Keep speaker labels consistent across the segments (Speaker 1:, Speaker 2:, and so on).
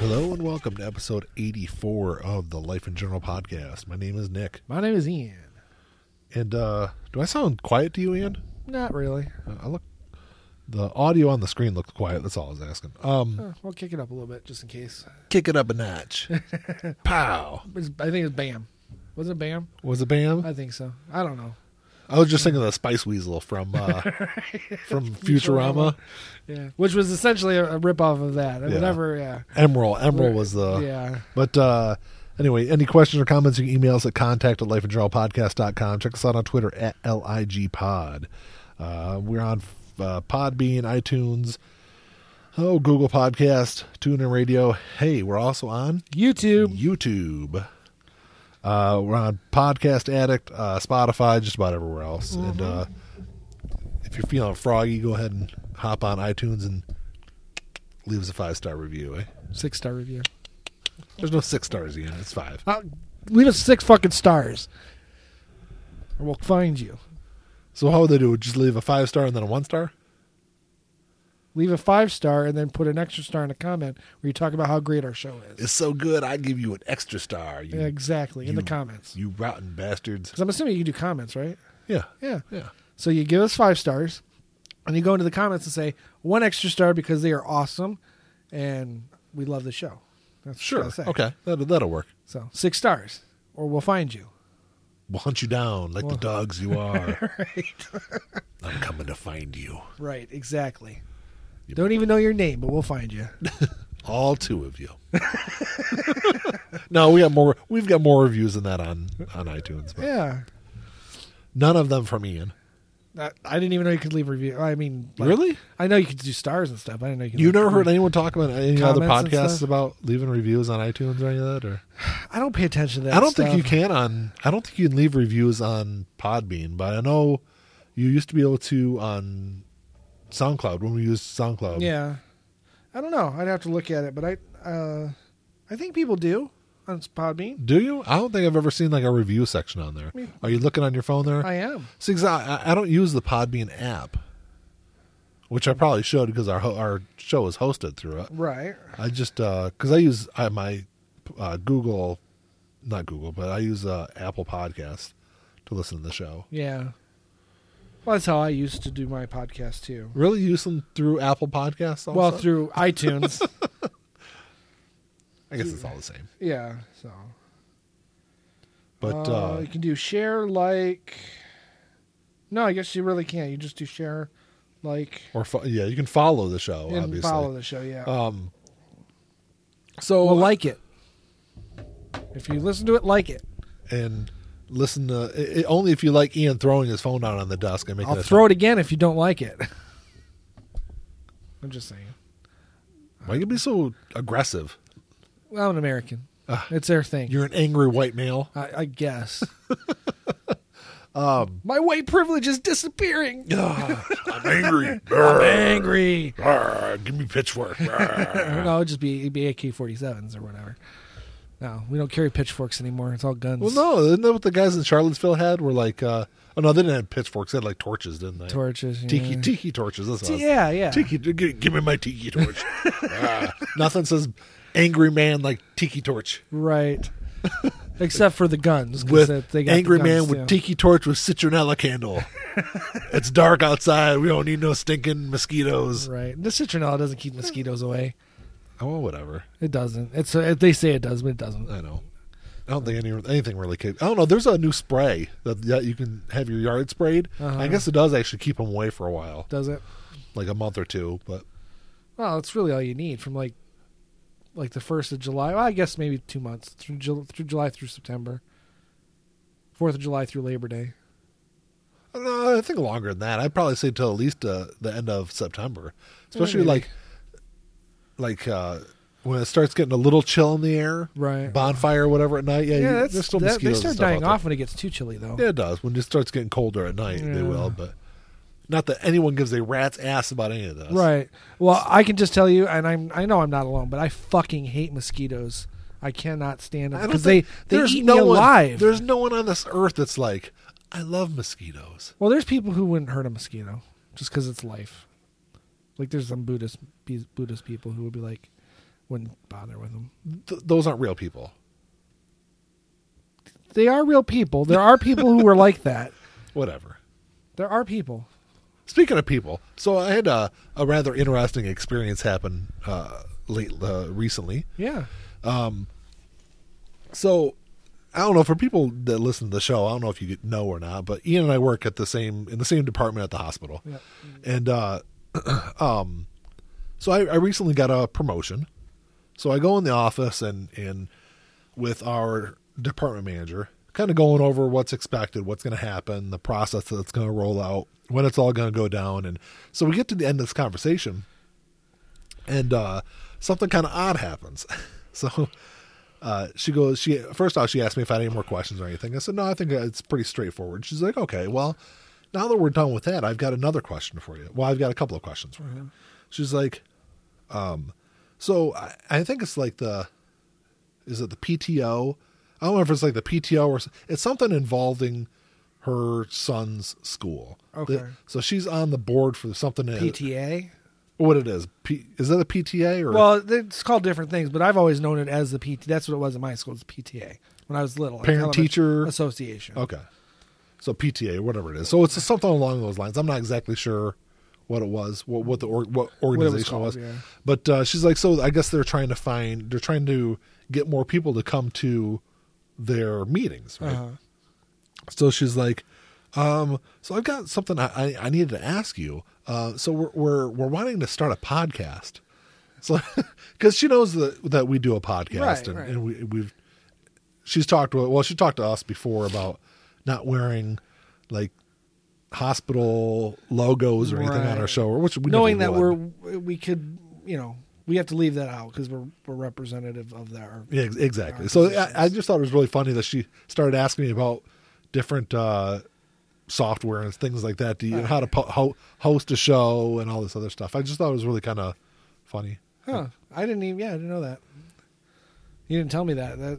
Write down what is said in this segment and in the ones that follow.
Speaker 1: welcome to episode 84 of the Life in General podcast. My name is Nick.
Speaker 2: My name is Ian.
Speaker 1: And uh, do I sound quiet to you, Ian?
Speaker 2: Not really.
Speaker 1: Uh, I look. The audio on the screen looks quiet. That's all I was asking. Um,
Speaker 2: Uh, we'll kick it up a little bit just in case.
Speaker 1: kick it up a notch. Pow.
Speaker 2: It's- I think it's Bam. Was it Bam?
Speaker 1: Was it Bam?
Speaker 2: I think so. I don't know.
Speaker 1: I was just thinking of the Spice Weasel from uh, from Futurama.
Speaker 2: Futurama. Yeah, which was essentially a, a ripoff of that.
Speaker 1: Yeah.
Speaker 2: Whatever. Yeah.
Speaker 1: Emerald. Emerald was the.
Speaker 2: yeah.
Speaker 1: But uh, anyway, any questions or comments, you can email us at contact at lifeandjournalpodcast.com. Check us out on Twitter at LIGpod. Uh, we're on uh, Podbean, iTunes, oh, Google Podcast, TuneIn Radio. Hey, we're also on
Speaker 2: YouTube.
Speaker 1: YouTube. Uh, we're on Podcast Addict, uh, Spotify, just about everywhere else. And uh, if you're feeling froggy, go ahead and hop on iTunes and leave us a five star review. Eh?
Speaker 2: Six star review.
Speaker 1: There's no six stars, Ian. It's five.
Speaker 2: Uh, leave us six fucking stars, or we'll find you.
Speaker 1: So how would they do it? Just leave a five star and then a one star?
Speaker 2: Leave a five star and then put an extra star in a comment where you talk about how great our show is.
Speaker 1: It's so good, I'd give you an extra star. You,
Speaker 2: Yeah, exactly in the
Speaker 1: you-
Speaker 2: comments.
Speaker 1: you rotten bastards.
Speaker 2: Because I'm assuming you can do comments, right?
Speaker 1: Yeah,
Speaker 2: Yeah.
Speaker 1: yeah.
Speaker 2: So you give us five stars, and you go into the comments and say one extra star because they are awesome, and we love the show. That's what
Speaker 1: Sure.
Speaker 2: I'll say.
Speaker 1: Okay, that'll, that'll work.
Speaker 2: So six stars, or we'll find you.
Speaker 1: We'll hunt you down like
Speaker 2: Well-
Speaker 1: the dogs you are. I'm coming to find you.
Speaker 2: Right. Exactly.
Speaker 1: Yep.
Speaker 2: Don't even know your name, but we'll find you.
Speaker 1: All two of you. no, we got more. We've got more reviews than that on on iTunes, but
Speaker 2: yeah.
Speaker 1: none of them from Ian.
Speaker 2: I, I didn't even know you could leave review. I mean, like,
Speaker 1: Really?
Speaker 2: I know you could do stars and stuff. I didn't know you. Could
Speaker 1: You
Speaker 2: leave-
Speaker 1: never heard anyone talk about any other
Speaker 2: Comments and
Speaker 1: podcasts
Speaker 2: stuff?
Speaker 1: about leaving reviews on iTunes or any of that, or
Speaker 2: I don't pay attention to that.
Speaker 1: I don't think
Speaker 2: stuff.
Speaker 1: you can on. I don't think you can leave reviews on Podbean, but I know you used to be able to on SoundCloud when we used SoundCloud.
Speaker 2: Yeah. I don't know. I'd have to look at it, but I, uh, I think people do on Podbean.
Speaker 1: Do you? I don't think I've ever seen like a review section on there.
Speaker 2: mean-
Speaker 1: Are you looking on your phone there?
Speaker 2: I am.
Speaker 1: See, 'cause I, I- I don't use the Podbean app, which I probably should because our ho- our show is hosted through it.
Speaker 2: Right.
Speaker 1: I just because I use I, my uh, Google, not Google, but I use uh, Apple Podcast to listen to the show.
Speaker 2: Yeah. Well, that's how I used to do my podcast too.
Speaker 1: Really, use them through Apple Podcasts? Also?
Speaker 2: Well, through iTunes.
Speaker 1: I guess it's all the same.
Speaker 2: yeah. So.
Speaker 1: But
Speaker 2: Uh,
Speaker 1: uh,
Speaker 2: you can do share like. No, I guess you really can't. You just do share, like,
Speaker 1: or fo- yeah, you can follow the show
Speaker 2: and
Speaker 1: obviously.
Speaker 2: follow the show. Yeah.
Speaker 1: Um,
Speaker 2: so like it. If you listen to it, like it.
Speaker 1: and listen to it, it- only if you like Ian throwing his phone down on the desk and making
Speaker 2: I'll
Speaker 1: a
Speaker 2: throw it again if you don't like it. I'm just saying.
Speaker 1: Why you be so aggressive?
Speaker 2: Well, I'm an American.
Speaker 1: Ah.
Speaker 2: it's their thing.
Speaker 1: You're an angry white male.
Speaker 2: I, I guess. um, my white privilege is disappearing.
Speaker 1: I'm angry.
Speaker 2: angry.
Speaker 1: give me pitchfork.
Speaker 2: No, it'd just be it'd be AK-47s or whatever. No, we don't carry pitchforks anymore. It's all guns.
Speaker 1: well, no, isn't that what the guys in Charlottesville had? Were like, uh, oh no, they didn't have pitchforks. They had like torches, didn't they?
Speaker 2: torches.
Speaker 1: Tiki
Speaker 2: yeah.
Speaker 1: tiki torches. That's what I was-
Speaker 2: Yeah, yeah.
Speaker 1: Tiki, give, give me my tiki torch. Ah, nothing says angry man like tiki torch.
Speaker 2: Right. Except for the guns. 'cause
Speaker 1: with
Speaker 2: that- they got the
Speaker 1: angry man
Speaker 2: guns,
Speaker 1: with
Speaker 2: yeah.
Speaker 1: tiki torch with citronella candle. it's dark outside. We don't need no stinking mosquitoes.
Speaker 2: Right. The citronella doesn't keep mosquitoes away.
Speaker 1: Oh, well, whatever.
Speaker 2: It doesn't. It's uh, they say it does, but it doesn't.
Speaker 1: I know. I don't think any, anything really. Could, I don't know. There's a new spray that, that you can have your yard sprayed.
Speaker 2: Uh-huh.
Speaker 1: I guess it does actually keep them away for a while,
Speaker 2: Does it?
Speaker 1: like a month or two. But
Speaker 2: Well, that's really all you need from like, like the first of July. Well, I guess maybe two months through Jul- through July through September. Fourth of July through Labor Day.
Speaker 1: no, uh, I think longer than that. I'd probably say till at least uh, the end of September, especially
Speaker 2: maybe.
Speaker 1: like, like uh, when it starts getting a little chill in the air,
Speaker 2: Right.
Speaker 1: Bonfire or whatever at night. Yeah, you-
Speaker 2: yeah,
Speaker 1: there's
Speaker 2: that's,
Speaker 1: still
Speaker 2: that- they
Speaker 1: mosquitoes and
Speaker 2: start
Speaker 1: stuff out
Speaker 2: dying
Speaker 1: there.
Speaker 2: off when it gets too chilly, though.
Speaker 1: Yeah, it does. When it starts getting colder at night,
Speaker 2: Yeah.
Speaker 1: they will. But not that anyone gives a rat's ass about any of this.
Speaker 2: Right. Well, I can just tell you, and I'm I know I'm not alone, but I fucking hate mosquitoes. I cannot stand them
Speaker 1: I don't
Speaker 2: because they
Speaker 1: think-
Speaker 2: they
Speaker 1: there's
Speaker 2: eat
Speaker 1: no
Speaker 2: me
Speaker 1: one-
Speaker 2: alive.
Speaker 1: there's no one on this earth that's like, I love mosquitoes.
Speaker 2: well, there's people who wouldn't hurt a mosquito just because it's life. Like there's some Buddhist pe- Buddhist people who would be like, Wouldn't bother with them.
Speaker 1: Th- those aren't real people.
Speaker 2: They are real people. There are people who were like that.
Speaker 1: Whatever.
Speaker 2: There are people.
Speaker 1: Speaking of people, so I had a, a rather interesting experience happen uh, late uh, recently.
Speaker 2: Yeah.
Speaker 1: So I don't know for people that listen to the show, I don't know if you know or not, but Ian and I work at the same in the same department at the hospital,
Speaker 2: Yeah.
Speaker 1: and uh, um, so I, I recently got a promotion. So I go in the office and and with our department manager, kind of going over what's expected, what's going to happen, the process that's going to roll out, when it's all going to go down, and so we get to the end of this conversation, and uh, something kind of odd happens. so uh, she goes, she first off, she asked me if I had any more questions or anything. I said, no, I think uh, it's pretty straightforward. She's like, okay, well, now that we're done with that, I've got another question for you. Well, I've got a couple of questions for you. She's like, um, so I, I think it's like the, is it the PTO? I don't know if it's like the PTO or s- it's something involving her son's school.
Speaker 2: Okay.
Speaker 1: The- so she's on the board for something. that-
Speaker 2: PTA.
Speaker 1: What it is? P, is that a PTA or
Speaker 2: Well, it's called different things, but I've always known it as the PT. That's what it was in my school. It's PTA when I was little. like
Speaker 1: Parent
Speaker 2: elementary-
Speaker 1: teacher-
Speaker 2: association.
Speaker 1: Okay. So PTA, or whatever it is. So it's something along those lines. I'm not exactly sure what it was, what, what the or, what organization was,
Speaker 2: called, yeah.
Speaker 1: But uh, she's like, so I guess they're trying to find, they're trying to get more people to come to their meetings, right?
Speaker 2: Uh-huh.
Speaker 1: So she's like, um, so I've got something I, I, I needed to ask you. Uh, so we're, we're we're wanting to start a podcast. So, because she knows that that we do a podcast,
Speaker 2: Right,
Speaker 1: and,
Speaker 2: right.
Speaker 1: and we, we've she's talked to well she talked to us before about not wearing like hospital logos or anything on our
Speaker 2: Right.
Speaker 1: show, or which we
Speaker 2: Knowing that
Speaker 1: never would.
Speaker 2: we're we could you know we have to leave that out because we're we're representative of that. Our,
Speaker 1: Yeah, ex- exactly. So I, I just thought it was really funny that she started asking me about different uh, software and things like that, do you, and how to po- ho- host a show and all this other stuff. I just thought it was really kind of funny.
Speaker 2: Huh. I didn't even. Yeah, I didn't know that. You didn't tell me that. That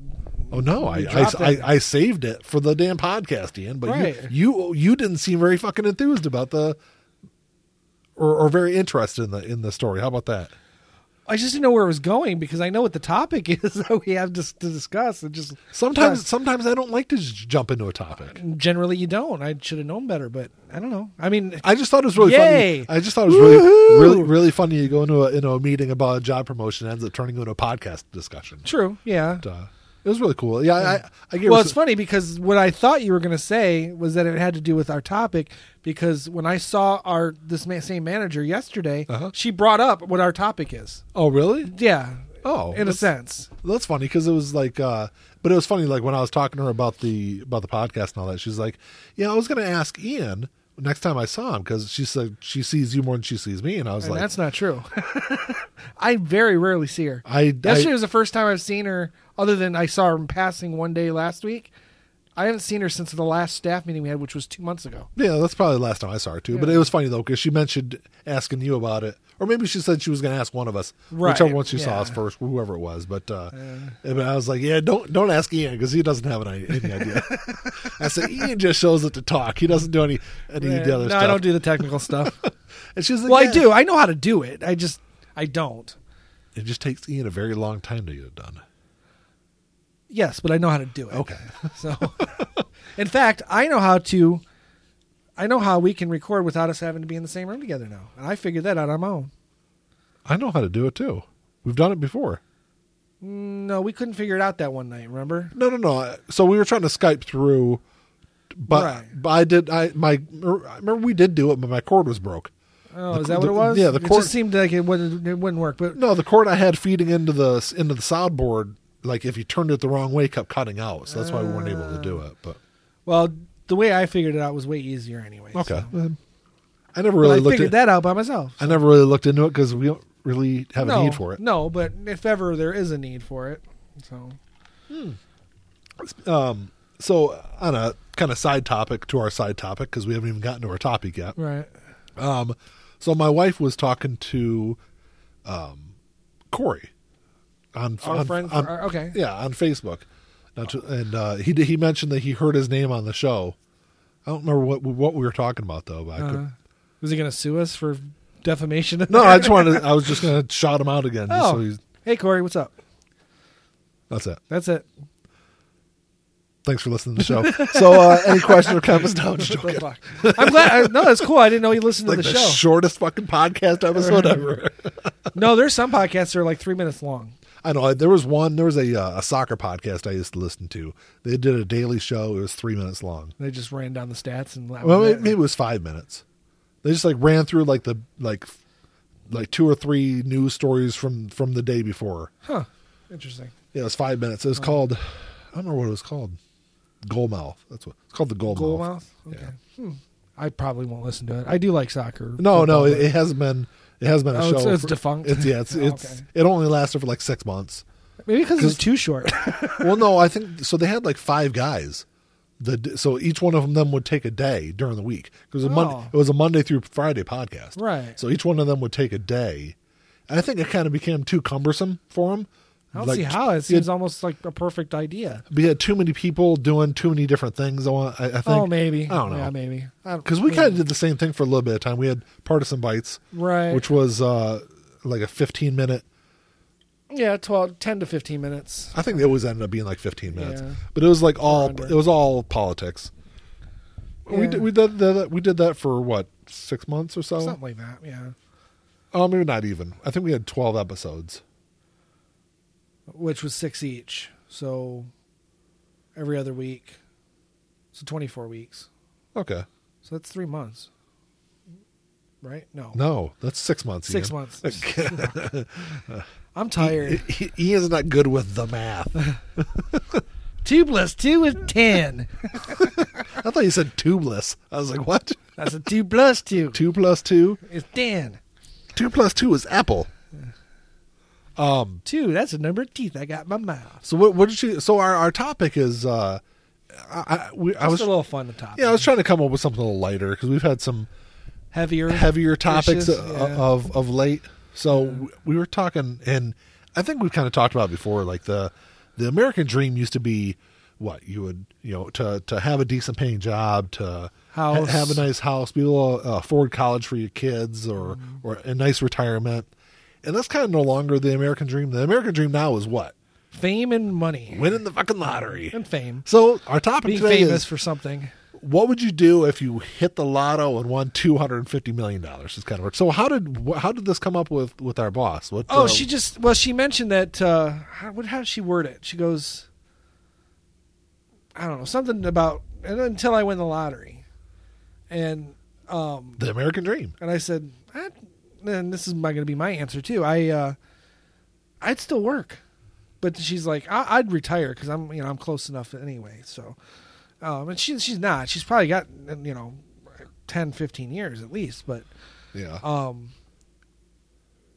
Speaker 1: Oh no, I
Speaker 2: You
Speaker 1: I,
Speaker 2: dropped
Speaker 1: I
Speaker 2: it.
Speaker 1: I saved it for the damn podcast, Ian. But
Speaker 2: Right.
Speaker 1: you you you didn't seem very fucking enthused about the or, or very interested in the in the story. How about that?
Speaker 2: I just didn't know where it was going because I know what the topic is that we have to, to discuss. It just
Speaker 1: Sometimes
Speaker 2: Yeah.
Speaker 1: sometimes I don't like to j- jump into a topic.
Speaker 2: generally you don't. I should have known better, but I don't know. I mean,
Speaker 1: I just thought it was really
Speaker 2: Yay.
Speaker 1: funny. I just thought it was really,
Speaker 2: Woohoo.
Speaker 1: really, really funny. You go into a, into a meeting about a job promotion, ends up turning into a podcast discussion.
Speaker 2: true. Yeah.
Speaker 1: But, uh, it was really cool. Yeah, I, I, I gave
Speaker 2: Well,
Speaker 1: her
Speaker 2: it's
Speaker 1: some-
Speaker 2: funny because what I thought you were going to say was that it had to do with our topic. Because when I saw our this ma- same manager yesterday,
Speaker 1: Uh-huh.
Speaker 2: she brought up what our topic is.
Speaker 1: Oh, really?
Speaker 2: Yeah,
Speaker 1: Oh,
Speaker 2: in a
Speaker 1: that's-
Speaker 2: sense.
Speaker 1: That's funny because it was like, uh, but it was funny like when I was talking to her about the about the podcast and all that. She's like, "Yeah, I was going to ask Ian next time I saw him because she said she sees you more than she sees me," and I was
Speaker 2: And
Speaker 1: like,
Speaker 2: that's not true. I very rarely see her.
Speaker 1: "I,
Speaker 2: Yesterday
Speaker 1: I
Speaker 2: was the first time I've seen her, other than I saw her in passing one day last week. I haven't seen her since the last staff meeting we had, which was two months ago.
Speaker 1: yeah, that's probably the last time I saw her too." But
Speaker 2: Yeah.
Speaker 1: it was funny though because she mentioned asking you about it, or maybe she said she was going to ask one of us,
Speaker 2: Right,
Speaker 1: whichever one she saw
Speaker 2: yeah.
Speaker 1: us first, whoever it was. But uh, and I was like, "Yeah, don't don't ask Ian because he doesn't have an, i- any idea." I said, "Ian just shows up to talk. He doesn't do any any of the
Speaker 2: no,
Speaker 1: other stuff."
Speaker 2: I don't do the technical stuff.
Speaker 1: And she's like,
Speaker 2: well, I
Speaker 1: "Yeah."
Speaker 2: do. I know how to do it. I just I don't.
Speaker 1: It just takes Ian a very long time to get it done.
Speaker 2: Yes, but I know how to do it.
Speaker 1: Okay.
Speaker 2: So, in fact, I know how to. I know how we can record without us having to be in the same room together now, and I figured that out on my own.
Speaker 1: I know how to do it too. We've done it before.
Speaker 2: Mm, No, we couldn't figure it out that one night. Remember?
Speaker 1: No, no, no. I- So we were trying to Skype through, but
Speaker 2: Right.
Speaker 1: but I did. I my I remember we did do it, but my cord was broke.
Speaker 2: Oh,
Speaker 1: The-
Speaker 2: is that
Speaker 1: the-
Speaker 2: what it was?
Speaker 1: yeah, the
Speaker 2: it
Speaker 1: cord-
Speaker 2: just seemed like it wouldn't it wouldn't work. But
Speaker 1: No, the cord I had feeding into the into the soundboard, like if you turned it the wrong way, kept cutting out. So that's why we weren't able to do it. But
Speaker 2: well, the way I figured it out was way easier anyway.
Speaker 1: okay,
Speaker 2: so.
Speaker 1: I never
Speaker 2: But
Speaker 1: really
Speaker 2: I
Speaker 1: looked.
Speaker 2: figured
Speaker 1: in-
Speaker 2: that out by myself.
Speaker 1: I never really looked into it because we don't really have
Speaker 2: no,
Speaker 1: a need for it.
Speaker 2: No, but if ever there is a need for it, so
Speaker 1: Um, so on a kind of side topic to our side topic because we haven't even gotten to our topic yet.
Speaker 2: right.
Speaker 1: Um, so my wife was talking to, um, Corey, on
Speaker 2: Our
Speaker 1: on-
Speaker 2: friend,
Speaker 1: on-
Speaker 2: our- okay.
Speaker 1: yeah, on Facebook, Not to- and uh, he did- he mentioned that he heard his name on the show. I don't remember what what we were talking about though. But I
Speaker 2: Uh,
Speaker 1: could,
Speaker 2: was he going to sue us for defamation?
Speaker 1: no, I just wanted. I was just gonna shout him out again. just
Speaker 2: Oh.
Speaker 1: so he's-
Speaker 2: Hey, Corey, what's up?
Speaker 1: That's it.
Speaker 2: That's it.
Speaker 1: Thanks for listening to the show. so, uh, any questions or comments? No, I'm just
Speaker 2: What the
Speaker 1: joking.
Speaker 2: fuck? I'm glad. I, no, that's cool. I didn't know you listened
Speaker 1: Like
Speaker 2: to
Speaker 1: the,
Speaker 2: the, show.
Speaker 1: shortest fucking podcast episode ever.
Speaker 2: no, there's some podcasts that are like three minutes long.
Speaker 1: I know there was one. There was a uh, a soccer podcast I used to listen to. They did a daily show. It was three minutes long.
Speaker 2: They just ran down the stats and laughed.
Speaker 1: Well,
Speaker 2: at
Speaker 1: may-
Speaker 2: it.
Speaker 1: maybe it was five minutes. They just like ran through like the like f- like two or three news stories from from the day before.
Speaker 2: huh? Interesting.
Speaker 1: Yeah, it was five minutes. It was called. I don't remember what it was called. Goalmouth. That's what it's called. The Goalmouth.
Speaker 2: Goal mouth. Okay. Hmm. I probably won't listen to it. I do like soccer.
Speaker 1: No, no,
Speaker 2: football,
Speaker 1: it,
Speaker 2: but-
Speaker 1: it has been. It has been a
Speaker 2: Oh,
Speaker 1: show.
Speaker 2: it's- it's
Speaker 1: for-
Speaker 2: defunct?
Speaker 1: It's yeah. It's,
Speaker 2: Oh,
Speaker 1: it's
Speaker 2: okay.
Speaker 1: it only lasted for like six months.
Speaker 2: maybe because it's too short.
Speaker 1: well, no, I think so. They had like five guys. The so each one of them would take a day during the week because it, was a Mon-
Speaker 2: Oh.
Speaker 1: it was a Monday through Friday podcast,
Speaker 2: Right.
Speaker 1: So each one of them would take a day. And I think it kind of became too cumbersome for them.
Speaker 2: I don't see how it seems almost like a perfect idea.
Speaker 1: We had too many people doing too many different things. I, want- I, I think.
Speaker 2: Oh, maybe.
Speaker 1: I don't know.
Speaker 2: Yeah, maybe.
Speaker 1: because we kind of did the same thing for a little bit of time. We had partisan bites,
Speaker 2: right.
Speaker 1: which was uh, like a fifteen minute
Speaker 2: yeah, 12, 10 to fifteen minutes.
Speaker 1: I think it always ended up being like 15 minutes,
Speaker 2: Yeah.
Speaker 1: but it was like all
Speaker 2: under.
Speaker 1: it was all politics. We
Speaker 2: Yeah.
Speaker 1: did, we did that we did that for what six months or so.
Speaker 2: Something like that. Yeah.
Speaker 1: Oh, maybe not even. I think we had 12 episodes.
Speaker 2: Which was six each. So every other week. So twenty four weeks.
Speaker 1: Okay,
Speaker 2: So that's three months. Right? No.
Speaker 1: no, that's six months.
Speaker 2: Six
Speaker 1: Ian.
Speaker 2: months. Fuck. I'm tired.
Speaker 1: I- I- Ian's not good with the math.
Speaker 2: Two plus two is ten.
Speaker 1: I thought you said tubeless. I was like, what?
Speaker 2: That's a two plus two.
Speaker 1: Two plus two?
Speaker 2: It's ten.
Speaker 1: Two plus two is apple. Um.
Speaker 2: Two, that's the number of teeth I got in my mouth.
Speaker 1: So what? What did you? So our our topic is. uh I, I, we, I
Speaker 2: Just
Speaker 1: was
Speaker 2: a little fun to top.
Speaker 1: yeah I was trying to come up with something a little lighter because we've had some
Speaker 2: heavier.
Speaker 1: heavier topics
Speaker 2: Issues,
Speaker 1: uh,
Speaker 2: yeah.
Speaker 1: of of late. So w we were talking, and I think we've kind of talked about it before. Like the the American dream used to be what you would you know to to have a decent paying job, to ha-
Speaker 2: House.
Speaker 1: have a nice house, be able to uh, afford college for your kids, or
Speaker 2: Mm-hmm.
Speaker 1: or a nice retirement. And that's kind of no longer the American dream. The American dream now is what
Speaker 2: Fame and money.
Speaker 1: winning the fucking lottery.
Speaker 2: and fame.
Speaker 1: So our topic
Speaker 2: Being
Speaker 1: today
Speaker 2: famous
Speaker 1: is
Speaker 2: for something.
Speaker 1: what would you do if you hit the lotto and won two hundred and fifty million dollars? Is kind of work. So how did wh- how did this come up with with our boss? What?
Speaker 2: Oh,
Speaker 1: uh,
Speaker 2: she just well, she mentioned that. Uh, how, what? How did she word it? She goes, I don't know, something about and until I win the lottery, and um,
Speaker 1: the American dream.
Speaker 2: and I said, I, and this is going to be my answer too. I, uh, I'd still work, but she's like, I, I'd retire because I'm, you know, I'm close enough anyway. So, um, and she, she's not. She's probably got, you know, 10, 15 years at least, but
Speaker 1: Yeah.
Speaker 2: um,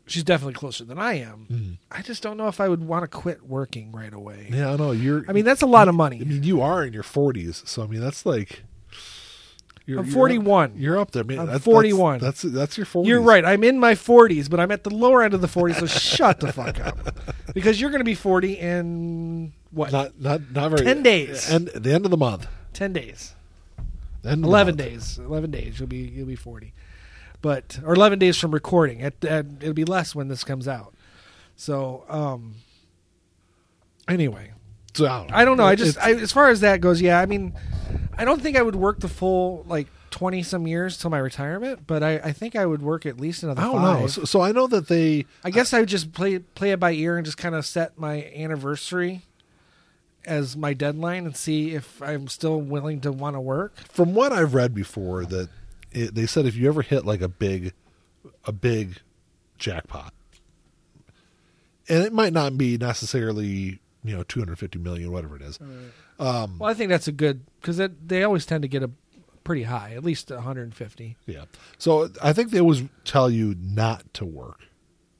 Speaker 2: she's definitely closer than I am.
Speaker 1: Mhm.
Speaker 2: I just don't know if I would want to quit working right away.
Speaker 1: yeah, I know you're.
Speaker 2: I mean, that's a lot of
Speaker 1: I
Speaker 2: money.
Speaker 1: mean, you are in your forties, so I mean, that's like. You're,
Speaker 2: I'm
Speaker 1: you're up-
Speaker 2: 41.
Speaker 1: You're up there, man.
Speaker 2: I'm
Speaker 1: That's- that's-
Speaker 2: 41.
Speaker 1: That's that's, your forties.
Speaker 2: You're right. I'm in my 40s, but I'm at the lower end of the 40s. So shut the fuck up, because you're going to be 40 in what?
Speaker 1: Not not not very.
Speaker 2: 10 days.
Speaker 1: And the end of the month.
Speaker 2: 10 days.
Speaker 1: End of the
Speaker 2: 11
Speaker 1: month.
Speaker 2: days. 11 days. You'll be you'll be 40. But or 11 days from recording. At, at it'll be less when this comes out. So, um anyway,
Speaker 1: So I don't know.
Speaker 2: I don't know. I just
Speaker 1: It's-
Speaker 2: I, as far as that goes, yeah. I mean, I don't think I would work the full like twenty some years till my retirement, but I, I think I would work at least another.
Speaker 1: I don't
Speaker 2: five.
Speaker 1: know. So, so I know that they.
Speaker 2: I guess I would just play play it by ear and just kind of set my anniversary as my deadline and see if I'm still willing to want to work.
Speaker 1: from what I've read before, that it, they said if you ever hit like a big, a big jackpot, and it might not be necessarily you know two hundred fifty million, whatever it is. Um,
Speaker 2: Well, I think that's a good because they always tend to get a pretty high, at least 150.
Speaker 1: yeah. So I think they always tell you not to work.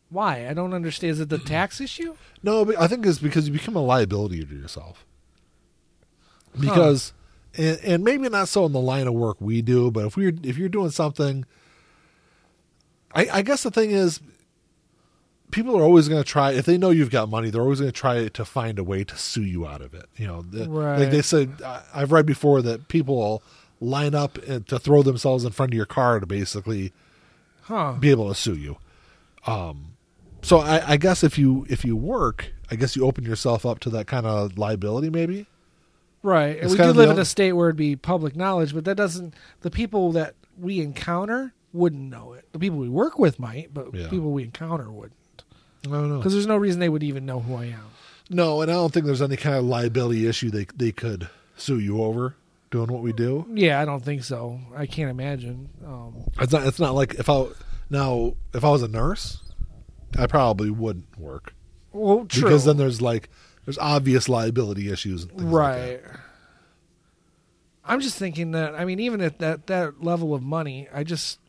Speaker 2: Why? I don't understand. Is it the tax issue?
Speaker 1: No, but I think it's because you become a liability to yourself. Because, and, and maybe not so in the line of work we do, but if we're if you're doing something, I, I guess the thing is, people are always going to try if they know you've got money, they're always going to try to find a way to sue you out of it. You know, the- like
Speaker 2: Right.
Speaker 1: they said, I- I've read before that people line up and- to throw themselves in front of your car to basically
Speaker 2: Huh?
Speaker 1: be able to sue you. Um, So I, I guess if you if you work, I guess you open yourself up to that kind of liability, maybe.
Speaker 2: Right. And
Speaker 1: It's
Speaker 2: we
Speaker 1: kind
Speaker 2: do
Speaker 1: of
Speaker 2: live
Speaker 1: the
Speaker 2: in
Speaker 1: only-
Speaker 2: a state where it'd be public knowledge, but that doesn't, the people that we encounter wouldn't know it. The people we work with might, but
Speaker 1: Yeah.
Speaker 2: people we encounter wouldn't.
Speaker 1: I don't know.
Speaker 2: Because there's no reason they would even know who I am.
Speaker 1: No, and I don't think there's any kind of liability issue they they could sue you over doing what we do.
Speaker 2: Yeah, I don't think so. I can't imagine. Um,
Speaker 1: It's not it's not like if I now if I was a nurse, I probably wouldn't work
Speaker 2: well, true.
Speaker 1: because then there's like there's obvious liability issues and things like that.
Speaker 2: right. I'm just thinking that. I mean, even at that that level of money, I just.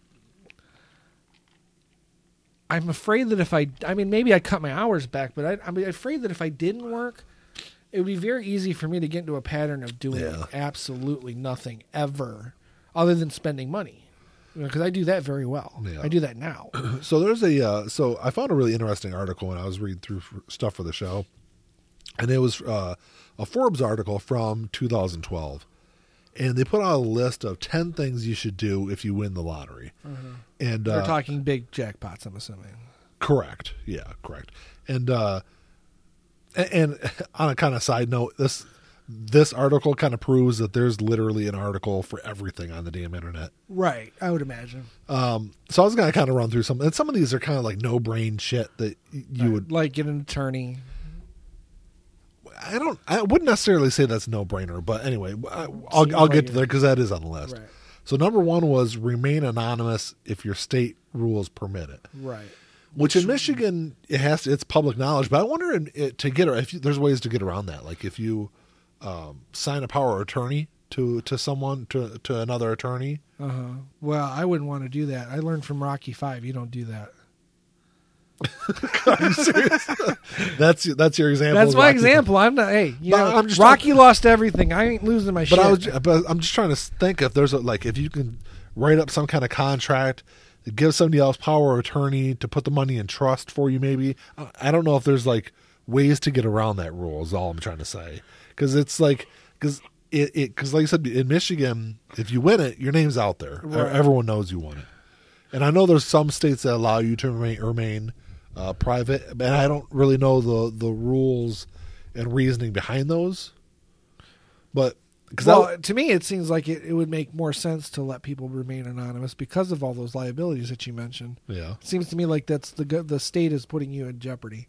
Speaker 2: I'm afraid that if I, I mean, maybe I cut my hours back, but I, I'm afraid that if I didn't work, it would be very easy for me to get into a pattern of doing
Speaker 1: Yeah.
Speaker 2: absolutely nothing ever, other than spending money, because I do that very well.
Speaker 1: Yeah.
Speaker 2: I do that now.
Speaker 1: So there's a uh, so I found a really interesting article when I was reading through f- stuff for the show, and it was uh, a Forbes article from 2012, and they put out a list of 10 things you should do if you win the lottery, and
Speaker 2: We're
Speaker 1: uh,
Speaker 2: talking big jackpots, I'm assuming.
Speaker 1: correct, yeah, correct, and uh, a- and on a kind of side note, this this article kind of proves that there's literally an article for everything on the damn internet.
Speaker 2: Right, I would imagine.
Speaker 1: Um, so I was gonna kind of run through some, and some of these are kind of like no brain shit that y- you would
Speaker 2: like get an attorney.
Speaker 1: I don't. I wouldn't necessarily say that's no brainer, but anyway, I,
Speaker 2: Seems
Speaker 1: I'll I'll
Speaker 2: like
Speaker 1: get to there because that is on the list.
Speaker 2: Right.
Speaker 1: So number one was remain anonymous if your state rules permit it,
Speaker 2: Right.
Speaker 1: which in Michigan it has to, it's public knowledge. But I wonder in, it, to get if you, there's ways to get around that, like if you um, sign a power of attorney to to someone to to another attorney.
Speaker 2: Uh huh. Well, I wouldn't want to do that. I learned from Rocky Five. You don't do that.
Speaker 1: Are you serious? that's that's your example.
Speaker 2: That's
Speaker 1: of
Speaker 2: my
Speaker 1: Rocky Fo-
Speaker 2: example. I'm not. Hey, you
Speaker 1: But
Speaker 2: know,
Speaker 1: I'm just-
Speaker 2: Rocky lost everything. I ain't losing my shit.
Speaker 1: But I was, but I'm just trying to think if there's a, like if you can write up some kind of contract that gives somebody else power of attorney to put the money in trust for you. Maybe I- I don't know if there's like ways to get around that rule. Is all I'm trying to say because it's like because it because like I said in Michigan, if you win it, your name's out there. E-
Speaker 2: Right.
Speaker 1: Everyone knows you won it. And I know there's some states that allow you to remain, remain uh, private, and I don't really know the the rules and reasoning behind those. But because
Speaker 2: well, to me, it seems like it, it would make more sense to let people remain anonymous because of all those liabilities that you mentioned.
Speaker 1: yeah,
Speaker 2: It seems to me like that's the go- the state is putting you in jeopardy,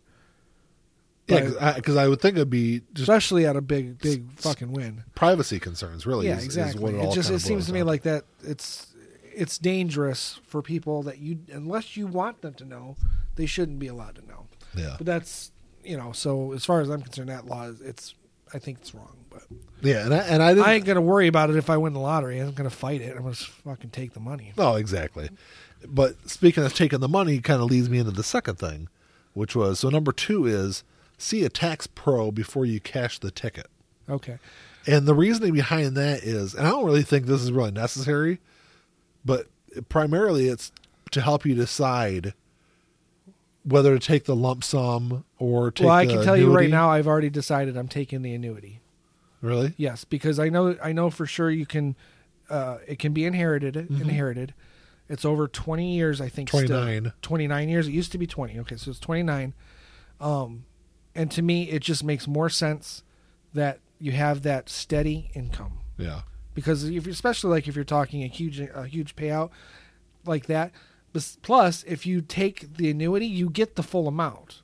Speaker 1: yeah, because I, would think it'd be just
Speaker 2: especially at a big big fucking win.
Speaker 1: privacy concerns. Really, is, is what it, all
Speaker 2: just
Speaker 1: kinda
Speaker 2: it seems
Speaker 1: boils
Speaker 2: to me
Speaker 1: down
Speaker 2: like that it's it's dangerous for people that you unless you want them to know, they shouldn't be allowed to know.
Speaker 1: yeah,
Speaker 2: But that's you know, so as far as I'm concerned, that law is it's I think it's wrong. But
Speaker 1: yeah, and I, and I didn't.
Speaker 2: I ain't gonna worry about it if I win the lottery. I'm gonna fight it. I'm gonna just fucking take the money.
Speaker 1: No, oh, exactly. But speaking of taking the money, kind of leads me into the second thing, which was so number two is see a tax pro before you cash the ticket.
Speaker 2: Okay.
Speaker 1: And the reasoning behind that is, and I don't really think this is really necessary, but primarily it's to help you decide whether to take the lump sum or take.
Speaker 2: well, I
Speaker 1: the
Speaker 2: can tell you right
Speaker 1: annuity.
Speaker 2: now, I've already decided I'm taking the annuity.
Speaker 1: Really?
Speaker 2: Yes, because I know I know for sure you can. Uh, it can be inherited. Inherited. It's over twenty years, I think. still.
Speaker 1: 29.
Speaker 2: Twenty nine years. It used to be twenty. Okay, so it's twenty nine. Um, and to me, it just makes more sense that you have that steady income
Speaker 1: Yeah.
Speaker 2: because if you- especially like if you're talking a huge a huge payout like that. Bes- Plus, if you take the annuity, you get the full amount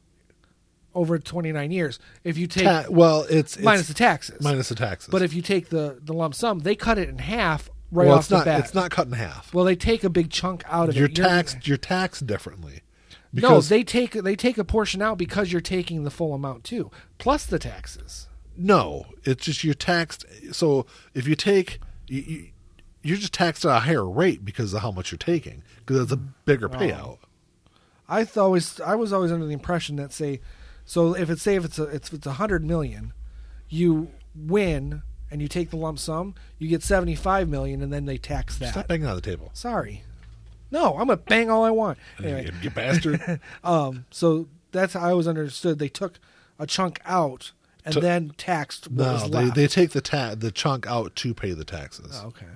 Speaker 2: over twenty nine years. If you take
Speaker 1: Ta- well, it's, it's
Speaker 2: minus the taxes,
Speaker 1: minus the taxes.
Speaker 2: but if you take the the lump sum, they cut it in half right
Speaker 1: well,
Speaker 2: off
Speaker 1: it's
Speaker 2: the
Speaker 1: not
Speaker 2: bat.
Speaker 1: it's not cut in half.
Speaker 2: Well, they take a big chunk out of
Speaker 1: you're
Speaker 2: it. You're-
Speaker 1: taxed. You're taxed differently.
Speaker 2: no, they take they take a portion out because you're taking the full amount too, plus the taxes.
Speaker 1: No, it's just you're taxed. So if you take, you, you, you're just taxed at a higher rate because of how much you're taking, because it's a bigger
Speaker 2: Oh,
Speaker 1: payout.
Speaker 2: I th- always I was always under the impression that say, so if it's say if it's a it's, if it's a hundred million, you win and you take the lump sum, you get seventy five million, and then they tax that.
Speaker 1: Stop banging on the table,
Speaker 2: Sorry, no, I'm gonna bang all I want. Anyway.
Speaker 1: you, you bastard!
Speaker 2: Um, so that's how I was understood. They took a chunk out and
Speaker 1: Took-
Speaker 2: then taxed what
Speaker 1: no,
Speaker 2: was
Speaker 1: they,
Speaker 2: left.
Speaker 1: they take the ta- the chunk out to pay the taxes.
Speaker 2: Oh, okay.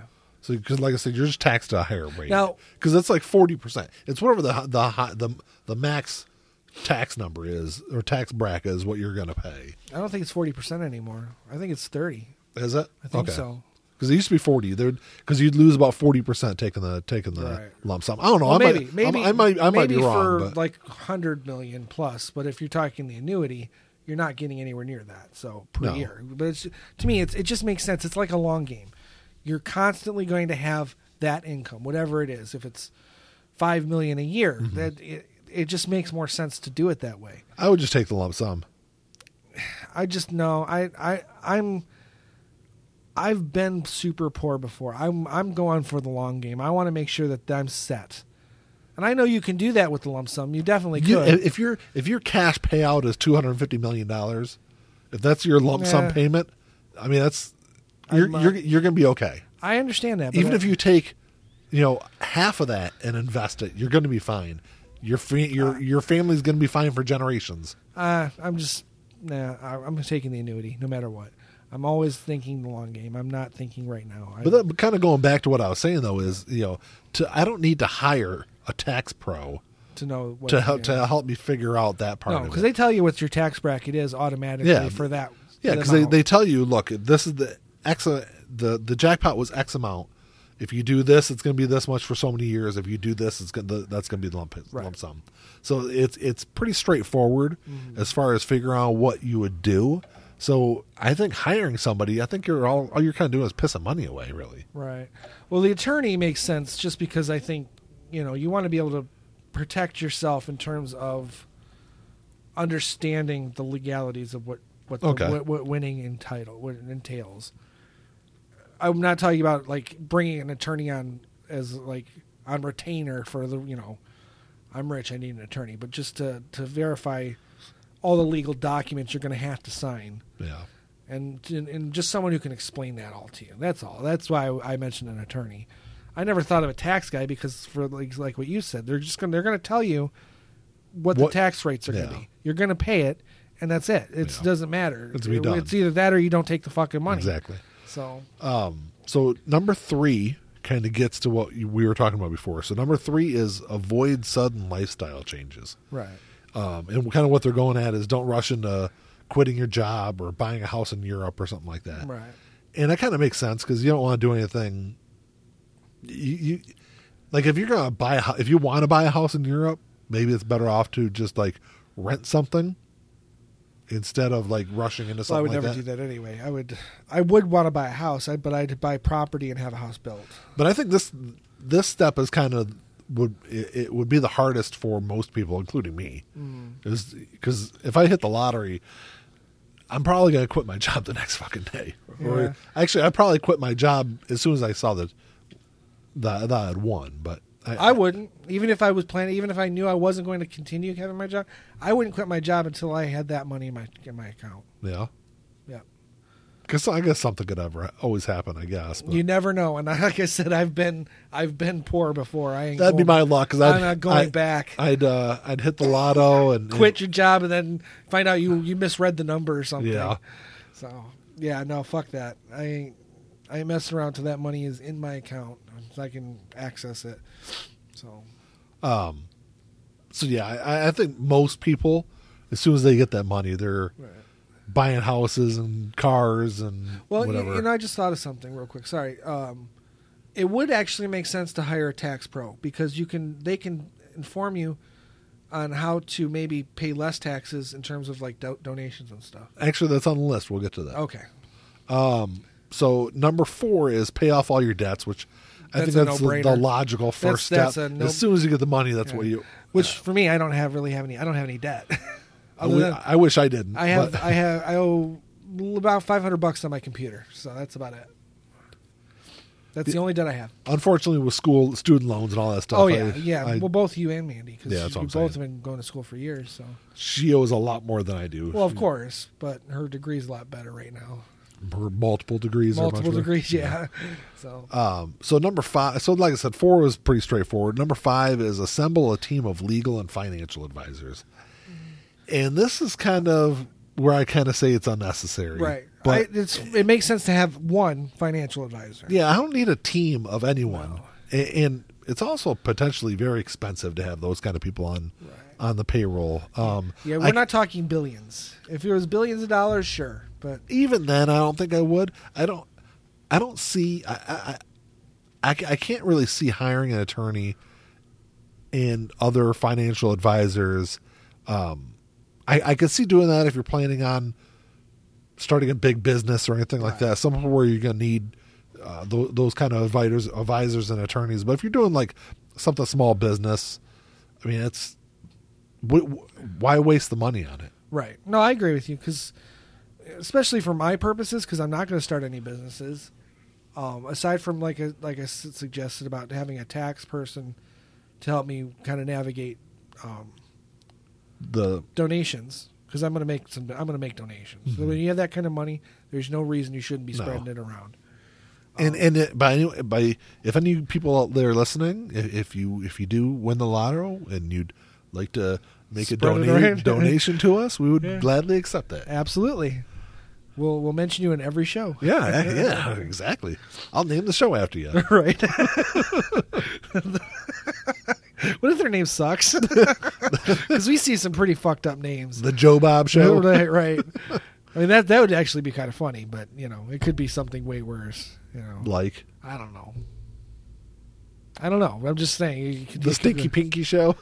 Speaker 1: So because like I said, you're just taxed at a higher rate
Speaker 2: Now-
Speaker 1: because it's like forty percent. It's whatever the the hi- the the max tax number is or tax bracket is what you're going to pay.
Speaker 2: I don't think it's forty percent anymore. I think it's thirty.
Speaker 1: Is it?
Speaker 2: I think so.
Speaker 1: Because it used to be forty. There, because you'd lose about forty percent taking the taking the
Speaker 2: Right.
Speaker 1: lump sum. I don't know.
Speaker 2: Well,
Speaker 1: I
Speaker 2: maybe,
Speaker 1: might,
Speaker 2: maybe,
Speaker 1: I might, I might
Speaker 2: maybe
Speaker 1: be wrong.
Speaker 2: for
Speaker 1: But
Speaker 2: like hundred million plus. But if you're talking the annuity, you're not getting anywhere near that. So per
Speaker 1: No.
Speaker 2: year, but it's, to me, it's, it just makes sense. It's like a long game. You're constantly going to have that income, whatever it is. If it's five million a year,
Speaker 1: Mm-hmm.
Speaker 2: that it, it just makes more sense to do it that way.
Speaker 1: I would just take the lump sum.
Speaker 2: I just know I I I'm I've been super poor before. I'm I'm going for the long game. I want to make sure that I'm set. And I know you can do that with the lump sum. You definitely
Speaker 1: You,
Speaker 2: could.
Speaker 1: if your if your cash payout is two hundred fifty million dollars, if that's your lump sum
Speaker 2: Yeah.
Speaker 1: payment, I mean that's you're
Speaker 2: I'm, uh,
Speaker 1: you're you're going to be okay.
Speaker 2: I understand that. But
Speaker 1: Even
Speaker 2: I-
Speaker 1: if you take, you know, half of that and invest it, you're going to be fine. Your fa- your your family's going to be fine for generations.
Speaker 2: uh, I'm just nah. I, I'm taking the annuity no matter what. I'm always thinking the long game. I'm not thinking right now. I,
Speaker 1: But, that, but kind of going back to what I was saying though is you know to I don't need to hire a tax pro
Speaker 2: to know what
Speaker 1: to help
Speaker 2: yeah.
Speaker 1: to help me figure out that part
Speaker 2: no
Speaker 1: of
Speaker 2: because
Speaker 1: it.
Speaker 2: they tell you what your tax bracket is automatically
Speaker 1: Yeah.
Speaker 2: for that.
Speaker 1: yeah,
Speaker 2: that
Speaker 1: because they,
Speaker 2: amount.
Speaker 1: they tell you, look, this is the X uh, the the jackpot was X amount. If you do this, it's going to be this much for so many years. If you do this, it's going to, that's going to be the lump
Speaker 2: Right.
Speaker 1: lump sum. So it's it's pretty straightforward
Speaker 2: Mm.
Speaker 1: as far as figuring out what you would do. So I think hiring somebody, I think you're all all you're kind of doing is pissing money away, really.
Speaker 2: Right. Well, the attorney makes sense just because I think, you know, you want to be able to protect yourself in terms of understanding the legalities of what what, the,
Speaker 1: Okay.
Speaker 2: what, what winning entitle what it entails. I'm not talking about like bringing an attorney on as like on retainer for the, you know, I'm rich, I need an attorney, but just to to verify all the legal documents you're going to have to sign
Speaker 1: Yeah,
Speaker 2: and, and and just someone who can explain that all to you. That's all. That's why I mentioned an attorney. I never thought of a tax guy because for like like what you said, they're just gonna they're gonna tell you what,
Speaker 1: What-
Speaker 2: the tax rates are gonna
Speaker 1: Yeah.
Speaker 2: be. You're gonna pay it, and that's it. It
Speaker 1: Yeah.
Speaker 2: doesn't matter.
Speaker 1: It's be done.
Speaker 2: It's either that or you don't take the fucking money.
Speaker 1: exactly.
Speaker 2: So
Speaker 1: Um, so number three kind of gets to what you- we were talking about before. So number three is avoid sudden lifestyle changes.
Speaker 2: right.
Speaker 1: um, and kind of what they're going at is don't rush into quitting your job or buying a house in Europe or something like that.
Speaker 2: Right.
Speaker 1: And that kind of makes sense because you don't want to do anything. You, you like if you're gonna buy a, hou- if you want to buy a house in Europe, maybe it's better off to just like rent something instead of like rushing into
Speaker 2: So I
Speaker 1: something
Speaker 2: would never
Speaker 1: like
Speaker 2: do
Speaker 1: that.
Speaker 2: that anyway. I would I would want to buy a house, I- but I'd buy property and have a house built.
Speaker 1: But I think this this step is kind of would it, it would be the hardest for most people, including me,
Speaker 2: Mm.
Speaker 1: because if I hit the lottery, I'm probably gonna quit my job the next fucking day.
Speaker 2: Yeah.
Speaker 1: Or actually, I probably quit my job as soon as I saw that that, that I had won. But
Speaker 2: I wouldn't, even if I was planning, even if I knew I wasn't going to continue having my job, I wouldn't quit my job until I had that money in my in my account.
Speaker 1: yeah,
Speaker 2: Yeah,
Speaker 1: because I guess something could ever always happen. I guess but
Speaker 2: you never know. And I, like I said, I've been I've been poor before. I ain't
Speaker 1: that'd be my
Speaker 2: going-
Speaker 1: luck. Because
Speaker 2: I'm not going back.
Speaker 1: I'd uh, I'd hit the lotto and
Speaker 2: quit your job and then find out you you misread the number or something.
Speaker 1: Yeah.
Speaker 2: So yeah, no, fuck that. I ain't I ain't messing around till that money is in my account so I can access it. So
Speaker 1: Um, so yeah, I, I think most people, as soon as they get that money, they're buying houses and cars and
Speaker 2: Well, y-
Speaker 1: whatever.
Speaker 2: you know, I just thought of something real quick. Sorry. Um, it would actually make sense to hire a tax pro because you can they can inform you on how to maybe pay less taxes in terms of like do- donations and stuff.
Speaker 1: Actually, that's on the list. We'll get to that. Um,
Speaker 2: Okay,
Speaker 1: So number four is pay off all your debts, which I
Speaker 2: That's
Speaker 1: think
Speaker 2: a
Speaker 1: that's the,
Speaker 2: no-brainer.
Speaker 1: the logical first
Speaker 2: That's-
Speaker 1: step.
Speaker 2: that's a no-
Speaker 1: as soon as you get the money, that's what
Speaker 2: Yeah.
Speaker 1: you.
Speaker 2: which for me, I don't have really have any. I don't have any debt.
Speaker 1: I
Speaker 2: Other
Speaker 1: wi-
Speaker 2: than-
Speaker 1: I wish I didn't.
Speaker 2: I have
Speaker 1: but-
Speaker 2: I have I owe about five hundred bucks on my computer, so that's about it. That's the only debt I have.
Speaker 1: unfortunately, with school student loans and all that stuff.
Speaker 2: Oh
Speaker 1: I-
Speaker 2: yeah, yeah.
Speaker 1: I-
Speaker 2: well, both you and Mandy, because
Speaker 1: Yeah, that's
Speaker 2: you
Speaker 1: what I'm
Speaker 2: both
Speaker 1: saying.
Speaker 2: have been going to school for years. So
Speaker 1: she owes a lot more than I do.
Speaker 2: Well, of
Speaker 1: She-
Speaker 2: course, but her degree's a lot better right now.
Speaker 1: her multiple degrees. are much
Speaker 2: Multiple
Speaker 1: better.
Speaker 2: degrees, yeah. So,
Speaker 1: Um, so number five. So like I said, four was pretty straightforward. Number five is assemble a team of legal and financial advisors,
Speaker 2: Mm-hmm.
Speaker 1: and this is kind of where I kind of say it's unnecessary,
Speaker 2: right. I,
Speaker 1: But
Speaker 2: it's it makes sense to have one financial advisor.
Speaker 1: yeah, I don't need a team of anyone, A- and, it's also potentially very expensive to have those kind of people on on the payroll. Um,
Speaker 2: Yeah, we're
Speaker 1: I-
Speaker 2: not talking billions. If it was billions of dollars, sure, but
Speaker 1: even then, I don't think I would. I don't. I don't see. I- I. I, I, ca- I can't really see hiring an attorney and other financial advisors. Um, I, I could see doing that if you're planning on starting a big business or anything like that. Somewhere where you're going to need uh, tho- those kind of advisors, advisors and attorneys. But if you're doing like something small business, I mean, it's wh- wh- why waste the money on it?
Speaker 2: Right. No, I agree with you because, especially for my purposes, because I'm not going to start any businesses. Um, aside from like a, like I s- suggested about having a tax person to help me kind of navigate um,
Speaker 1: The
Speaker 2: donations because I'm going to make some I'm going to make donations. So when you have that kind of money, there's no reason you shouldn't be
Speaker 1: Mm-hmm. No.
Speaker 2: spreading it around.
Speaker 1: and and it, by any by if any people out there listening if, if you if you do win the lotto and you'd like to make a
Speaker 2: Spread it
Speaker 1: donate,
Speaker 2: around.
Speaker 1: donation to us we would
Speaker 2: Yeah.
Speaker 1: gladly accept that
Speaker 2: Absolutely. We'll we'll mention you in every show.
Speaker 1: yeah eh, yeah exactly i'll name the show after you
Speaker 2: right. what if their name sucks? Because we see some pretty fucked up names.
Speaker 1: the joe bob show
Speaker 2: right, right. I mean that that would actually be kind of funny, but you know it could be something way worse. You know,
Speaker 1: like
Speaker 2: I don't know. I don't know. I'm just saying. You could,
Speaker 1: the
Speaker 2: you
Speaker 1: stinky
Speaker 2: could-
Speaker 1: pinky show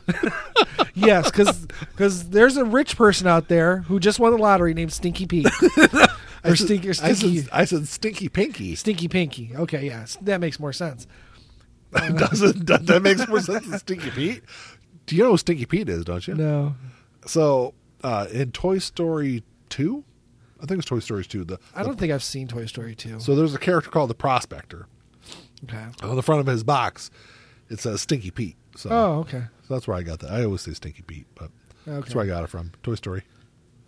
Speaker 2: yes, because there's a rich person out there who just won the lottery named Stinky Pete or Stinky or
Speaker 1: I
Speaker 2: Stinky
Speaker 1: said, I said stinky pinky
Speaker 2: Stinky Pinky. Okay, yeah, s- that makes more sense. Uh-huh.
Speaker 1: doesn't that, that makes more sense than stinky pete do you know who stinky pete is don't you
Speaker 2: No,
Speaker 1: so uh in toy story 2 i think it's toy story 2 the
Speaker 2: I don't think I've seen Toy Story two.
Speaker 1: So there's a character called the Prospector.
Speaker 2: okay.
Speaker 1: On the front of his box, it says Stinky Pete. So,
Speaker 2: Oh, okay.
Speaker 1: so that's where I got that. I always say Stinky Pete, but that's
Speaker 2: Okay.
Speaker 1: where I got it from. Toy Story.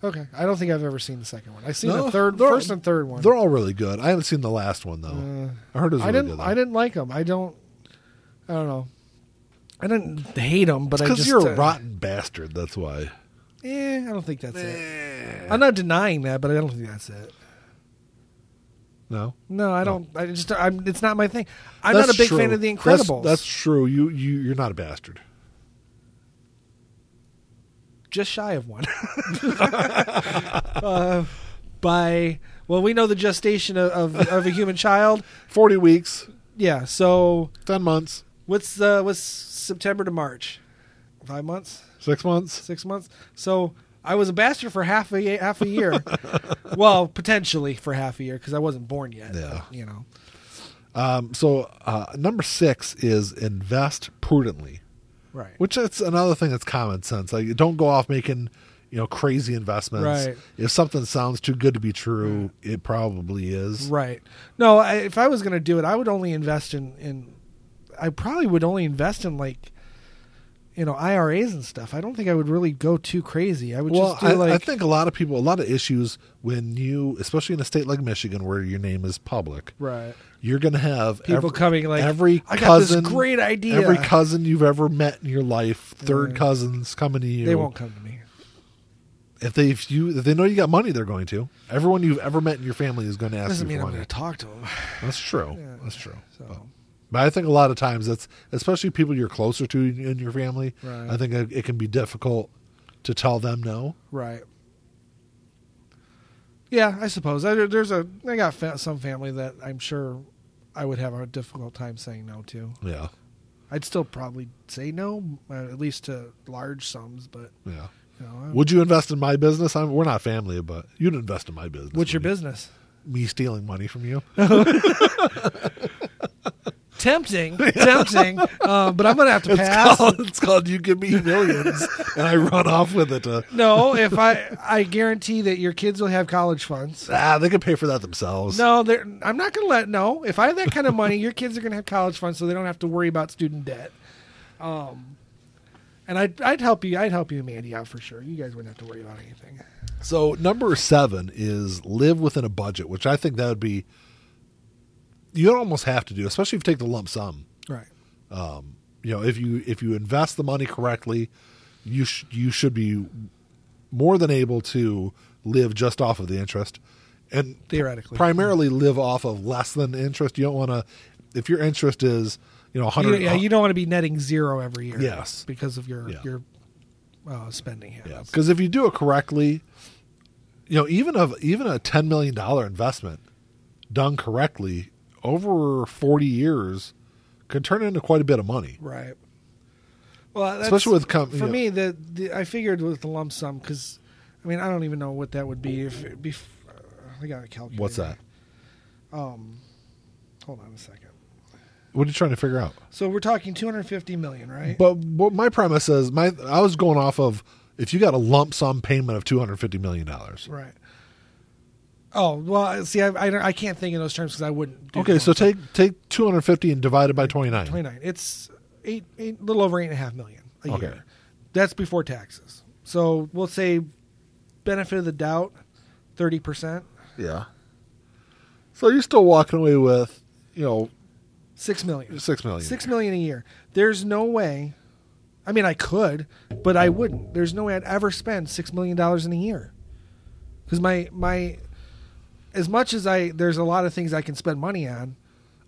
Speaker 2: Okay. I don't think I've ever seen the second one. I've seen
Speaker 1: No,
Speaker 2: the third,
Speaker 1: they're-
Speaker 2: first and third one.
Speaker 1: They're all really good. I haven't seen the last one though.
Speaker 2: Uh,
Speaker 1: I heard it was
Speaker 2: I
Speaker 1: really
Speaker 2: didn't.
Speaker 1: good.
Speaker 2: I didn't like them. I don't. I don't know. I didn't hate them, but I
Speaker 1: because
Speaker 2: just
Speaker 1: you're a
Speaker 2: uh,
Speaker 1: rotten bastard. That's why.
Speaker 2: Eh, I don't think that's it.
Speaker 1: Eh.
Speaker 2: I'm not denying that, but I don't think that's it.
Speaker 1: No,
Speaker 2: No, I don't. I just. I'm. It's not my thing. I'm
Speaker 1: That's
Speaker 2: not a big
Speaker 1: true.
Speaker 2: fan of the
Speaker 1: That's-
Speaker 2: Incredibles.
Speaker 1: That's, true. You you you're not a bastard.
Speaker 2: just shy of one. uh, by well, we know the gestation of, of, of a human child.
Speaker 1: Forty weeks,
Speaker 2: Yeah. So
Speaker 1: ten months,
Speaker 2: what's uh, what's September to March? Five months.
Speaker 1: six months.
Speaker 2: six months. So I was a bastard for half a ye- half a year. well, potentially for half a year because I wasn't born yet.
Speaker 1: Yeah.
Speaker 2: but, you know.
Speaker 1: Um, so uh, number six is invest prudently.
Speaker 2: Right.
Speaker 1: Which that's another thing that's common sense. Like, you don't go off making, you know, crazy investments.
Speaker 2: Right.
Speaker 1: If something sounds too good to be true, it probably is.
Speaker 2: Right. No, I, if I was going to do it, I would only invest in in. I probably would only invest in like, you know, IRAs and stuff. I don't think I would really go too crazy. I would
Speaker 1: Well,
Speaker 2: just do
Speaker 1: I,
Speaker 2: like
Speaker 1: I think a lot of people, a lot of issues when you, especially in a state like Michigan where your name is public,
Speaker 2: right.
Speaker 1: you're going to have
Speaker 2: People
Speaker 1: every,
Speaker 2: coming like
Speaker 1: every
Speaker 2: I got
Speaker 1: cousin,
Speaker 2: this great idea.
Speaker 1: every cousin you've ever met in your life, third
Speaker 2: Yeah.
Speaker 1: cousins coming to you.
Speaker 2: they won't come to me.
Speaker 1: If they if you if they know you got money, they're going to. Everyone you've ever met in your family is going to ask
Speaker 2: Doesn't
Speaker 1: you
Speaker 2: mean
Speaker 1: for
Speaker 2: I'm
Speaker 1: money. Oh.
Speaker 2: going to talk to them.
Speaker 1: That's true.
Speaker 2: Yeah.
Speaker 1: That's true.
Speaker 2: So.
Speaker 1: But- But I think a lot of times that's especially people you're closer to in in your family.
Speaker 2: Right.
Speaker 1: I think it, it can be difficult to tell them no.
Speaker 2: Right. Yeah, I suppose. I, there's a I got fa- some family that I'm sure I would have a difficult time saying no to.
Speaker 1: Yeah,
Speaker 2: I'd still probably say no, uh, at least to large sums. But
Speaker 1: yeah.
Speaker 2: you know, I-
Speaker 1: Would you invest in my business? I'm, we're not family, but you'd invest in my business.
Speaker 2: what's your
Speaker 1: wouldn't
Speaker 2: business?
Speaker 1: you? Me stealing money from you?
Speaker 2: Tempting, tempting. Uh, but I'm gonna have to
Speaker 1: It's
Speaker 2: pass.
Speaker 1: called, it's called you give me millions and I run off with it. To,
Speaker 2: No, if I I guarantee that your kids will have college funds.
Speaker 1: ah, they could pay for that themselves.
Speaker 2: No, they're, I'm not gonna let. No, if I have that kind of money, your kids are gonna have college funds, so they don't have to worry about student debt. Um, and I'd I'd help you. I'd help you, and Mandy, out for sure. You guys wouldn't have to worry about anything.
Speaker 1: So number seven is live within a budget, which I think that would be. You almost have to do, especially if you take the lump sum.
Speaker 2: Right.
Speaker 1: um, you know if you if you invest the money correctly you sh- you should be more than able to live just off of the interest and
Speaker 2: Theoretically.
Speaker 1: primarily live off of less than interest you don't want to if your interest is you know uh,
Speaker 2: You,
Speaker 1: 100
Speaker 2: yeah, you don't want to be netting zero every year.
Speaker 1: Yes.
Speaker 2: Because of your
Speaker 1: Yeah.
Speaker 2: your uh, spending
Speaker 1: Yeah,
Speaker 2: habits.
Speaker 1: because if you do it correctly, you know even of even a ten million dollar investment done correctly over forty years could turn into quite a bit of money.
Speaker 2: Right. Well, that's,
Speaker 1: Especially with com-
Speaker 2: for
Speaker 1: you know-
Speaker 2: me, the, the I figured with the lump sum because, I mean, I don't even know what that would be if it bef- uh, I got a calculator.
Speaker 1: What's that?
Speaker 2: Um, hold on a second.
Speaker 1: What are you trying to figure out?
Speaker 2: So we're talking 250 million, right?
Speaker 1: But what my premise is, my I was going off of if you got a lump sum payment of two hundred fifty million dollars.
Speaker 2: right. Oh well, see, I I, don't- I can't think in those terms because I wouldn't. Do
Speaker 1: Okay,
Speaker 2: the
Speaker 1: so
Speaker 2: lump sum.
Speaker 1: take take two hundred fifty and divide it by twenty nine.
Speaker 2: 29. It's eight, eight, little over eight and a half million a
Speaker 1: Okay.
Speaker 2: year. That's before taxes. So we'll say, benefit of the doubt, thirty percent,
Speaker 1: Yeah. So you're still walking away with you know
Speaker 2: six million.
Speaker 1: six million.
Speaker 2: Six million a year. There's no way. I mean, I could, but I wouldn't. There's no way I'd ever spend six million dollars in a year. Because my my, as much as I, there's a lot of things I can spend money on.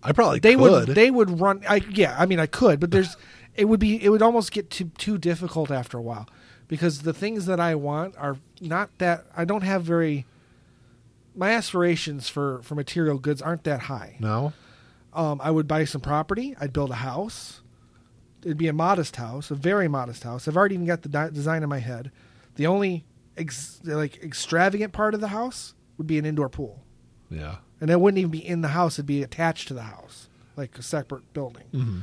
Speaker 1: I probably
Speaker 2: They
Speaker 1: could.
Speaker 2: would they would run. I yeah. I mean, I could, but there's it would be it would almost get too too difficult after a while, because the things that I want are not that I don't have very. My aspirations for for material goods aren't that high.
Speaker 1: no.
Speaker 2: Um, I would buy some property. I'd build a house. It'd be a modest house, a very modest house. I've already even got the di- design in my head. The only ex- like extravagant part of the house would be an indoor pool,
Speaker 1: Yeah.
Speaker 2: and that wouldn't even be in the house. It'd be attached to the house, like a separate building.
Speaker 1: Mm-hmm.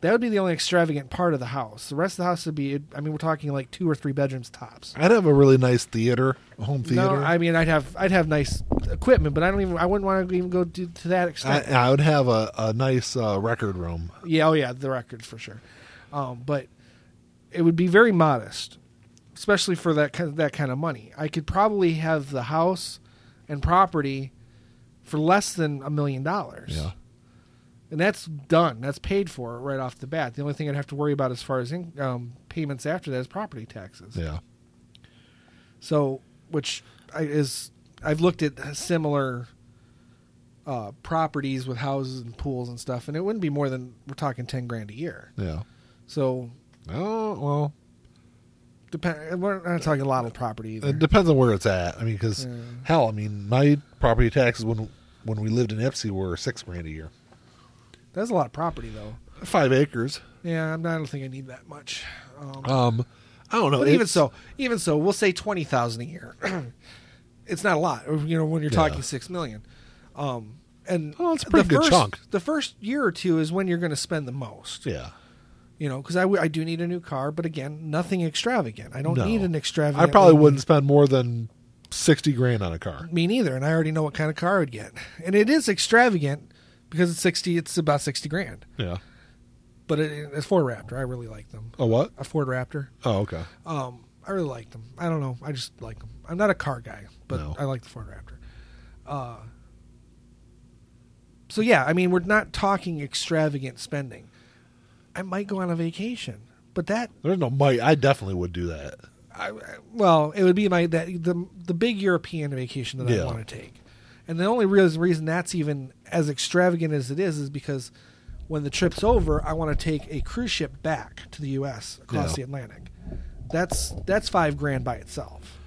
Speaker 2: That would be the only extravagant part of the house. The rest of the house would be. I mean, we're talking like two or three bedrooms tops.
Speaker 1: I'd have a really nice theater, a home theater.
Speaker 2: No,
Speaker 1: I,
Speaker 2: I mean I'd have I'd have nice equipment, but I don't even I wouldn't want to even go to, to that
Speaker 1: I,
Speaker 2: extent.
Speaker 1: would have a, a nice uh, record room.
Speaker 2: Yeah, oh yeah, the records for sure. Um, but it would be very modest, especially for that kind that kind of money. I could probably have the house and property for less than a million dollars.
Speaker 1: Yeah.
Speaker 2: And that's done. That's paid for right off the bat. The only thing I'd have to worry about as far as in, um, payments after that is property taxes.
Speaker 1: Yeah.
Speaker 2: So, which I, is I've looked at similar uh, properties with houses and pools and stuff, and it wouldn't be more than we're talking ten grand a year.
Speaker 1: Yeah.
Speaker 2: So
Speaker 1: Oh, well,
Speaker 2: depend. We're not talking a lot of property either.
Speaker 1: it depends on where it's at. I mean, because,
Speaker 2: Yeah.
Speaker 1: hell, I mean, my property taxes when when we lived in Ipsy were six grand a year.
Speaker 2: That's a lot of property though.
Speaker 1: Five acres.
Speaker 2: Yeah, I'm not, I don't think I need that much. Um,
Speaker 1: Um, I don't know.
Speaker 2: but even
Speaker 1: it's-
Speaker 2: so, even so, we'll say twenty thousand a year. it's not a lot, you know, when you're
Speaker 1: Yeah.
Speaker 2: talking six million. Um, and
Speaker 1: Oh, it's a pretty
Speaker 2: the
Speaker 1: good
Speaker 2: first,
Speaker 1: chunk.
Speaker 2: The first year or two is when you're going to spend the most.
Speaker 1: Yeah.
Speaker 2: You know, because I, w- I do need a new car, but again, nothing extravagant. I don't
Speaker 1: No.
Speaker 2: need an
Speaker 1: I
Speaker 2: extravagant.
Speaker 1: probably
Speaker 2: one.
Speaker 1: wouldn't spend more than 60 grand on a car.
Speaker 2: Me neither, and I already know what kind of car I would get. And it is extravagant because it's sixty. It's about sixty grand.
Speaker 1: Yeah.
Speaker 2: but it, it's Ford Raptor. I really like them.
Speaker 1: A what?
Speaker 2: A Ford Raptor.
Speaker 1: Oh, okay.
Speaker 2: Um, I really like them. I don't know. I just like them. I'm not a car guy, but
Speaker 1: No.
Speaker 2: I like the Ford Raptor. Uh, so yeah, I mean, we're not talking extravagant spending. I might go on a vacation, but that
Speaker 1: There's no money. I definitely would do that.
Speaker 2: I, I- well, it would be my that the the big European vacation that
Speaker 1: Yeah.
Speaker 2: I want to take, and the only real reason that's even as extravagant as it is is because when the trip's over, I want to take a cruise ship back to the U.S. across
Speaker 1: Yeah.
Speaker 2: the Atlantic. That's that's five grand by itself.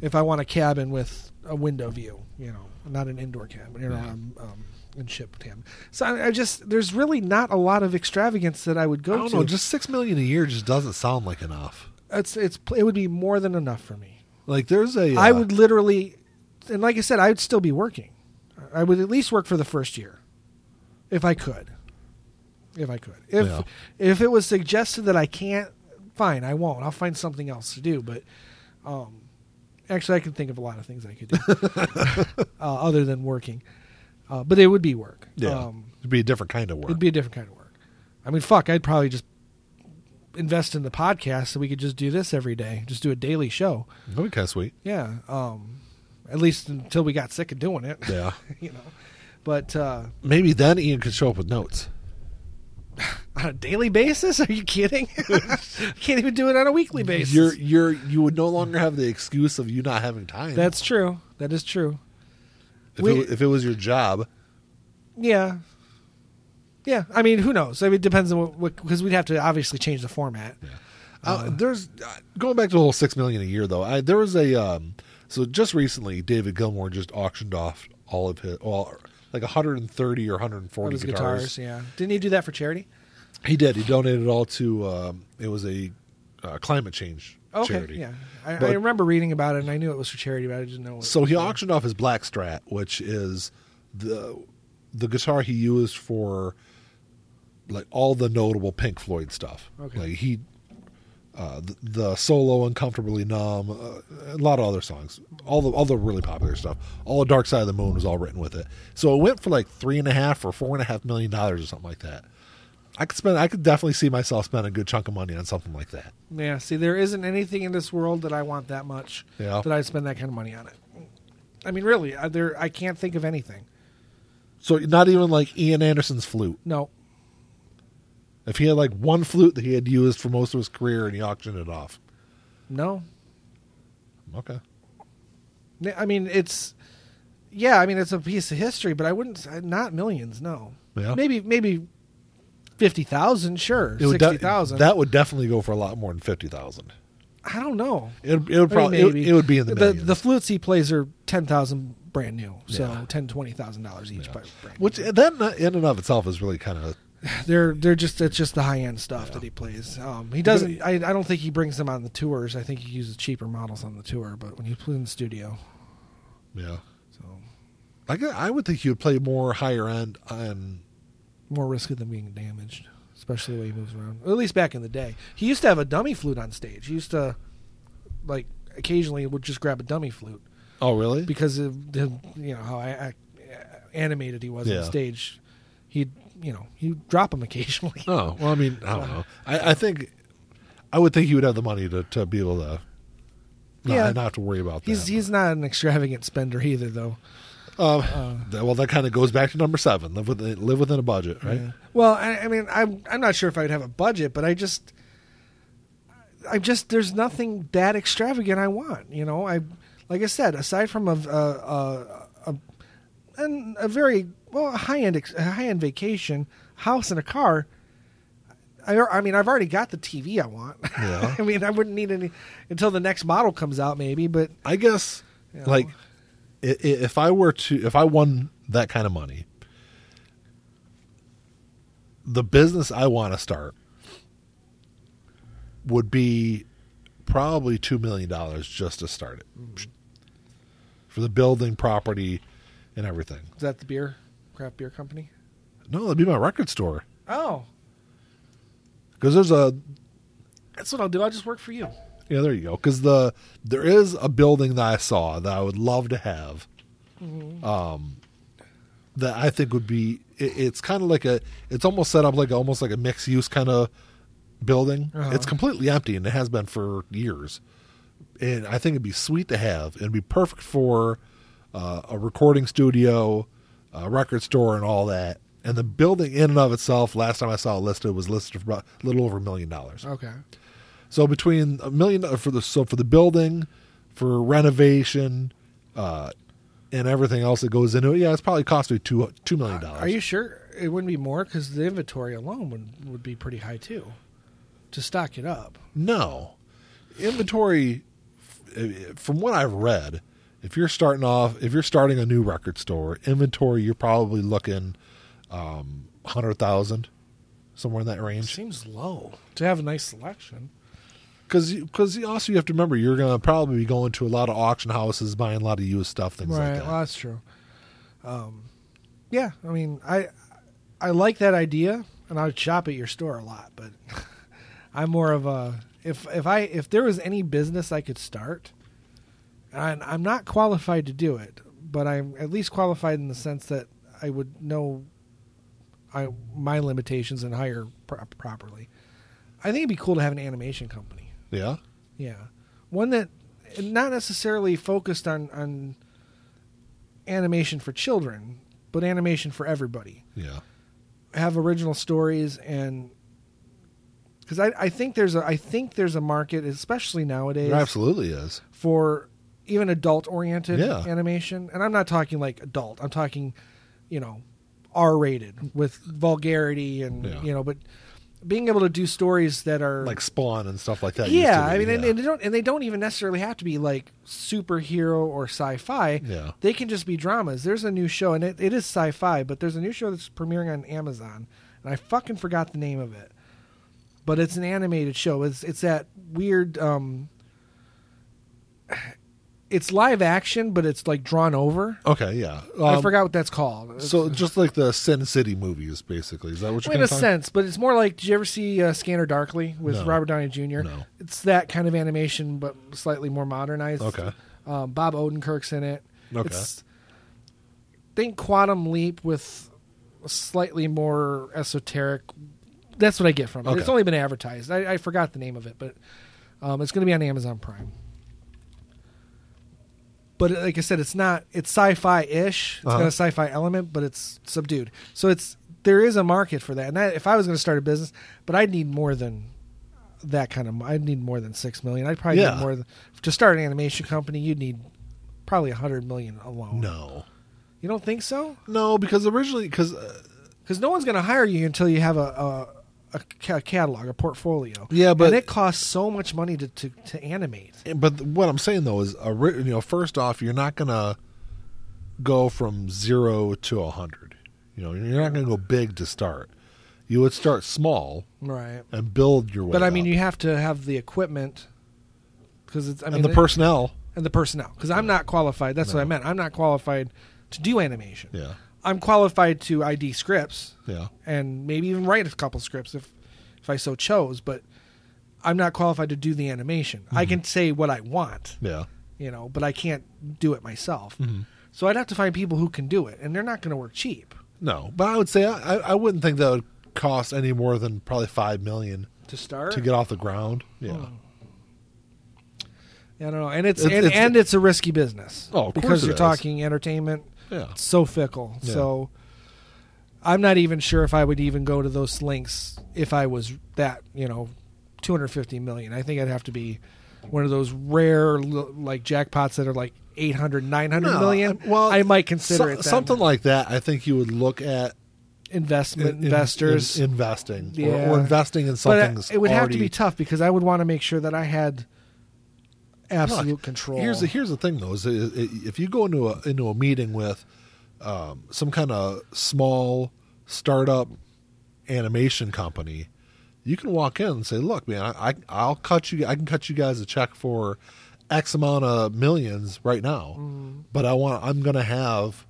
Speaker 2: If I want a cabin with a window view, you know, not an indoor cabin, you know, um, um, and ship cabin. So I, I just there's really not a lot of extravagance that I would go
Speaker 1: I don't
Speaker 2: to.
Speaker 1: know. Just six million a year just doesn't sound like enough.
Speaker 2: it's it's it would be more than enough for me.
Speaker 1: Like there's a.
Speaker 2: I
Speaker 1: uh,
Speaker 2: would literally, and like I said, I would still be working. I would at least work for the first year, if I could. If I could, if
Speaker 1: Yeah.
Speaker 2: if it was suggested that I can't, fine, I won't. I'll find something else to do. But um, actually, I can think of a lot of things I could do uh, other than working. Uh, but it would be work.
Speaker 1: Yeah.
Speaker 2: Um,
Speaker 1: it'd be a different kind of work.
Speaker 2: It'd be a different kind of work. I mean, fuck, I'd probably just invest in the podcast so we could just do this every day, just do a daily show.
Speaker 1: That'd be kind of sweet.
Speaker 2: Yeah. Um, at least until we got sick of doing it.
Speaker 1: Yeah.
Speaker 2: you know, but uh,
Speaker 1: Maybe then Ian could show up with notes.
Speaker 2: on a daily basis? Are you kidding? Can't even do it on a weekly basis.
Speaker 1: You're you're you would no longer have the excuse of you not having time.
Speaker 2: That's true. That is true.
Speaker 1: if,
Speaker 2: we-
Speaker 1: it, if it was your job.
Speaker 2: Yeah. Yeah. I mean, who knows? I mean, it depends on what, because we'd have to obviously change the format.
Speaker 1: Uh, there's uh, going back to the whole six million a year though. I, there was a um, so just recently David Gilmour just auctioned off all of his well, like 130 or 140
Speaker 2: Those
Speaker 1: guitars.
Speaker 2: guitars. Yeah. Didn't he do that for charity?
Speaker 1: He did. He donated it all to um, it was a uh, climate change
Speaker 2: Okay.
Speaker 1: charity.
Speaker 2: Yeah. I, I
Speaker 1: But-
Speaker 2: remember reading about it and I knew it was for charity, but I didn't know. What
Speaker 1: So
Speaker 2: it
Speaker 1: he
Speaker 2: was for.
Speaker 1: auctioned off his Black Strat, which is the the guitar he used for like all the notable Pink Floyd stuff.
Speaker 2: Okay.
Speaker 1: Like he uh, the, the solo uncomfortably numb, uh, a lot of other songs, all the all the really popular stuff. All the Dark Side of the Moon was all written with it. So it went for like three and a half or four and a half million dollars or something like that. I could spend. I could definitely see myself spending a good chunk of money on something like that.
Speaker 2: Yeah. See, there isn't anything in this world that I want that much.
Speaker 1: Yeah.
Speaker 2: That I'd spend that kind of money on it. I mean, really, I, there I can't think of anything.
Speaker 1: So not even like Ian Anderson's flute.
Speaker 2: No.
Speaker 1: If he had like one flute that he had used for most of his career and he auctioned it off.
Speaker 2: No.
Speaker 1: Okay.
Speaker 2: N- I mean, it's yeah. I mean, it's a piece of history, but I wouldn't s- uh, not millions. No,
Speaker 1: Yeah.
Speaker 2: maybe maybe fifty thousand. Sure,
Speaker 1: It would de-
Speaker 2: sixty thousand.
Speaker 1: that would definitely go for a lot more than 50,000.
Speaker 2: I don't know.
Speaker 1: It would- it would
Speaker 2: I mean,
Speaker 1: probably it,
Speaker 2: maybe.
Speaker 1: it would be in the
Speaker 2: the,
Speaker 1: millions.
Speaker 2: the flutes he plays are ten thousand brand new, so
Speaker 1: Yeah.
Speaker 2: ten twenty thousand dollars each.
Speaker 1: Yeah.
Speaker 2: By brand
Speaker 1: which
Speaker 2: new.
Speaker 1: that in- in and of itself is really kind of
Speaker 2: they're they're just it's just the high end stuff that he plays. Um, he doesn't. I, I don't think he brings them on the tours. I think he uses cheaper models on the tour. But when he plays in the studio,
Speaker 1: yeah.
Speaker 2: so
Speaker 1: I gu- I would think he would play more higher end uh, and
Speaker 2: more risky than being damaged, especially the way he moves around. At least back in the day, he used to have a dummy flute on stage. He used to, like, occasionally would just grab a dummy flute
Speaker 1: Oh, really?
Speaker 2: because of the, you know how I, animated he was
Speaker 1: Yeah.
Speaker 2: on stage. He'd you know he'd drop him occasionally.
Speaker 1: oh, well I mean, I don't know. I, I think I would think he would have the money to, to be able to not,
Speaker 2: Yeah.
Speaker 1: not have to worry about
Speaker 2: He's
Speaker 1: that.
Speaker 2: he's not an extravagant spender either, though.
Speaker 1: um,
Speaker 2: uh.
Speaker 1: that- well that kind of goes back to number 7, live within live within a budget, right?
Speaker 2: Yeah. Well, I, I mean, I'm I'm not sure if I'd have a budget, but I just, I just there's nothing that extravagant I want. You know, I like I said, aside from a a a, a, an- a very well high end high end vacation, house and a car. I, I mean, I've already got the TV I want.
Speaker 1: Yeah.
Speaker 2: I mean, I wouldn't need any until the next model comes out, maybe. But
Speaker 1: I guess
Speaker 2: Yeah.
Speaker 1: like i- i- if I were to if I won that kind of money, the business I want to start would be probably two million dollars just to start it for the building, property, and everything.
Speaker 2: is that the beer, craft beer company?
Speaker 1: No, that'd be my record store
Speaker 2: Oh,
Speaker 1: because there's a
Speaker 2: that's what I'll do. I'll just work for you.
Speaker 1: yeah there you go because the there is a building that I saw that I would love to have. um, that I think would be it, it's kind of like a it's almost set up like almost like a mixed use kind of building.
Speaker 2: Uh-huh.
Speaker 1: It's completely empty and it has been for years. And I think it'd be sweet to have. It'd be perfect for uh, a recording studio, a record store, and all that. And the building in and of itself, last time I saw it listed, was listed for about a little over a million dollars.
Speaker 2: Okay.
Speaker 1: So between a million uh, for the so for the building, for renovation, uh, and everything else that goes into it, yeah, it's probably cost me two two million dollars.
Speaker 2: Are you sure it wouldn't be more? Because the inventory alone would would be pretty high too, to stock it up.
Speaker 1: No, inventory. f- From what I've read, if you're starting off, if you're starting a new record store, inventory you're probably looking um, hundred thousand, somewhere in that range.
Speaker 2: Seems low to have a nice selection.
Speaker 1: Because because also you have to remember you're gonna probably be going to a lot of auction houses, buying a lot of used stuff, things
Speaker 2: Right.
Speaker 1: like that.
Speaker 2: well, that's true. Um, yeah. I mean, I I like that idea, and I'd shop at your store a lot. But I'm more of a if if I if there was any business I could start, and I'm not qualified to do it, but I'm at least qualified in the sense that I would know I my limitations and hire pro- properly. I think it'd be cool to have an animation company.
Speaker 1: yeah.
Speaker 2: Yeah, one that not necessarily focused on on animation for children, but animation for everybody.
Speaker 1: Yeah.
Speaker 2: Have original stories and because I, I think there's a I think there's a market, especially nowadays,
Speaker 1: There absolutely is.
Speaker 2: for even adult oriented
Speaker 1: Yeah.
Speaker 2: animation. And I'm not talking like adult. I'm talking, you know, R rated with vulgarity and
Speaker 1: Yeah.
Speaker 2: you know, but being able to do stories that are
Speaker 1: like Spawn and stuff like that. used
Speaker 2: yeah,
Speaker 1: to be,
Speaker 2: I mean, And,
Speaker 1: yeah.
Speaker 2: and they don't and they don't even necessarily have to be like superhero or sci-fi.
Speaker 1: Yeah.
Speaker 2: They can just be dramas. There's a new show, and it, it is sci-fi, but there's a new show that's premiering on Amazon, and I fucking forgot the name of it. But it's an animated show. It's it's that weird. um It's live action, but it's like drawn over.
Speaker 1: okay, yeah.
Speaker 2: I
Speaker 1: Um,
Speaker 2: forgot what that's called.
Speaker 1: So just like the Sin City movies, basically. Is that what you're
Speaker 2: in a
Speaker 1: kinda talking-
Speaker 2: sense, but it's more like. Did you ever see uh, Scanner Darkly with
Speaker 1: No.
Speaker 2: Robert Downey Jr.?
Speaker 1: No.
Speaker 2: It's that kind of animation, but slightly more modernized.
Speaker 1: Okay.
Speaker 2: Um, Bob Odenkirk's in it.
Speaker 1: Okay.
Speaker 2: It's, think Quantum Leap with slightly more esoteric. That's what I get from it. It's
Speaker 1: Okay.
Speaker 2: only been advertised. I, I forgot the name of it, but um, it's going to be on Amazon Prime. But uh, like I said, it's not. It's sci-fi ish. It's got
Speaker 1: Uh-huh.
Speaker 2: a sci-fi element, but it's subdued. So it's there is a market for that. And that, if I was going to start a business, but I'd need more than that kind of. I'd need more than six million. I'd probably
Speaker 1: Yeah.
Speaker 2: need more than to start an animation company. You'd need probably a hundred million alone.
Speaker 1: No,
Speaker 2: You don't think so?
Speaker 1: no, because originally, because uh,
Speaker 2: Because no one's going to hire you until you have a, a, a ca- catalog, a portfolio.
Speaker 1: Yeah, but-
Speaker 2: and it costs so much money to, to, to animate.
Speaker 1: but what I'm saying though is, a, you know, first off, you're not gonna go from zero to a hundred. You know, you're not gonna go big to start. You would start small
Speaker 2: Right.
Speaker 1: and build your way.
Speaker 2: But I mean,
Speaker 1: up.
Speaker 2: you have to have the equipment because it's I mean
Speaker 1: and the
Speaker 2: it-
Speaker 1: personnel.
Speaker 2: and the personnel because I'm not qualified. That's what I meant. I'm not qualified to do animation.
Speaker 1: Yeah,
Speaker 2: I'm qualified to ID scripts
Speaker 1: yeah,
Speaker 2: and maybe even write a couple scripts if if I so chose. But I'm not qualified to do the animation.
Speaker 1: Mm-hmm.
Speaker 2: I can say what I want,
Speaker 1: yeah.
Speaker 2: you know, but I can't do it myself.
Speaker 1: Mhm.
Speaker 2: So I'd have to find people who can do it, and they're not going to work cheap
Speaker 1: No, but I would say I, I I wouldn't think that would cost any more than probably five million
Speaker 2: to start.
Speaker 1: to get off the ground. Yeah.
Speaker 2: Hmm. I don't know, and it's,
Speaker 1: It's-
Speaker 2: and,
Speaker 1: it's-
Speaker 2: and it's a risky business.
Speaker 1: Oh, of course
Speaker 2: because
Speaker 1: it
Speaker 2: you're
Speaker 1: is.
Speaker 2: talking entertainment,
Speaker 1: Yeah.
Speaker 2: it's so fickle.
Speaker 1: Yeah.
Speaker 2: So I'm not even sure if I would even go to those links if I was that you know 250 million. I think I'd have to be one of those rare l- like jackpots that are like 800, 900
Speaker 1: No,
Speaker 2: million.
Speaker 1: I- well,
Speaker 2: I might consider
Speaker 1: So-
Speaker 2: it then.
Speaker 1: something like that. I think you would look at in-
Speaker 2: investment
Speaker 1: in-
Speaker 2: investors.
Speaker 1: in- investing or-
Speaker 2: Yeah.
Speaker 1: or, investing in
Speaker 2: but
Speaker 1: something.
Speaker 2: uh, it would have to be tough because I would want to make sure that I had absolute control.
Speaker 1: Here's the here's the thing though is i- i- if you go into a into a meeting with um, some kind of small startup animation company, you can walk in and say, "Look, man, I, I I'll cut you. I can cut you guys a check for X amount of millions right now,
Speaker 2: Mm.
Speaker 1: but I want I'm gonna have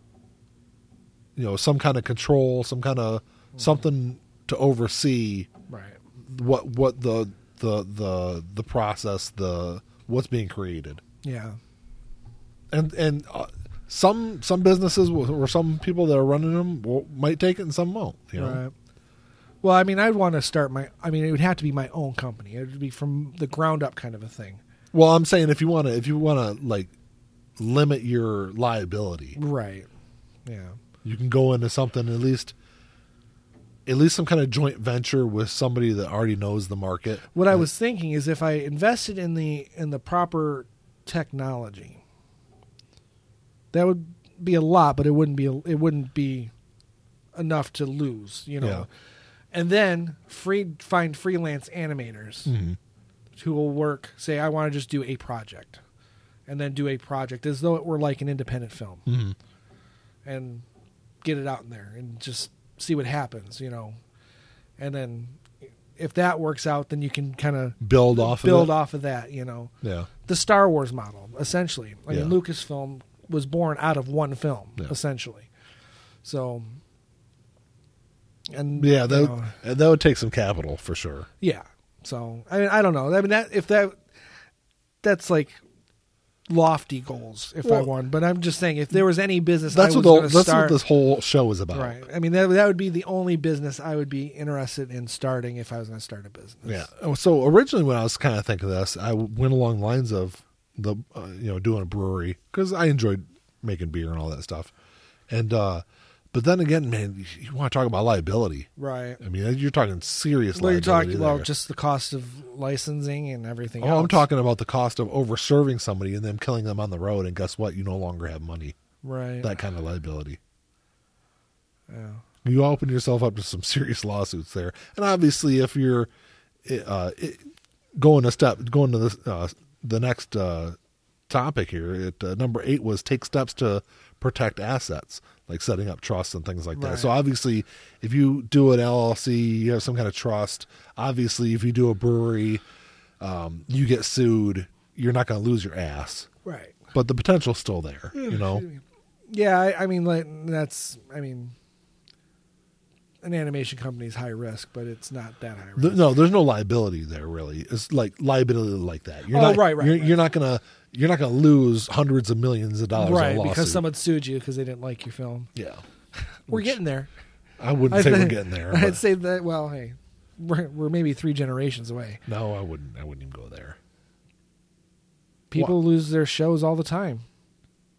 Speaker 1: you know some kind of control, some kind of
Speaker 2: Mm.
Speaker 1: something to oversee."
Speaker 2: right.
Speaker 1: what what the the the the process the what's being created
Speaker 2: Yeah.
Speaker 1: and and uh, some some businesses will- or some people that are running them will, might take it and some won't you know
Speaker 2: Right. Well, I mean, I'd want to start my. I mean, it would have to be my own company. It would be from the ground up kind of a thing.
Speaker 1: well i'm saying if you want to if you want to like limit your liability
Speaker 2: Right. Yeah.
Speaker 1: you can go into something at least at least some kind of joint venture with somebody that already knows the market
Speaker 2: What I was thinking is if I invested in the in the proper technology, that would be a lot, but it wouldn't be it wouldn't be enough to lose, you know.
Speaker 1: Yeah.
Speaker 2: And then free find freelance animators
Speaker 1: Mhm.
Speaker 2: who will work. Say, I want to just do a project, and then do a project as though it were like an independent film,
Speaker 1: Mhm.
Speaker 2: and get it out in there and just see what happens, you know. And then if that works out, then you can kind of
Speaker 1: build off
Speaker 2: build
Speaker 1: of
Speaker 2: off of that, you know.
Speaker 1: it yeah
Speaker 2: The Star Wars model, essentially. I mean,
Speaker 1: Yeah.
Speaker 2: Lucasfilm was born out of one film,
Speaker 1: Yeah.
Speaker 2: essentially. So, and
Speaker 1: yeah
Speaker 2: you
Speaker 1: that,
Speaker 2: know,
Speaker 1: that would take some capital for sure
Speaker 2: yeah. So I mean, I don't know. I mean, that if that that's like lofty goals if I
Speaker 1: Well-
Speaker 2: won, but I'm just saying if there was any business
Speaker 1: that's
Speaker 2: I was
Speaker 1: what the,
Speaker 2: going to
Speaker 1: that's
Speaker 2: start,
Speaker 1: what this whole show is about
Speaker 2: right? I mean, that that would be the only business I would be interested in starting if I was going to start a business.
Speaker 1: Yeah. Oh, So originally, when I was kind of thinking of this, I w- went along the lines of the uh, you know doing a brewery because I enjoyed making beer and all that stuff, and uh but then again, man, you- you want to talk about liability?
Speaker 2: right.
Speaker 1: I mean, you're talking serious
Speaker 2: Well, you're
Speaker 1: liability.
Speaker 2: talking well,
Speaker 1: there.
Speaker 2: just the cost of licensing and everything.
Speaker 1: oh, I'm
Speaker 2: else.
Speaker 1: talking about the cost of over serving somebody and them killing them on the road, and guess what? You no longer have money.
Speaker 2: right.
Speaker 1: That kind of liability.
Speaker 2: yeah.
Speaker 1: you open yourself up to some serious lawsuits there. And obviously, if you're uh, it- going a step, going to the uh, the next uh, topic here, it, uh, number eight was take steps to protect assets, like setting up trusts and things like that.
Speaker 2: Right.
Speaker 1: So obviously, if you do an LLC, you have some kind of trust. Obviously, if you do a brewery, um, you get sued. You're not going to lose your ass,
Speaker 2: Right.
Speaker 1: but the potential's still there.
Speaker 2: Mm,
Speaker 1: You know,
Speaker 2: Yeah, I, I mean, like that's. I mean, an animation company is high risk, but it's not that high risk.
Speaker 1: Th- no, there's no liability there really. It's like liability like that. You're
Speaker 2: Oh,
Speaker 1: not,
Speaker 2: right, right,
Speaker 1: You're,
Speaker 2: right.
Speaker 1: you're not gonna you're not gonna lose hundreds of millions of dollars. on uh,
Speaker 2: right,
Speaker 1: a lawsuit.
Speaker 2: because someone sued you because they didn't like your film.
Speaker 1: Yeah,
Speaker 2: We're getting there.
Speaker 1: I wouldn't say we're
Speaker 2: think-
Speaker 1: getting there.
Speaker 2: I'd
Speaker 1: but-
Speaker 2: say that. Well, hey, we're we're maybe three generations away.
Speaker 1: no, I wouldn't. I wouldn't even go there.
Speaker 2: People lose their shows all the time.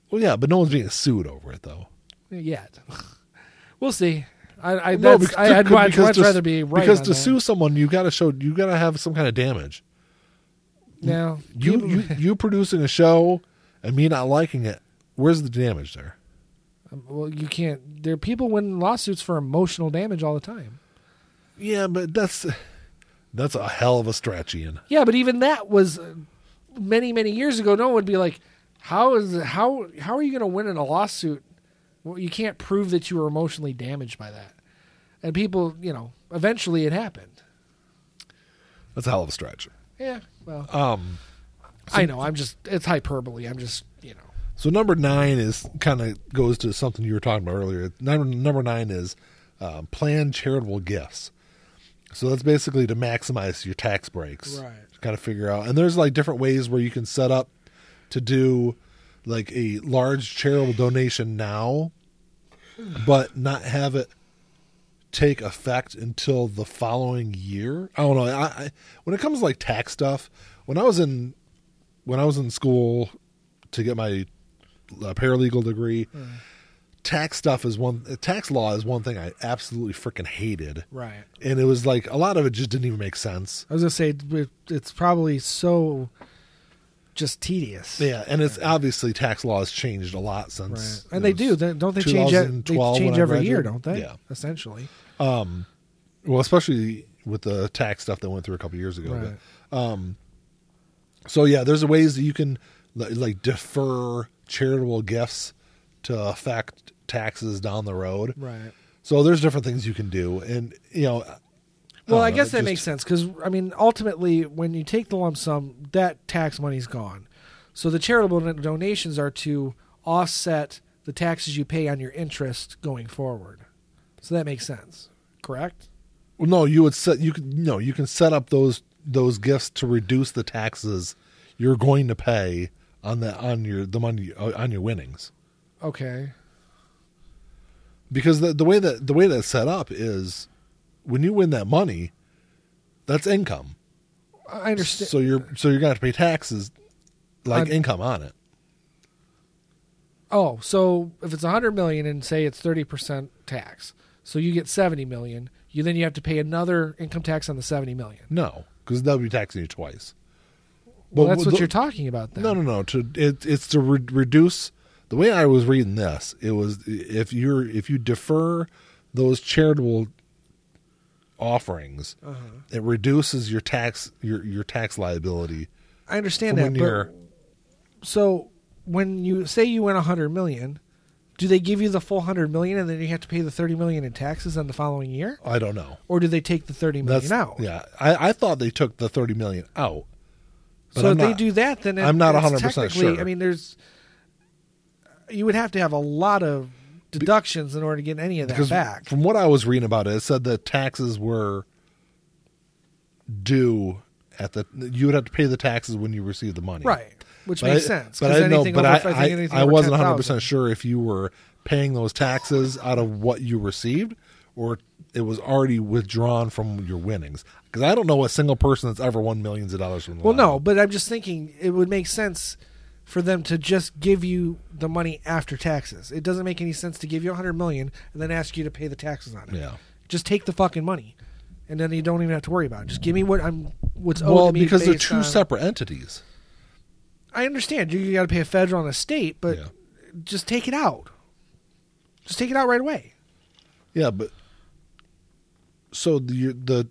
Speaker 1: Well, yeah, but no one's being sued over it though.
Speaker 2: Yet, we'll see. I, I,
Speaker 1: Well, no,
Speaker 2: that's,
Speaker 1: because-
Speaker 2: I I'd
Speaker 1: because
Speaker 2: much, much
Speaker 1: to s-
Speaker 2: rather be right
Speaker 1: because
Speaker 2: on
Speaker 1: to
Speaker 2: that.
Speaker 1: sue someone, you got to show you got to have some kind of damage.
Speaker 2: Now,
Speaker 1: You
Speaker 2: people-
Speaker 1: you you producing a show and me not liking it. Where's the damage there?
Speaker 2: Um, Well, you can't. There are people winning lawsuits for emotional damage all the time.
Speaker 1: Yeah, but that's that's a hell of a stretch, Ian.
Speaker 2: Yeah, but even that was uh, many, many years ago. No one would be like, "How is how how are you going to win in a lawsuit? Well, you can't prove that you were emotionally damaged by that." And people, you know, eventually it happened.
Speaker 1: That's a hell of a stretch.
Speaker 2: Yeah, well,
Speaker 1: Um.
Speaker 2: I know. I'm just it's hyperbole. I'm just you know.
Speaker 1: So number nine is kind of goes to something you were talking about earlier. Number number nine is um, plan charitable gifts. So that's basically to maximize your tax breaks.
Speaker 2: Right.
Speaker 1: Kind of figure out, and there's like different ways where you can set up to do like a large charitable donation now, but not have it take effect until the following year. I don't know. I, I when it comes to like tax stuff, when I was in when I was in school to get my uh, paralegal degree, tax stuff is one tax law is one thing I absolutely freaking hated.
Speaker 2: Right.
Speaker 1: And it was like a lot of it just didn't even make sense.
Speaker 2: I was gonna say it- it's probably so just tedious.
Speaker 1: Yeah, and it's obviously tax law has changed a lot since.
Speaker 2: Right. And they
Speaker 1: it was-
Speaker 2: do. They- Don't they change? it? They
Speaker 1: 2012
Speaker 2: change
Speaker 1: when I
Speaker 2: every year,
Speaker 1: graduated.
Speaker 2: don't they?
Speaker 1: Yeah.
Speaker 2: Essentially.
Speaker 1: Well, especially with the tax stuff that went through a couple years ago.
Speaker 2: Right.
Speaker 1: But, so yeah, there's ways that you can li- like defer charitable gifts to affect taxes down the road.
Speaker 2: Right.
Speaker 1: So there's different things you can do, and you know. don't
Speaker 2: Well, I
Speaker 1: know,
Speaker 2: guess that
Speaker 1: just-
Speaker 2: makes sense because I mean, ultimately, when you take the lump sum, that tax money's gone. So the charitable don- donations are to offset the taxes you pay on your interest going forward. So that makes sense, correct?
Speaker 1: Well, no, you would set you could no, you can set up those those gifts to reduce the taxes you're going to pay on the on your the money uh, on your winnings
Speaker 2: Okay.
Speaker 1: because the the way that the way that's set up is when you win that money, that's income.
Speaker 2: I I understand.
Speaker 1: So you're so you're gonna have to pay taxes like
Speaker 2: On-
Speaker 1: income on it.
Speaker 2: oh, so if it's 100 million and say it's 30% tax, so you get 70 million, you then you have to pay another income tax on the 70 million.
Speaker 1: No, because they'll be taxing you twice.
Speaker 2: Well, that's
Speaker 1: w-
Speaker 2: what
Speaker 1: the-
Speaker 2: you're talking about then.
Speaker 1: No, no, no. To it, it's to re- reduce. The way I was reading this, it was if you're if you defer those charitable offerings,
Speaker 2: Uh-huh.
Speaker 1: it reduces your tax your your tax liability
Speaker 2: I
Speaker 1: from
Speaker 2: understand
Speaker 1: when
Speaker 2: that. But
Speaker 1: you're.
Speaker 2: so when you say you win 100 million do they give you the full 100 million and then you have to pay the 30 million in taxes on the following year
Speaker 1: I don't know.
Speaker 2: or do they take the 30 million
Speaker 1: That's
Speaker 2: out
Speaker 1: yeah. I, I thought they took the thirty million out. but
Speaker 2: so
Speaker 1: I'm
Speaker 2: if they
Speaker 1: not-
Speaker 2: do that then it-
Speaker 1: I'm not
Speaker 2: it's
Speaker 1: 100%
Speaker 2: technically-
Speaker 1: sure.
Speaker 2: i mean there's you would have to have a lot of deductions in order to get any of that
Speaker 1: because
Speaker 2: back
Speaker 1: from what I was reading about it, it said that taxes were due at the. You would have to pay the taxes when you receive the money,
Speaker 2: right which
Speaker 1: But
Speaker 2: makes
Speaker 1: I-
Speaker 2: sense
Speaker 1: But
Speaker 2: 'cause
Speaker 1: I know,
Speaker 2: anything
Speaker 1: but
Speaker 2: over-
Speaker 1: I,
Speaker 2: think
Speaker 1: I,
Speaker 2: anything
Speaker 1: I
Speaker 2: over
Speaker 1: wasn't 100
Speaker 2: 10,000.
Speaker 1: percent sure if you were paying those taxes out of what you received or it was already withdrawn from your winnings. Because I don't know a single person that's ever won millions of dollars from. the
Speaker 2: well no
Speaker 1: lottery.
Speaker 2: but i'm just thinking it would make sense for them to just give you the money after taxes it doesn't make any sense to give you 100 million and then ask you to pay the taxes on it
Speaker 1: Yeah.
Speaker 2: just take the fucking money and then you don't even have to worry about it just give me what i'm what's owed
Speaker 1: well,
Speaker 2: to me
Speaker 1: because they're
Speaker 2: based
Speaker 1: two
Speaker 2: on-
Speaker 1: separate entities.
Speaker 2: i understand you, you got to pay a federal and a state but
Speaker 1: Yeah.
Speaker 2: just take it out just take it out right away
Speaker 1: Yeah, but so the you- the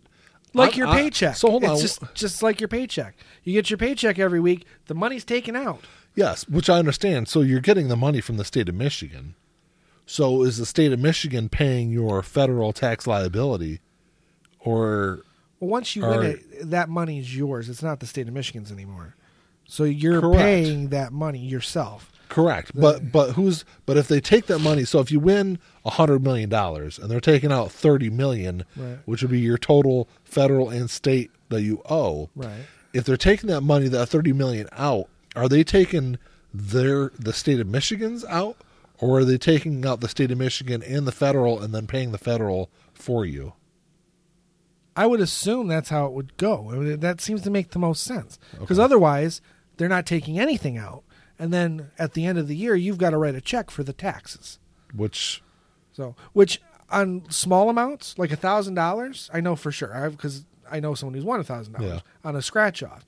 Speaker 2: like
Speaker 1: I'm-
Speaker 2: your
Speaker 1: I-
Speaker 2: paycheck.
Speaker 1: so hold on.
Speaker 2: It's just just like your paycheck. You get your paycheck every week. The money's taken out.
Speaker 1: Yes, which I understand. So you're getting the money from the state of Michigan. So is the state of Michigan paying your federal tax liability, or
Speaker 2: Well, once you
Speaker 1: Or-
Speaker 2: win it, that money is yours. It's not the state of Michigan's anymore. So you're
Speaker 1: Correct.
Speaker 2: paying that money yourself.
Speaker 1: correct? But but who's but if they take that money? So if you win a hundred million dollars and they're taking out thirty million,
Speaker 2: Right.
Speaker 1: which would be your total federal and state that you owe.
Speaker 2: Right.
Speaker 1: If they're taking that money, that thirty million out, are they taking their the state of Michigan's out, or are they taking out the state of Michigan and the federal and then paying the federal for you?
Speaker 2: I would assume that's how it would go. I mean, that seems to make the most sense because otherwise, they're not taking anything out, and then at the end of the year, you've got to write a check for the taxes.
Speaker 1: which
Speaker 2: So, which on small amounts, like a thousand dollars, I know for sure. I because I know someone who's won a thousand
Speaker 1: Yeah.
Speaker 2: dollars on a scratch off.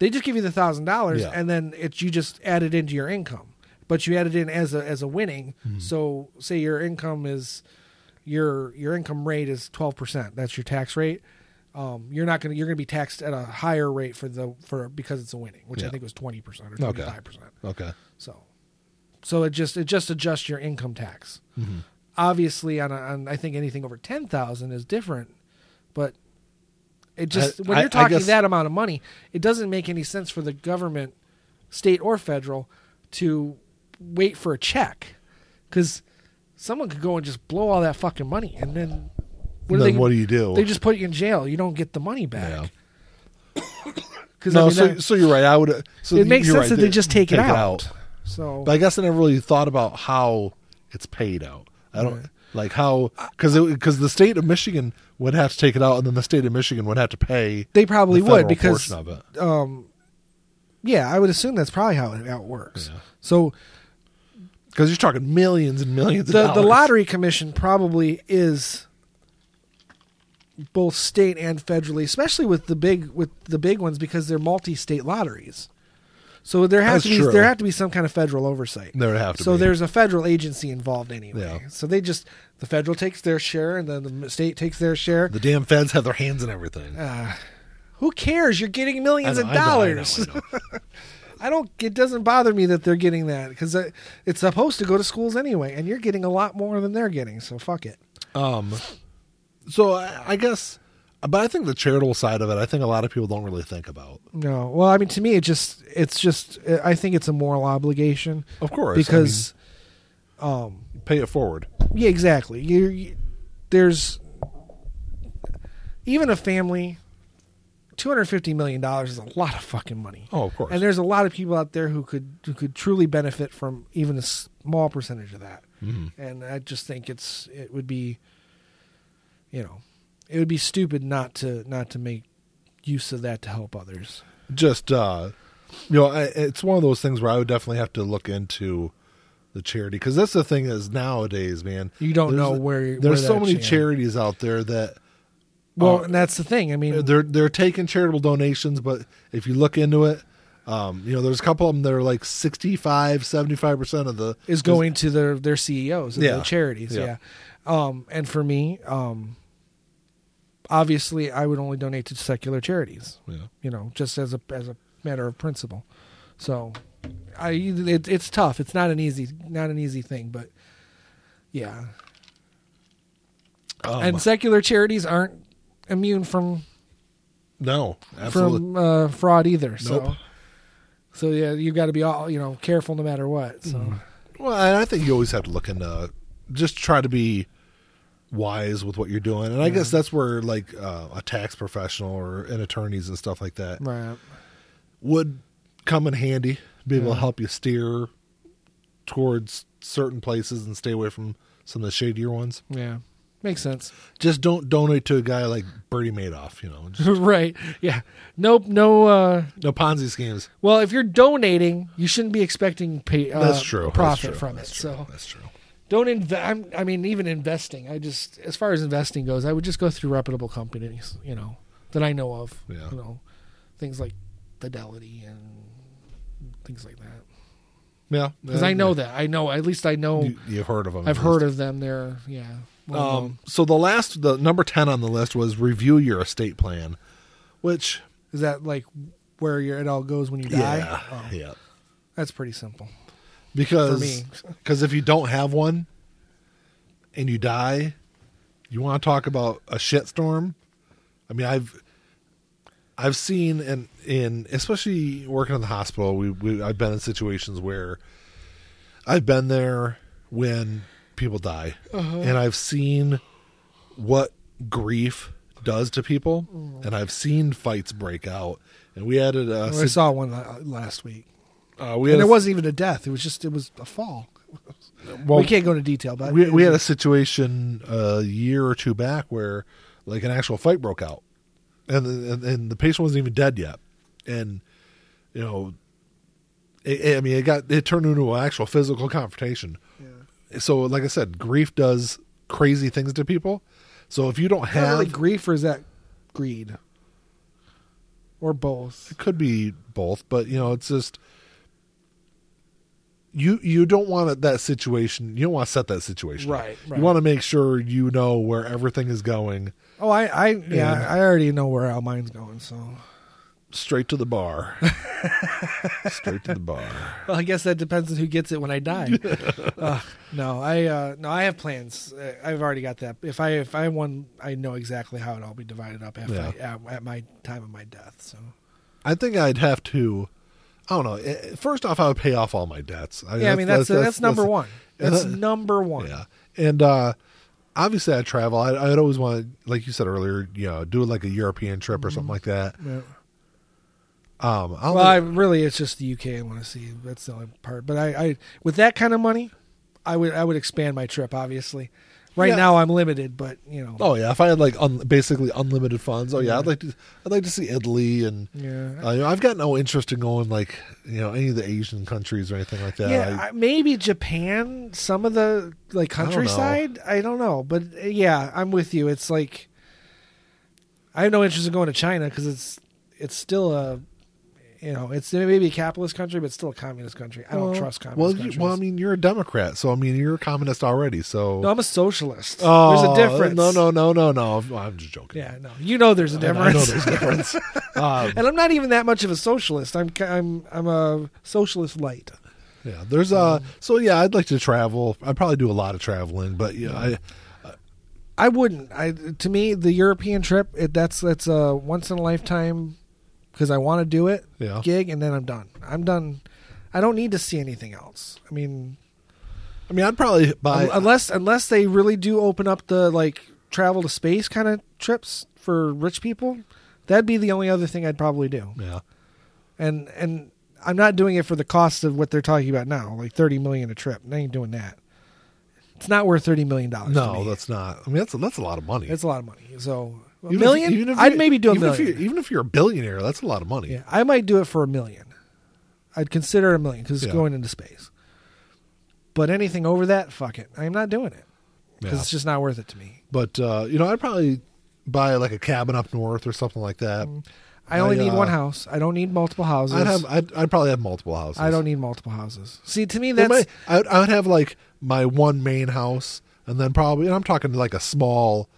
Speaker 2: They just give you the thousand dollars,
Speaker 1: Yeah.
Speaker 2: and then it you just add it into your income. But you add it in as a as a winning.
Speaker 1: Mm-hmm.
Speaker 2: So, say your income is your your income rate is twelve percent. That's your tax rate. Um, you're not gonna you're gonna be taxed at a higher rate for the for because it's a winning, which
Speaker 1: Yeah.
Speaker 2: I think was twenty percent or
Speaker 1: Okay.
Speaker 2: twenty five percent.
Speaker 1: okay
Speaker 2: So, so it just it just adjusts your income tax.
Speaker 1: Mm-hmm.
Speaker 2: Obviously, on, a, on I think anything over ten thousand is different, but it just
Speaker 1: I-
Speaker 2: when
Speaker 1: I-
Speaker 2: you're
Speaker 1: I
Speaker 2: talking
Speaker 1: guess-
Speaker 2: that amount of money, it doesn't make any sense for the government, state or federal, to wait for a check because someone could go and just blow all that fucking money and then what
Speaker 1: then
Speaker 2: do they?
Speaker 1: what do you do
Speaker 2: they just put you in jail. You don't get the money
Speaker 1: Yeah.
Speaker 2: back. Because
Speaker 1: no so, so you're right i would so
Speaker 2: it makes
Speaker 1: you're
Speaker 2: sense
Speaker 1: right,
Speaker 2: that they just take, it, out.
Speaker 1: but
Speaker 2: So
Speaker 1: i guess i never really thought about how it's paid out i don't like how because because the state of michigan would have to take it out and then the state of michigan would have to pay
Speaker 2: they probably
Speaker 1: the federal
Speaker 2: would because
Speaker 1: portion of it.
Speaker 2: um, yeah, I would assume that's probably how it, how it works. So
Speaker 1: 'Cause you're talking millions and millions
Speaker 2: the
Speaker 1: of dollars
Speaker 2: the lottery commission probably is both state and federally, especially with the big with the big ones because they're multi-state lotteries. So there
Speaker 1: That's
Speaker 2: has to be
Speaker 1: true.
Speaker 2: there have to be some kind of federal oversight.
Speaker 1: There would have to
Speaker 2: so
Speaker 1: be.
Speaker 2: there's a federal agency involved anyway.
Speaker 1: Yeah.
Speaker 2: So they just the federal takes their share and then the state takes their share.
Speaker 1: the damn feds have their hands in everything
Speaker 2: Who cares? You're getting
Speaker 1: I
Speaker 2: millions
Speaker 1: know,
Speaker 2: of
Speaker 1: I know, I know, I
Speaker 2: dollars.
Speaker 1: know.
Speaker 2: I don't. It doesn't bother me that they're getting that because it's supposed to go to schools anyway, and you're getting a lot more than they're getting. So fuck it.
Speaker 1: Um, so I, I guess, but I think the charitable side of it, I think a lot of people don't really think about.
Speaker 2: No. Well, I mean, to me, it just it's just I think it's a moral obligation
Speaker 1: Of course, I
Speaker 2: because,
Speaker 1: mean, pay it forward.
Speaker 2: yeah, exactly. You, you there's even a family. Two hundred fifty million dollars is a lot of fucking money.
Speaker 1: Oh, of course.
Speaker 2: and there's a lot of people out there who could who could truly benefit from even a small percentage of that.
Speaker 1: Mm-hmm.
Speaker 2: And I just think it's it would be, you know, it would be stupid not to not to make use of that to help others.
Speaker 1: just uh you know I, it's one of those things where i would definitely have to look into the charity because that's the thing is nowadays man
Speaker 2: You don't
Speaker 1: there's-
Speaker 2: know where-
Speaker 1: there's
Speaker 2: where
Speaker 1: so
Speaker 2: that
Speaker 1: many
Speaker 2: chari-
Speaker 1: charities out there that
Speaker 2: Well,
Speaker 1: Uh,
Speaker 2: and that's the thing. I mean,
Speaker 1: they're they're taking charitable donations but if you look into it um you know there's a couple of them that are like 65 75 percent of the
Speaker 2: is going to their their CEOs and
Speaker 1: Yeah.
Speaker 2: their charities.
Speaker 1: Yeah.
Speaker 2: Yeah. Um, and for me, um, obviously, I would only donate to secular charities.
Speaker 1: yeah
Speaker 2: you know, just as a as a matter of principle. So, I it, it's tough. It's not an easy not an easy thing, but yeah.
Speaker 1: um,
Speaker 2: and secular charities aren't immune from
Speaker 1: no absolutely
Speaker 2: from uh, fraud either. So,
Speaker 1: Nope.
Speaker 2: so yeah, you got to be all you know careful no matter what. So,
Speaker 1: well and i think you always have to look into just try to be wise with what you're doing and i guess that's where like uh, a tax professional or an attorneys and stuff like that
Speaker 2: right,
Speaker 1: would come in handy, be able to help you steer towards certain places and stay away from some of the shadier ones.
Speaker 2: yeah, makes sense.
Speaker 1: Just don't donate to a guy like Bernie Madoff, you know. Just,
Speaker 2: right, yeah. Nope, no. uh
Speaker 1: no Ponzi schemes.
Speaker 2: Well, if you're donating, you shouldn't be expecting pay, uh,
Speaker 1: That's true. That's
Speaker 2: profit
Speaker 1: true.
Speaker 2: from
Speaker 1: That's
Speaker 2: it.
Speaker 1: true.
Speaker 2: So.
Speaker 1: that's true.
Speaker 2: don't invest. I mean, even investing. I just, as far as investing goes, I would just go through reputable companies, you know, that I know of.
Speaker 1: Yeah.
Speaker 2: You know, things like Fidelity and things like that.
Speaker 1: Yeah,
Speaker 2: Because I know that. I know. At least I know.
Speaker 1: you, you've heard of them.
Speaker 2: I've heard of them. They're yeah. Well,
Speaker 1: Um, so the last, the number ten on the list was review your estate plan, which
Speaker 2: is that like where your it all goes when you die?
Speaker 1: yeah,
Speaker 2: Oh,
Speaker 1: yeah,
Speaker 2: That's pretty simple.
Speaker 1: because
Speaker 2: me.
Speaker 1: because if you don't have one and you die, you want to talk about a shitstorm. I mean, I've I've seen and in especially working in the hospital, we, we I've been in situations where I've been there when people die,
Speaker 2: Uh-huh.
Speaker 1: and I've seen what grief does to people,
Speaker 2: Mm.
Speaker 1: and I've seen fights break out. And we had a uh,
Speaker 2: I saw one la- last week,
Speaker 1: uh, we had
Speaker 2: and
Speaker 1: a-
Speaker 2: it wasn't even a death. It was just it was a fall.
Speaker 1: well,
Speaker 2: we can't go into detail, but
Speaker 1: we, we had a situation uh, a year or two back where like an actual fight broke out and the, and, and the patient wasn't even dead yet and you know it, it- i mean it got it turned into an actual physical confrontation
Speaker 2: Yeah.
Speaker 1: so like i said grief does crazy things to people so if you don't
Speaker 2: Not
Speaker 1: have
Speaker 2: really grief, or is that greed, or both?
Speaker 1: it could be both but you know it's just you you don't want it- that situation you don't want to set that situation up.
Speaker 2: Right, right.
Speaker 1: you want to make sure you know where everything is going
Speaker 2: Oh, I, I, yeah,
Speaker 1: And-
Speaker 2: I already know where all mine's going. So,
Speaker 1: straight to the bar. straight to the bar.
Speaker 2: well, I guess that depends on who gets it when I die. uh, no, I, uh, no, I have plans. I- I've already got that. If I, if I won, I know exactly how it all be divided up after
Speaker 1: Yeah.
Speaker 2: I, at, at my time of my death. So,
Speaker 1: I think I'd have to. I don't know. eh, First off, I would pay off all my debts.
Speaker 2: yeah, I mean that's that's, number one. That's
Speaker 1: that's-
Speaker 2: number one.
Speaker 1: Yeah, and uh, obviously I travel. I, I'd always want, to, like you said earlier, you know, do like a European trip or something like that.
Speaker 2: Yeah.
Speaker 1: Um, I don't
Speaker 2: Mm-hmm. Well, I
Speaker 1: think-
Speaker 2: really, it's just the UK I want to see. That's the only part. But I, I, with that kind of money, I would, I would expand my trip. Obviously, right
Speaker 1: Yeah.
Speaker 2: now I'm limited, but you know,
Speaker 1: oh yeah, if I had like un, basically unlimited funds, oh yeah, I'd like to. I'd like to see Italy and.
Speaker 2: yeah,
Speaker 1: Uh, you know, I've got no interest in going like you know any of the Asian countries or anything like that.
Speaker 2: yeah,
Speaker 1: I-
Speaker 2: I- maybe Japan, some of the like
Speaker 1: I don't know.
Speaker 2: countryside. I don't know, but uh, yeah, I'm with you. It's like I have no interest in going to China because it's it's still a you know it's maybe a capitalist country, but it's still a communist country. I don't trust
Speaker 1: well,
Speaker 2: communist
Speaker 1: you-
Speaker 2: countries.
Speaker 1: well, I mean, you're a Democrat, so I mean, you're a communist already. So
Speaker 2: no, I'm a socialist.
Speaker 1: Oh,
Speaker 2: there's a difference.
Speaker 1: No, no, no, no, no. I'm- I'm just joking.
Speaker 2: yeah, no, you know there's
Speaker 1: I,
Speaker 2: a
Speaker 1: I
Speaker 2: difference.
Speaker 1: know there's a difference. um,
Speaker 2: and I'm not even that much of a socialist. I'm ki- I'm I'm a socialist light.
Speaker 1: yeah, there's uh So yeah, I'd like to travel. I probably do a lot of traveling, but yeah, I,
Speaker 2: I wouldn't. I to me the European trip it, that's that's a once in a lifetime because I want to do it
Speaker 1: Yeah.
Speaker 2: gig and then I'm done. I'm done. I don't need to see anything else. I mean,
Speaker 1: I mean, I'd probably buy.
Speaker 2: un- unless unless they really do open up the like travel to space kind of trips for rich people, that'd be the only other thing I'd probably do.
Speaker 1: yeah,
Speaker 2: And and I'm not doing it for the cost of what they're talking about now, like thirty million a trip. I ain't doing that. It's not worth thirty million dollars. to
Speaker 1: no,
Speaker 2: me.
Speaker 1: that's not. I mean, that's a, that's a lot of money.
Speaker 2: It's a lot of money. So a
Speaker 1: Even if-
Speaker 2: million?
Speaker 1: even if
Speaker 2: I'd
Speaker 1: you-
Speaker 2: maybe do a
Speaker 1: even
Speaker 2: million.
Speaker 1: If you're, even if you're a billionaire, that's a lot of money.
Speaker 2: yeah, I might do it for a million. I'd consider a million because it's
Speaker 1: Yeah.
Speaker 2: going into space. But anything over that, fuck it. I'm not doing it because
Speaker 1: Yeah.
Speaker 2: it's just not worth it to me.
Speaker 1: But uh, you know, I'd probably buy like a cabin up north or something like that.
Speaker 2: Mm. I only
Speaker 1: I,
Speaker 2: need
Speaker 1: uh,
Speaker 2: one house. I don't need multiple houses.
Speaker 1: I'd have. I'd, I'd probably have multiple houses.
Speaker 2: I don't need multiple houses. See, to me,
Speaker 1: Well,
Speaker 2: that's
Speaker 1: my- I, would- I would have like my one main house, and then probably, and I'm talking like a small,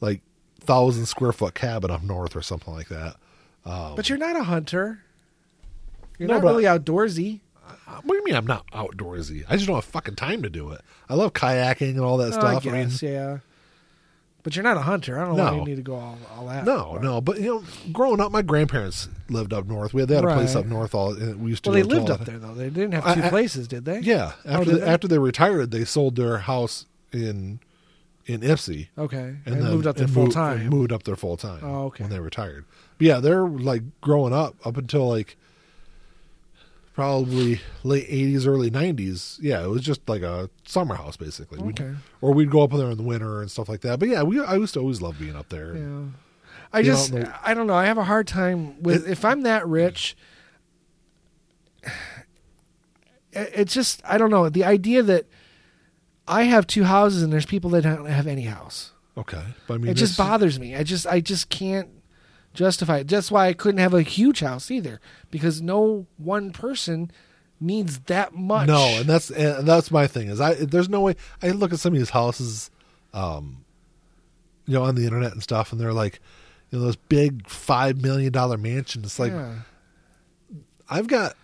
Speaker 1: like thousand square foot cabin up north or something like that. Um,
Speaker 2: but you're not a hunter. You're
Speaker 1: No,
Speaker 2: not
Speaker 1: but-
Speaker 2: really outdoorsy.
Speaker 1: Uh, what do you mean I'm not outdoorsy? I just don't have fucking time to do it. I love kayaking and all that
Speaker 2: Oh,
Speaker 1: stuff.
Speaker 2: I
Speaker 1: I mean,
Speaker 2: guess, yeah. But you're not a hunter. I don't know why
Speaker 1: No.
Speaker 2: you need to go all, all out.
Speaker 1: no, no, but you know, growing up, my grandparents lived up north. We had, they had a place
Speaker 2: Right.
Speaker 1: up north. All and we used to.
Speaker 2: Well, they
Speaker 1: go to
Speaker 2: lived
Speaker 1: all
Speaker 2: up
Speaker 1: that.
Speaker 2: there though. They didn't have
Speaker 1: I-
Speaker 2: two
Speaker 1: I-
Speaker 2: places, did they?
Speaker 1: Yeah, after
Speaker 2: did
Speaker 1: they,
Speaker 2: they?
Speaker 1: after they retired, they sold their house in in Ipsy.
Speaker 2: Okay. And,
Speaker 1: and then,
Speaker 2: moved up there
Speaker 1: and
Speaker 2: full
Speaker 1: moved-
Speaker 2: time.
Speaker 1: and Moved up there full time.
Speaker 2: Oh, okay.
Speaker 1: When they retired, but yeah, they're like growing up up until like probably late eighties, early nineties. Yeah, it was just like a summer house basically. We'd-
Speaker 2: Okay.
Speaker 1: or we'd go up there in the winter and stuff like that. But yeah, we I used to always love being up there.
Speaker 2: Yeah. I
Speaker 1: You
Speaker 2: just
Speaker 1: don't know-
Speaker 2: I don't know. I have a hard time with
Speaker 1: It-
Speaker 2: if I'm that rich. it- It's just I don't know the idea that I have two houses and there's people that don't have any house.
Speaker 1: Okay, but I mean,
Speaker 2: It just
Speaker 1: that's-
Speaker 2: bothers me. I just I just can't justify it. That's why I couldn't have a huge house either because no one person needs that much.
Speaker 1: No, and that's and that's my thing is I there's no way I look at some of these houses um, you know, on the internet and stuff, and they're like, you know, those big five million dollar mansion. It's like
Speaker 2: yeah.
Speaker 1: I've got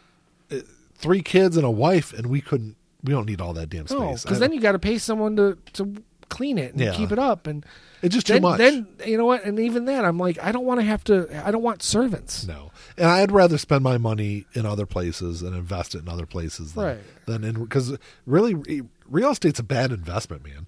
Speaker 1: uh, three kids and a wife, and we couldn't. We don't need all that damn
Speaker 2: No,
Speaker 1: space.
Speaker 2: because
Speaker 1: I-
Speaker 2: then you got to pay someone to to clean it and
Speaker 1: Yeah.
Speaker 2: keep it up, and
Speaker 1: it's just too
Speaker 2: then
Speaker 1: much.
Speaker 2: then you know what? And even then, I'm like, I don't want to have to. I don't want servants.
Speaker 1: no, and I'd rather spend my money in other places and invest it in other places than
Speaker 2: Right.
Speaker 1: than in because really, re- real estate's a bad investment, man.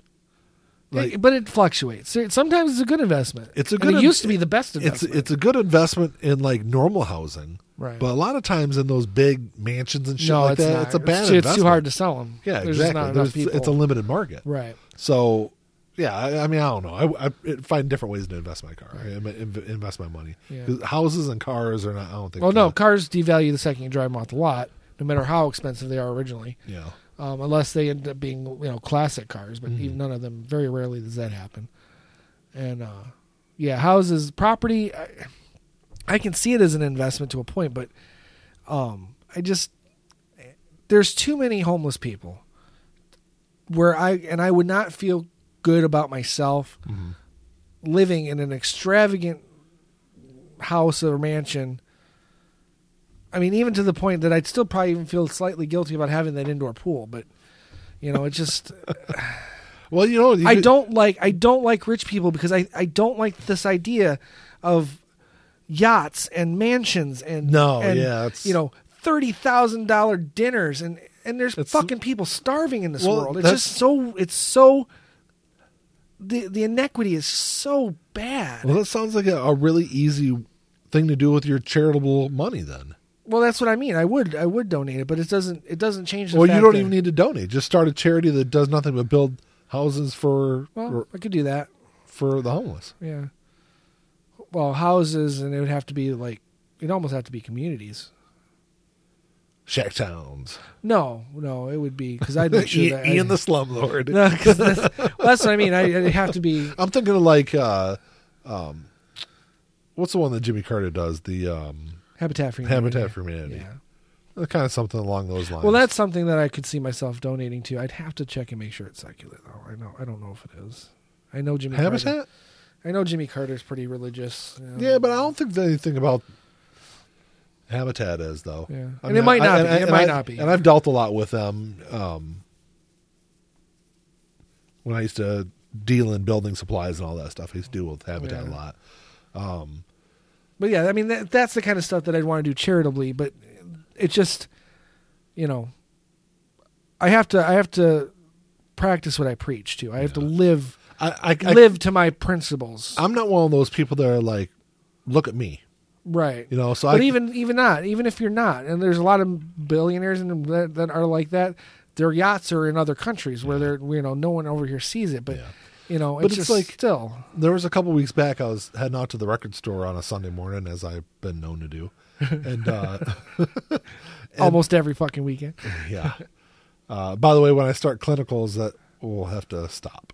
Speaker 1: Like-
Speaker 2: It- but it fluctuates. Ser- Sometimes it's a good investment.
Speaker 1: It's a
Speaker 2: And
Speaker 1: good
Speaker 2: it
Speaker 1: in-
Speaker 2: used to be the best
Speaker 1: It's
Speaker 2: investment.
Speaker 1: it's a good investment in like normal housing,
Speaker 2: Right.
Speaker 1: But a lot of times in those big mansions and shit
Speaker 2: no,
Speaker 1: like
Speaker 2: it's
Speaker 1: that,
Speaker 2: not.
Speaker 1: it's a bad
Speaker 2: It's, too-
Speaker 1: investment.
Speaker 2: it's too hard to sell them.
Speaker 1: Yeah,
Speaker 2: There's just
Speaker 1: exactly.
Speaker 2: not
Speaker 1: There's-
Speaker 2: enough people.
Speaker 1: It's a limited market,
Speaker 2: right.
Speaker 1: So, yeah, I, I mean, I don't know. I, I find different ways to invest my car, I in- in- invest my money.
Speaker 2: Yeah.
Speaker 1: 'Cause Houses and cars are not. I don't think.
Speaker 2: Well, no,
Speaker 1: that-
Speaker 2: cars devalue the second you drive them off the lot, no matter how expensive they are originally,
Speaker 1: Yeah,
Speaker 2: um, unless they end up being you know classic cars. But even none of them. Very rarely does that happen. And uh, yeah, houses, property, I, I can see it as an investment to a point, but um, I just there's too many homeless people where I and I would not feel good about myself living in an extravagant house or mansion. I mean, even to the point that I'd still probably even feel slightly guilty about having that indoor pool, but you know, it just
Speaker 1: Well, you know, you
Speaker 2: I
Speaker 1: could-
Speaker 2: don't like I don't like rich people because I, I don't like this idea of yachts and mansions and
Speaker 1: No,
Speaker 2: and,
Speaker 1: yeah, it's-
Speaker 2: you know thirty thousand dollar dinners and and there's
Speaker 1: It's-
Speaker 2: fucking people starving in this
Speaker 1: Well,
Speaker 2: world. It's
Speaker 1: that's-
Speaker 2: just so it's so the the inequity is so bad.
Speaker 1: Well,
Speaker 2: Well,
Speaker 1: that sounds like a, a really easy thing to do with your charitable money. Then,
Speaker 2: that's what I mean. I would I would donate it, but it doesn't it doesn't change. The
Speaker 1: well, you
Speaker 2: fact
Speaker 1: don't
Speaker 2: that-
Speaker 1: even need to donate. Just start a charity that does nothing but build houses for
Speaker 2: Well, I could do that.
Speaker 1: for the homeless.
Speaker 2: Yeah. Well, houses and it would have to be like it'd almost have to be communities.
Speaker 1: Shack towns.
Speaker 2: No, no, it would be because I'd make sure that I-
Speaker 1: Ian the slumlord.
Speaker 2: No, 'cause that's, well, that's what I mean. I, it'd have to be
Speaker 1: I'm thinking of like, uh, um, what's the one that Jimmy Carter does? The um,
Speaker 2: Habitat for Humanity.
Speaker 1: Habitat for Humanity.
Speaker 2: Yeah.
Speaker 1: Kind of something along those lines.
Speaker 2: Well, that's something that I could see myself donating to. I'd have to check and make sure it's secular, though. I know. I don't know if it is. I know Jimmy Carter.
Speaker 1: Habitat.
Speaker 2: I know Jimmy Carter's pretty religious. you know.
Speaker 1: Yeah, but I don't think there's anything about Habitat is though.
Speaker 2: Yeah.
Speaker 1: I
Speaker 2: And it might not
Speaker 1: I-
Speaker 2: be.
Speaker 1: and I-
Speaker 2: It might
Speaker 1: and I-
Speaker 2: not be.
Speaker 1: And I've dealt a lot with them. Um, when I used to deal in building supplies and all that stuff, I used to deal with Habitat
Speaker 2: Yeah.
Speaker 1: a lot.
Speaker 2: But yeah, I mean that, that's the kind of stuff that I'd want to do charitably. But it just, you know, I have to. I have to practice what I preach to. I have to live
Speaker 1: I, I,
Speaker 2: live to my principles.
Speaker 1: I am not one of those people that are like, look at me,
Speaker 2: right.
Speaker 1: you know. So
Speaker 2: but
Speaker 1: I
Speaker 2: even even not, even if you're not, and there's a lot of billionaires and that, that are like that. Their yachts are in other countries where they're you know no one over here sees it, but
Speaker 1: Yeah.
Speaker 2: you know
Speaker 1: But
Speaker 2: it's,
Speaker 1: it's
Speaker 2: just
Speaker 1: like-
Speaker 2: like still
Speaker 1: there was a couple weeks back I was heading out to the record store on a Sunday morning as I've been known to do. And uh
Speaker 2: almost every fucking weekend.
Speaker 1: yeah. Uh by the way, when I start clinicals that we'll have to stop.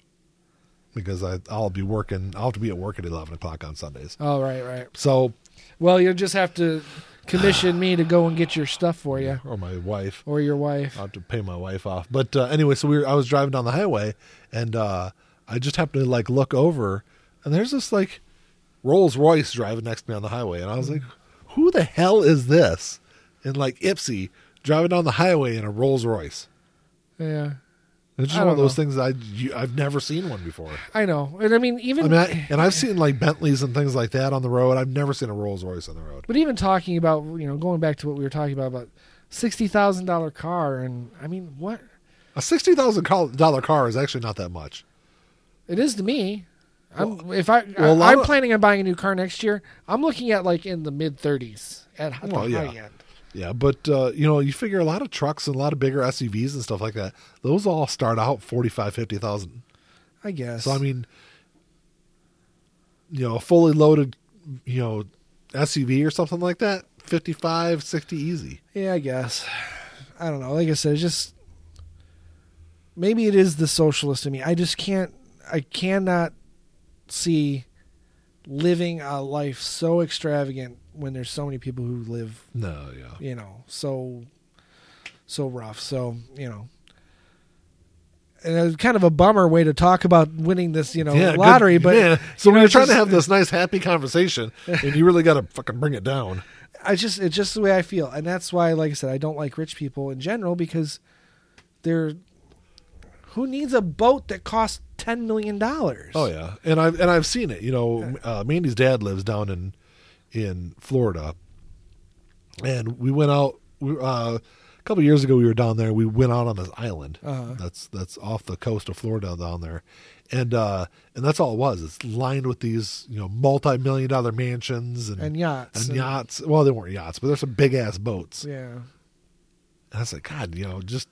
Speaker 1: Because I I'll be working I'll have to be at work at eleven o'clock on Sundays.
Speaker 2: Oh right, right.
Speaker 1: So
Speaker 2: Well, you'll just have to commission me to go and get your stuff for you
Speaker 1: or my wife.
Speaker 2: or your wife.
Speaker 1: I'll have to pay my wife off. But uh, anyway, so we were, I was driving down the highway and uh, I just happened to like look over and there's this like Rolls Royce driving next to me on the highway. And I was like, who the hell is this? And like Ipsy driving down the highway in a Rolls Royce.
Speaker 2: Yeah,
Speaker 1: It's just
Speaker 2: I
Speaker 1: one of
Speaker 2: don't
Speaker 1: those things I, you, I've never seen one before.
Speaker 2: I know. And I mean, even
Speaker 1: I mean, I, and I've seen like Bentleys and things like that on the road. I've never seen a Rolls Royce on the road.
Speaker 2: but even talking about you know going back to what we were talking about about sixty thousand dollar car, and I mean what
Speaker 1: A sixty thousand dollar car is actually not that much.
Speaker 2: It is to me. I'm if I,
Speaker 1: well, a lot
Speaker 2: I am
Speaker 1: of-
Speaker 2: planning on buying a new car next year. I'm looking at like in the mid 30s at h- the
Speaker 1: Well, yeah.
Speaker 2: high end.
Speaker 1: Yeah, but uh, you know, you figure a lot of trucks and a lot of bigger SUVs and stuff like that. Those all start out forty five, fifty thousand.
Speaker 2: I guess.
Speaker 1: So I mean, you know, a fully loaded, you know, SUV or something like that, 55, 60 easy.
Speaker 2: yeah, I guess. I don't know. Like I said, it's just maybe it is the socialist in me. I just can't. I cannot see living a life so extravagant when there's so many people who live
Speaker 1: No, yeah,
Speaker 2: you know so so rough so you know and it was kind of a bummer way to talk about winning this, you know,
Speaker 1: Yeah, good-
Speaker 2: lottery. But
Speaker 1: yeah. so
Speaker 2: you know,
Speaker 1: when you're
Speaker 2: it's
Speaker 1: trying to
Speaker 2: just-
Speaker 1: have this nice, happy conversation, and you really got to fucking bring it down.
Speaker 2: I just it's just the way I feel, and that's why, like I said, I don't like rich people in general because they're who needs a boat that costs ten million dollars?
Speaker 1: Oh yeah, and I've and I've seen it. You know, uh, Mandy's dad lives down in in Florida, and we went out we, uh, a couple years ago. We were down there. We went out on this island
Speaker 2: Uh-huh.
Speaker 1: that's that's off the coast of Florida down there, and uh, and that's all it was. It's lined with these you know multi million dollar mansions and
Speaker 2: and yachts,
Speaker 1: and
Speaker 2: and-
Speaker 1: yachts. Well, they weren't yachts, but there's some big ass boats.
Speaker 2: yeah,
Speaker 1: And I was like, God, you know, just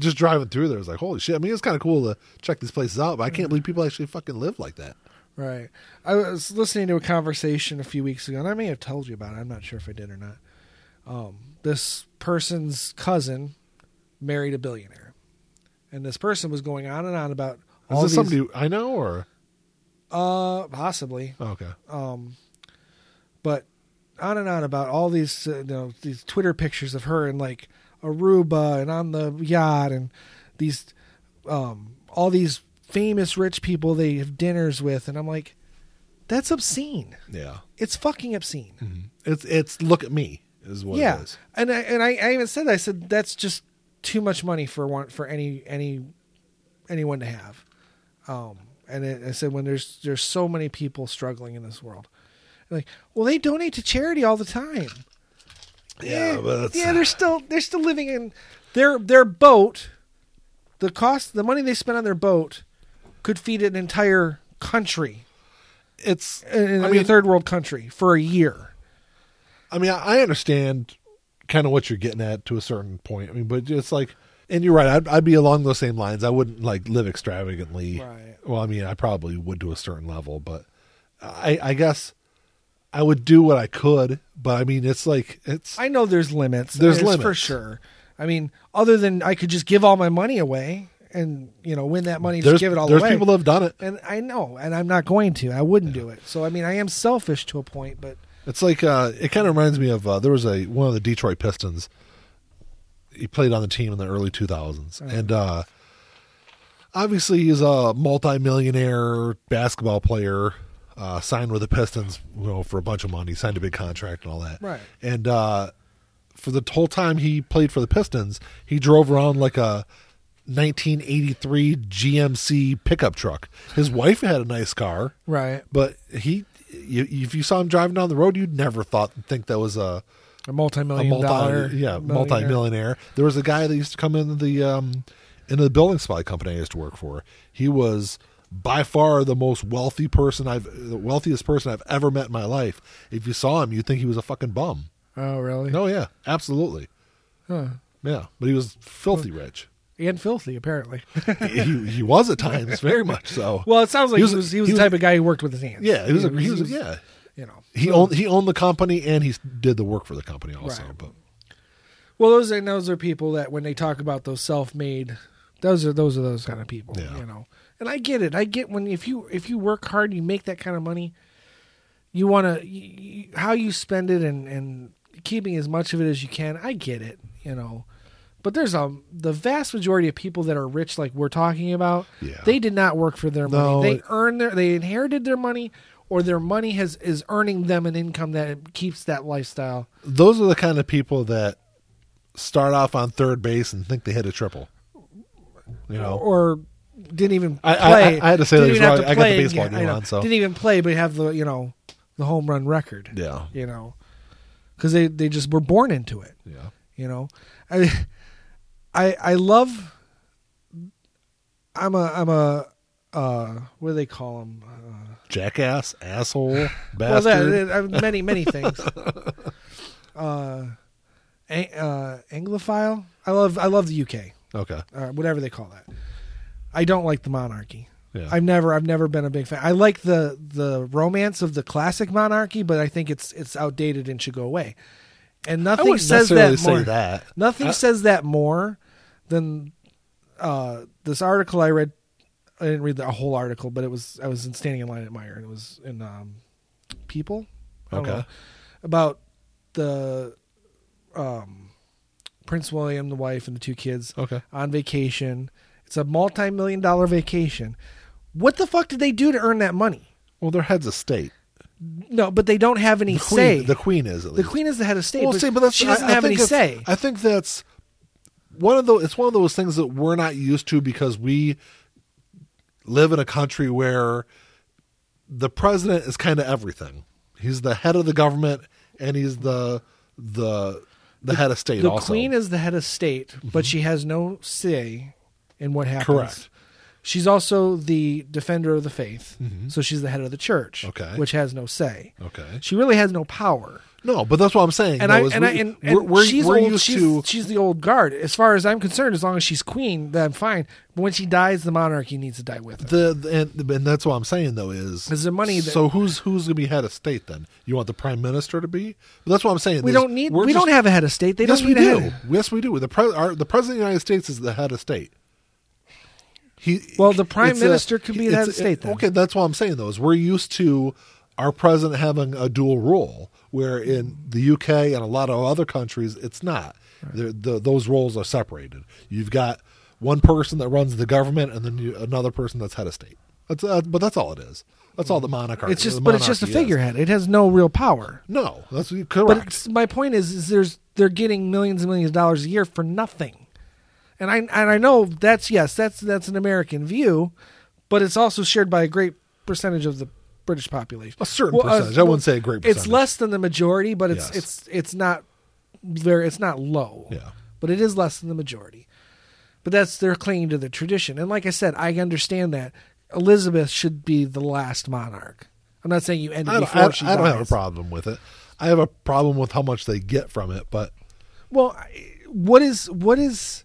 Speaker 1: just driving through there, I was like, holy shit. I mean, it's kind of cool to check these places out, but I can't believe people actually fucking live like that.
Speaker 2: right. I was listening to a conversation a few weeks ago, and I may have told you about it. I'm not sure if I did or not. Um, this person's cousin married a billionaire, and this person was going on and on about
Speaker 1: Is
Speaker 2: all
Speaker 1: this
Speaker 2: these,
Speaker 1: somebody I know or
Speaker 2: uh, possibly
Speaker 1: oh, okay?
Speaker 2: um, but on and on about all these uh, you know these Twitter pictures of her in like Aruba and on the yacht and these um, all these famous rich people they have dinners with, and I'm like, that's obscene.
Speaker 1: Yeah,
Speaker 2: It's fucking obscene.
Speaker 1: it's it's look at me is Mm, what
Speaker 2: yeah,
Speaker 1: it is.
Speaker 2: and I and I, I even said that. I said that's just too much money for one for any any anyone to have. Um, and it, I said when there's there's so many people struggling in this world, And like well they donate to charity all the time.
Speaker 1: Yeah, but that's-
Speaker 2: Eh, yeah, they're still they're still living in their their boat. The cost, the money they spent on their boat, could feed an entire country,
Speaker 1: It's
Speaker 2: an-
Speaker 1: I
Speaker 2: a
Speaker 1: mean-
Speaker 2: third world country, for a year.
Speaker 1: I mean I I understand kind of what you're getting at to a certain point. I mean, but it's like and you're right. I'd, I'd be along those same lines. I wouldn't like live extravagantly.
Speaker 2: Right.
Speaker 1: Well, I mean, I probably would to a certain level, but I I guess I would do what I could. But I mean, it's like it's
Speaker 2: I know there's limits.
Speaker 1: There's
Speaker 2: It's for
Speaker 1: limits.
Speaker 2: sure. I mean, other than I could just give all my money away and you know win that money, just
Speaker 1: there's
Speaker 2: give it all
Speaker 1: there's
Speaker 2: away.
Speaker 1: people that have done it.
Speaker 2: and I know, and I'm not going to. I wouldn't do it. So I mean, I am selfish to a point, but
Speaker 1: It's like uh, it kind of reminds me of uh, there was a one of the Detroit Pistons. He played on the team in the early 2000s, and uh, obviously he's a multi-millionaire basketball player. Uh, signed with the Pistons, you know, for a bunch of money. Signed a big contract and all that.
Speaker 2: Right.
Speaker 1: And uh, for the whole time he played for the Pistons, he drove around like a 1983 GMC pickup truck. His wife had a nice car
Speaker 2: right,
Speaker 1: but he you, if you saw him driving down the road you'd never thought think that was a,
Speaker 2: a
Speaker 1: a
Speaker 2: multi-million
Speaker 1: multi
Speaker 2: dollar,
Speaker 1: yeah
Speaker 2: millionaire.
Speaker 1: multi-millionaire there was a guy that used to come into the um into the building supply company i used to work for he was by far the most wealthy person i've the wealthiest person i've ever met in my life if you saw him you'd think he was a fucking bum
Speaker 2: Oh, really?
Speaker 1: no yeah absolutely
Speaker 2: Huh.
Speaker 1: yeah but he was filthy rich
Speaker 2: And filthy, apparently.
Speaker 1: he, he was at times very much so
Speaker 2: well, it sounds like he was he was,
Speaker 1: he
Speaker 2: the type of guy who worked with his hands.
Speaker 1: yeah he was, a, he was yeah
Speaker 2: you know.
Speaker 1: He owned he owned the company and he s- did the work for the company also.
Speaker 2: Right.
Speaker 1: But
Speaker 2: Well, those and those are people that when they talk about those self-made, those are those are those kind of people,
Speaker 1: Yeah.
Speaker 2: you know. And I get it. I get when if you if you work hard, you make that kind of money, you want to how you spend it and and keeping as much of it as you can. I get it, you know. But there's a the vast majority of people that are rich, like we're talking about.
Speaker 1: Yeah.
Speaker 2: They did not work for their
Speaker 1: No,
Speaker 2: money. They
Speaker 1: it-
Speaker 2: earned their they inherited their money, or their money has is earning them an income that keeps that lifestyle.
Speaker 1: those are the kind of people that start off on third base and think they hit a triple. You know,
Speaker 2: or didn't even
Speaker 1: I- I-
Speaker 2: play.
Speaker 1: I- I had to say that
Speaker 2: Didn't even
Speaker 1: as well.
Speaker 2: have to
Speaker 1: I got the
Speaker 2: play
Speaker 1: baseball
Speaker 2: again.
Speaker 1: game
Speaker 2: I know.
Speaker 1: on, so-
Speaker 2: didn't even play, but have the you know the home run record.
Speaker 1: yeah,
Speaker 2: You know, because they they just were born into it.
Speaker 1: yeah,
Speaker 2: You know, I I I love. I'm a I'm a uh, what do they call them? Uh,
Speaker 1: jackass, asshole,
Speaker 2: well,
Speaker 1: bastard.
Speaker 2: that, that- uh, many many things. uh, a, uh, Anglophile. I love I love the UK.
Speaker 1: okay,
Speaker 2: uh, whatever they call that. I don't like the monarchy.
Speaker 1: yeah,
Speaker 2: I've never I've never been a big fan. I like the the romance of the classic monarchy, but I think it's it's outdated and should go away. And
Speaker 1: I
Speaker 2: nothing
Speaker 1: wouldn't
Speaker 2: says
Speaker 1: necessarily
Speaker 2: that more.
Speaker 1: say that.
Speaker 2: Nothing
Speaker 1: I-
Speaker 2: says that more than uh, this article I read. I didn't read the whole article, but it was I was in standing in line at Meyer, and it was in um, People. I don't
Speaker 1: Okay.
Speaker 2: know, about the um, Prince William, the wife, and the two kids
Speaker 1: Okay,
Speaker 2: on vacation. It It's a multi-million dollar vacation. What the fuck did they do to earn that money?
Speaker 1: Well, they're heads of state.
Speaker 2: No, but they don't have any
Speaker 1: The queen,
Speaker 2: say.
Speaker 1: the queen is at
Speaker 2: The
Speaker 1: least.
Speaker 2: queen is the head of state.
Speaker 1: well,
Speaker 2: but
Speaker 1: see, but that's,
Speaker 2: she doesn't
Speaker 1: I, I
Speaker 2: have any
Speaker 1: think it's-
Speaker 2: say.
Speaker 1: I think that's one of those. It's one of those things that we're not used to because we live in a country where the president is kind of everything. He's the head of the government, and he's the the the, head of state.
Speaker 2: the
Speaker 1: also, Mm-hmm.
Speaker 2: queen is the head of state, but she has no say in what happens.
Speaker 1: Correct.
Speaker 2: She's also the defender of the faith, so she's the head of the church,
Speaker 1: Mm-hmm. Okay.
Speaker 2: which has no say.
Speaker 1: okay.
Speaker 2: She really has no power.
Speaker 1: No, but that's what I'm saying.
Speaker 2: And
Speaker 1: though,
Speaker 2: I
Speaker 1: is
Speaker 2: and
Speaker 1: we,
Speaker 2: I and,
Speaker 1: we're,
Speaker 2: and
Speaker 1: we're,
Speaker 2: she's
Speaker 1: we're
Speaker 2: old,
Speaker 1: used
Speaker 2: she's,
Speaker 1: to
Speaker 2: she's the old guard. As far as I'm concerned, as long as she's queen, then I'm fine. But when she dies, the monarchy needs to die with her.
Speaker 1: the the- and, and that's what I'm saying though is
Speaker 2: Is the money that-
Speaker 1: so who's who's gonna be head of state then? You want the prime minister to be? But that's what I'm saying.
Speaker 2: we
Speaker 1: is
Speaker 2: don't need.
Speaker 1: we're
Speaker 2: We
Speaker 1: just-
Speaker 2: don't have a head of state. They
Speaker 1: yes,
Speaker 2: don't
Speaker 1: we
Speaker 2: need a
Speaker 1: do.
Speaker 2: head.
Speaker 1: Yes, we do. The pre- our, the president of the United States is the head of state. He
Speaker 2: Well, the prime
Speaker 1: it's
Speaker 2: minister could be the head
Speaker 1: it's
Speaker 2: of state, then.
Speaker 1: Okay, that's what I'm saying though is we're used to our president having a dual role, where in the UK and a lot of other countries it's not. They're- The, those roles are separated. You've got one person that runs the government, and then you, another person that's head of state. That's uh, but that's all it is. That's all the monarchy.
Speaker 2: Mm-hmm. It's just,
Speaker 1: the
Speaker 2: but it's just a
Speaker 1: monarchy is.
Speaker 2: figurehead. It has no real power.
Speaker 1: No, that's
Speaker 2: But
Speaker 1: correct.
Speaker 2: it's, my point is, is there's they're getting millions and millions of dollars a year for nothing, and I and I know that's yes, that's that's an American view, but it's also shared by a great percentage of the British population.
Speaker 1: A certain
Speaker 2: Well, uh,
Speaker 1: percentage. I
Speaker 2: well,
Speaker 1: wouldn't say a great percentage.
Speaker 2: It's less than the majority, but it's
Speaker 1: Yes.
Speaker 2: it's it's not very it's not low.
Speaker 1: Yeah.
Speaker 2: but it is less than the majority. But that's their clinging to the tradition, and like I said, I understand that Elizabeth should be the last monarch. I'm not saying you end
Speaker 1: I
Speaker 2: it
Speaker 1: don't,
Speaker 2: before
Speaker 1: I,
Speaker 2: she
Speaker 1: I don't have a
Speaker 2: dies.
Speaker 1: problem with it. I have a problem with how much they get from it, but
Speaker 2: Well, I- what is what is,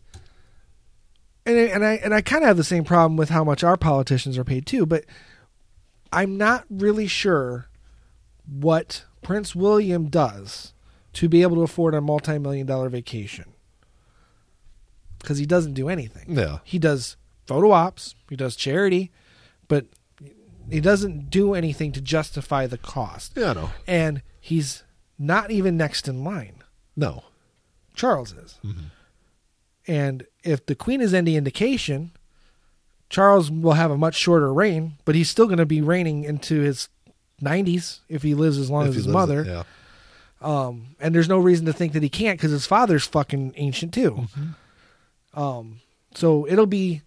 Speaker 2: and I- and I and I kind of have the same problem with how much our politicians are paid too, but I'm not really sure what Prince William does to be able to afford a multi-million dollar vacation because he doesn't do anything.
Speaker 1: Yeah.
Speaker 2: he does photo ops, he does charity, but he doesn't do anything to justify the cost,
Speaker 1: yeah, no,
Speaker 2: and he's not even next in line.
Speaker 1: no,
Speaker 2: Charles is.
Speaker 1: Mm-hmm.
Speaker 2: And if the queen is any indication, Charles will have a much shorter reign, but he's still going to be reigning into his 90s if he lives as long
Speaker 1: If
Speaker 2: as
Speaker 1: he
Speaker 2: his
Speaker 1: lives-
Speaker 2: mother.
Speaker 1: yeah,
Speaker 2: Um, and there's no reason to think that he can't because his father's fucking ancient too.
Speaker 1: Mm-hmm.
Speaker 2: Um, so it'll be,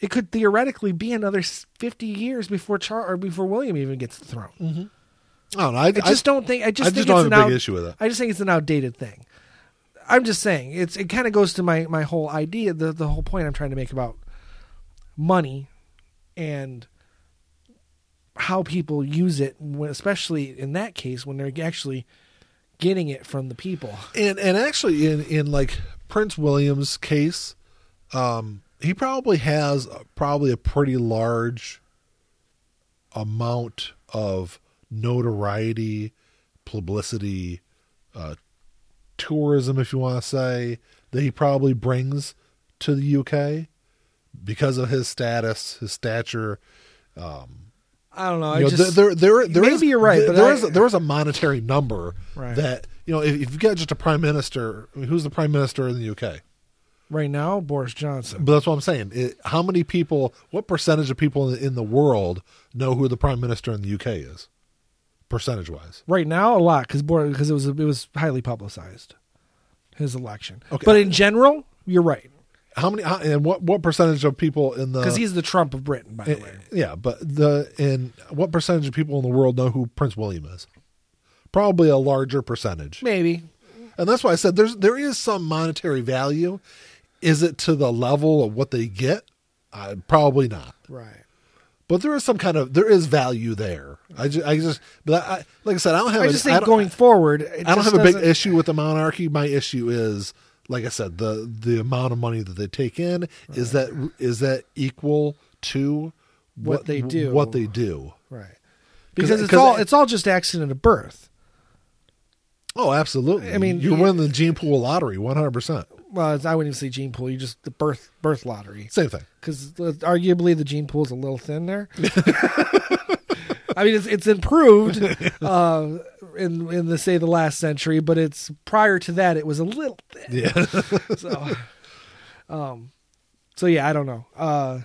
Speaker 2: it could theoretically be another s- 50 years before Charles or before William even gets the throne.
Speaker 1: I don't know. I, I
Speaker 2: I just don't think. I just
Speaker 1: I
Speaker 2: think
Speaker 1: just don't
Speaker 2: it's
Speaker 1: have
Speaker 2: an
Speaker 1: a big
Speaker 2: out-
Speaker 1: issue with it.
Speaker 2: I just think it's an outdated thing. I'm just saying it's. It kind of goes to my my whole idea. The the whole point I'm trying to make about money and how people use it, when, especially in that case when they're actually getting it from the people.
Speaker 1: and and actually in in like Prince William's case, um, he probably has a- probably a pretty large amount of notoriety, publicity, uh, tourism, if you want to say, that he probably brings to the UK because of his status, his stature.
Speaker 2: I don't know. I
Speaker 1: You know,
Speaker 2: just
Speaker 1: there, there, there- there
Speaker 2: maybe
Speaker 1: is-
Speaker 2: you're right, but
Speaker 1: there
Speaker 2: I-
Speaker 1: is there is a monetary number
Speaker 2: Right.
Speaker 1: that you know if, if you've got just a prime minister, I mean, who's the prime minister in the UK?
Speaker 2: right now Boris Johnson.
Speaker 1: But that's what I'm saying. It, how many people? What percentage of people in, in the world know who the prime minister in the UK is? Percentage wise,
Speaker 2: Right now, a lot because because it was it was highly publicized his election.
Speaker 1: Okay.
Speaker 2: But in general, you're right.
Speaker 1: how many? How, and what what percentage of people in the?
Speaker 2: because he's the Trump of Britain, by the way.
Speaker 1: yeah, but the and what percentage of people in the world know who Prince William is? Probably a larger percentage.
Speaker 2: Maybe.
Speaker 1: And that's why I said there's there is some monetary value. Is it to the level of what they get? Uh, probably not.
Speaker 2: Right.
Speaker 1: But there is some kind of there is value there. I just, I just but I, like I said I don't have
Speaker 2: I
Speaker 1: a-
Speaker 2: just
Speaker 1: I
Speaker 2: think
Speaker 1: don't-
Speaker 2: going forward, it
Speaker 1: I don't
Speaker 2: just
Speaker 1: have a big
Speaker 2: doesn't-
Speaker 1: issue with the monarchy. My issue is like I said the the amount of money that they take in is that is that equal to
Speaker 2: What they do.
Speaker 1: what they do.
Speaker 2: Right.
Speaker 1: 'Cause-
Speaker 2: Because it's
Speaker 1: 'cause
Speaker 2: all
Speaker 1: I-
Speaker 2: it's all just accident of birth.
Speaker 1: Oh, absolutely.
Speaker 2: I mean,
Speaker 1: you
Speaker 2: y-
Speaker 1: win the gene pool lottery 100%.
Speaker 2: Well, it's, I wouldn't even say gene pool. You just the birth birth lottery.
Speaker 1: Same thing.
Speaker 2: Because arguably the gene pool's a little thin there. I mean, it's it's improved uh, in in the say the last century, but it's prior to that it was a little thin.
Speaker 1: Yeah.
Speaker 2: So, um, So yeah, I don't know. Uh,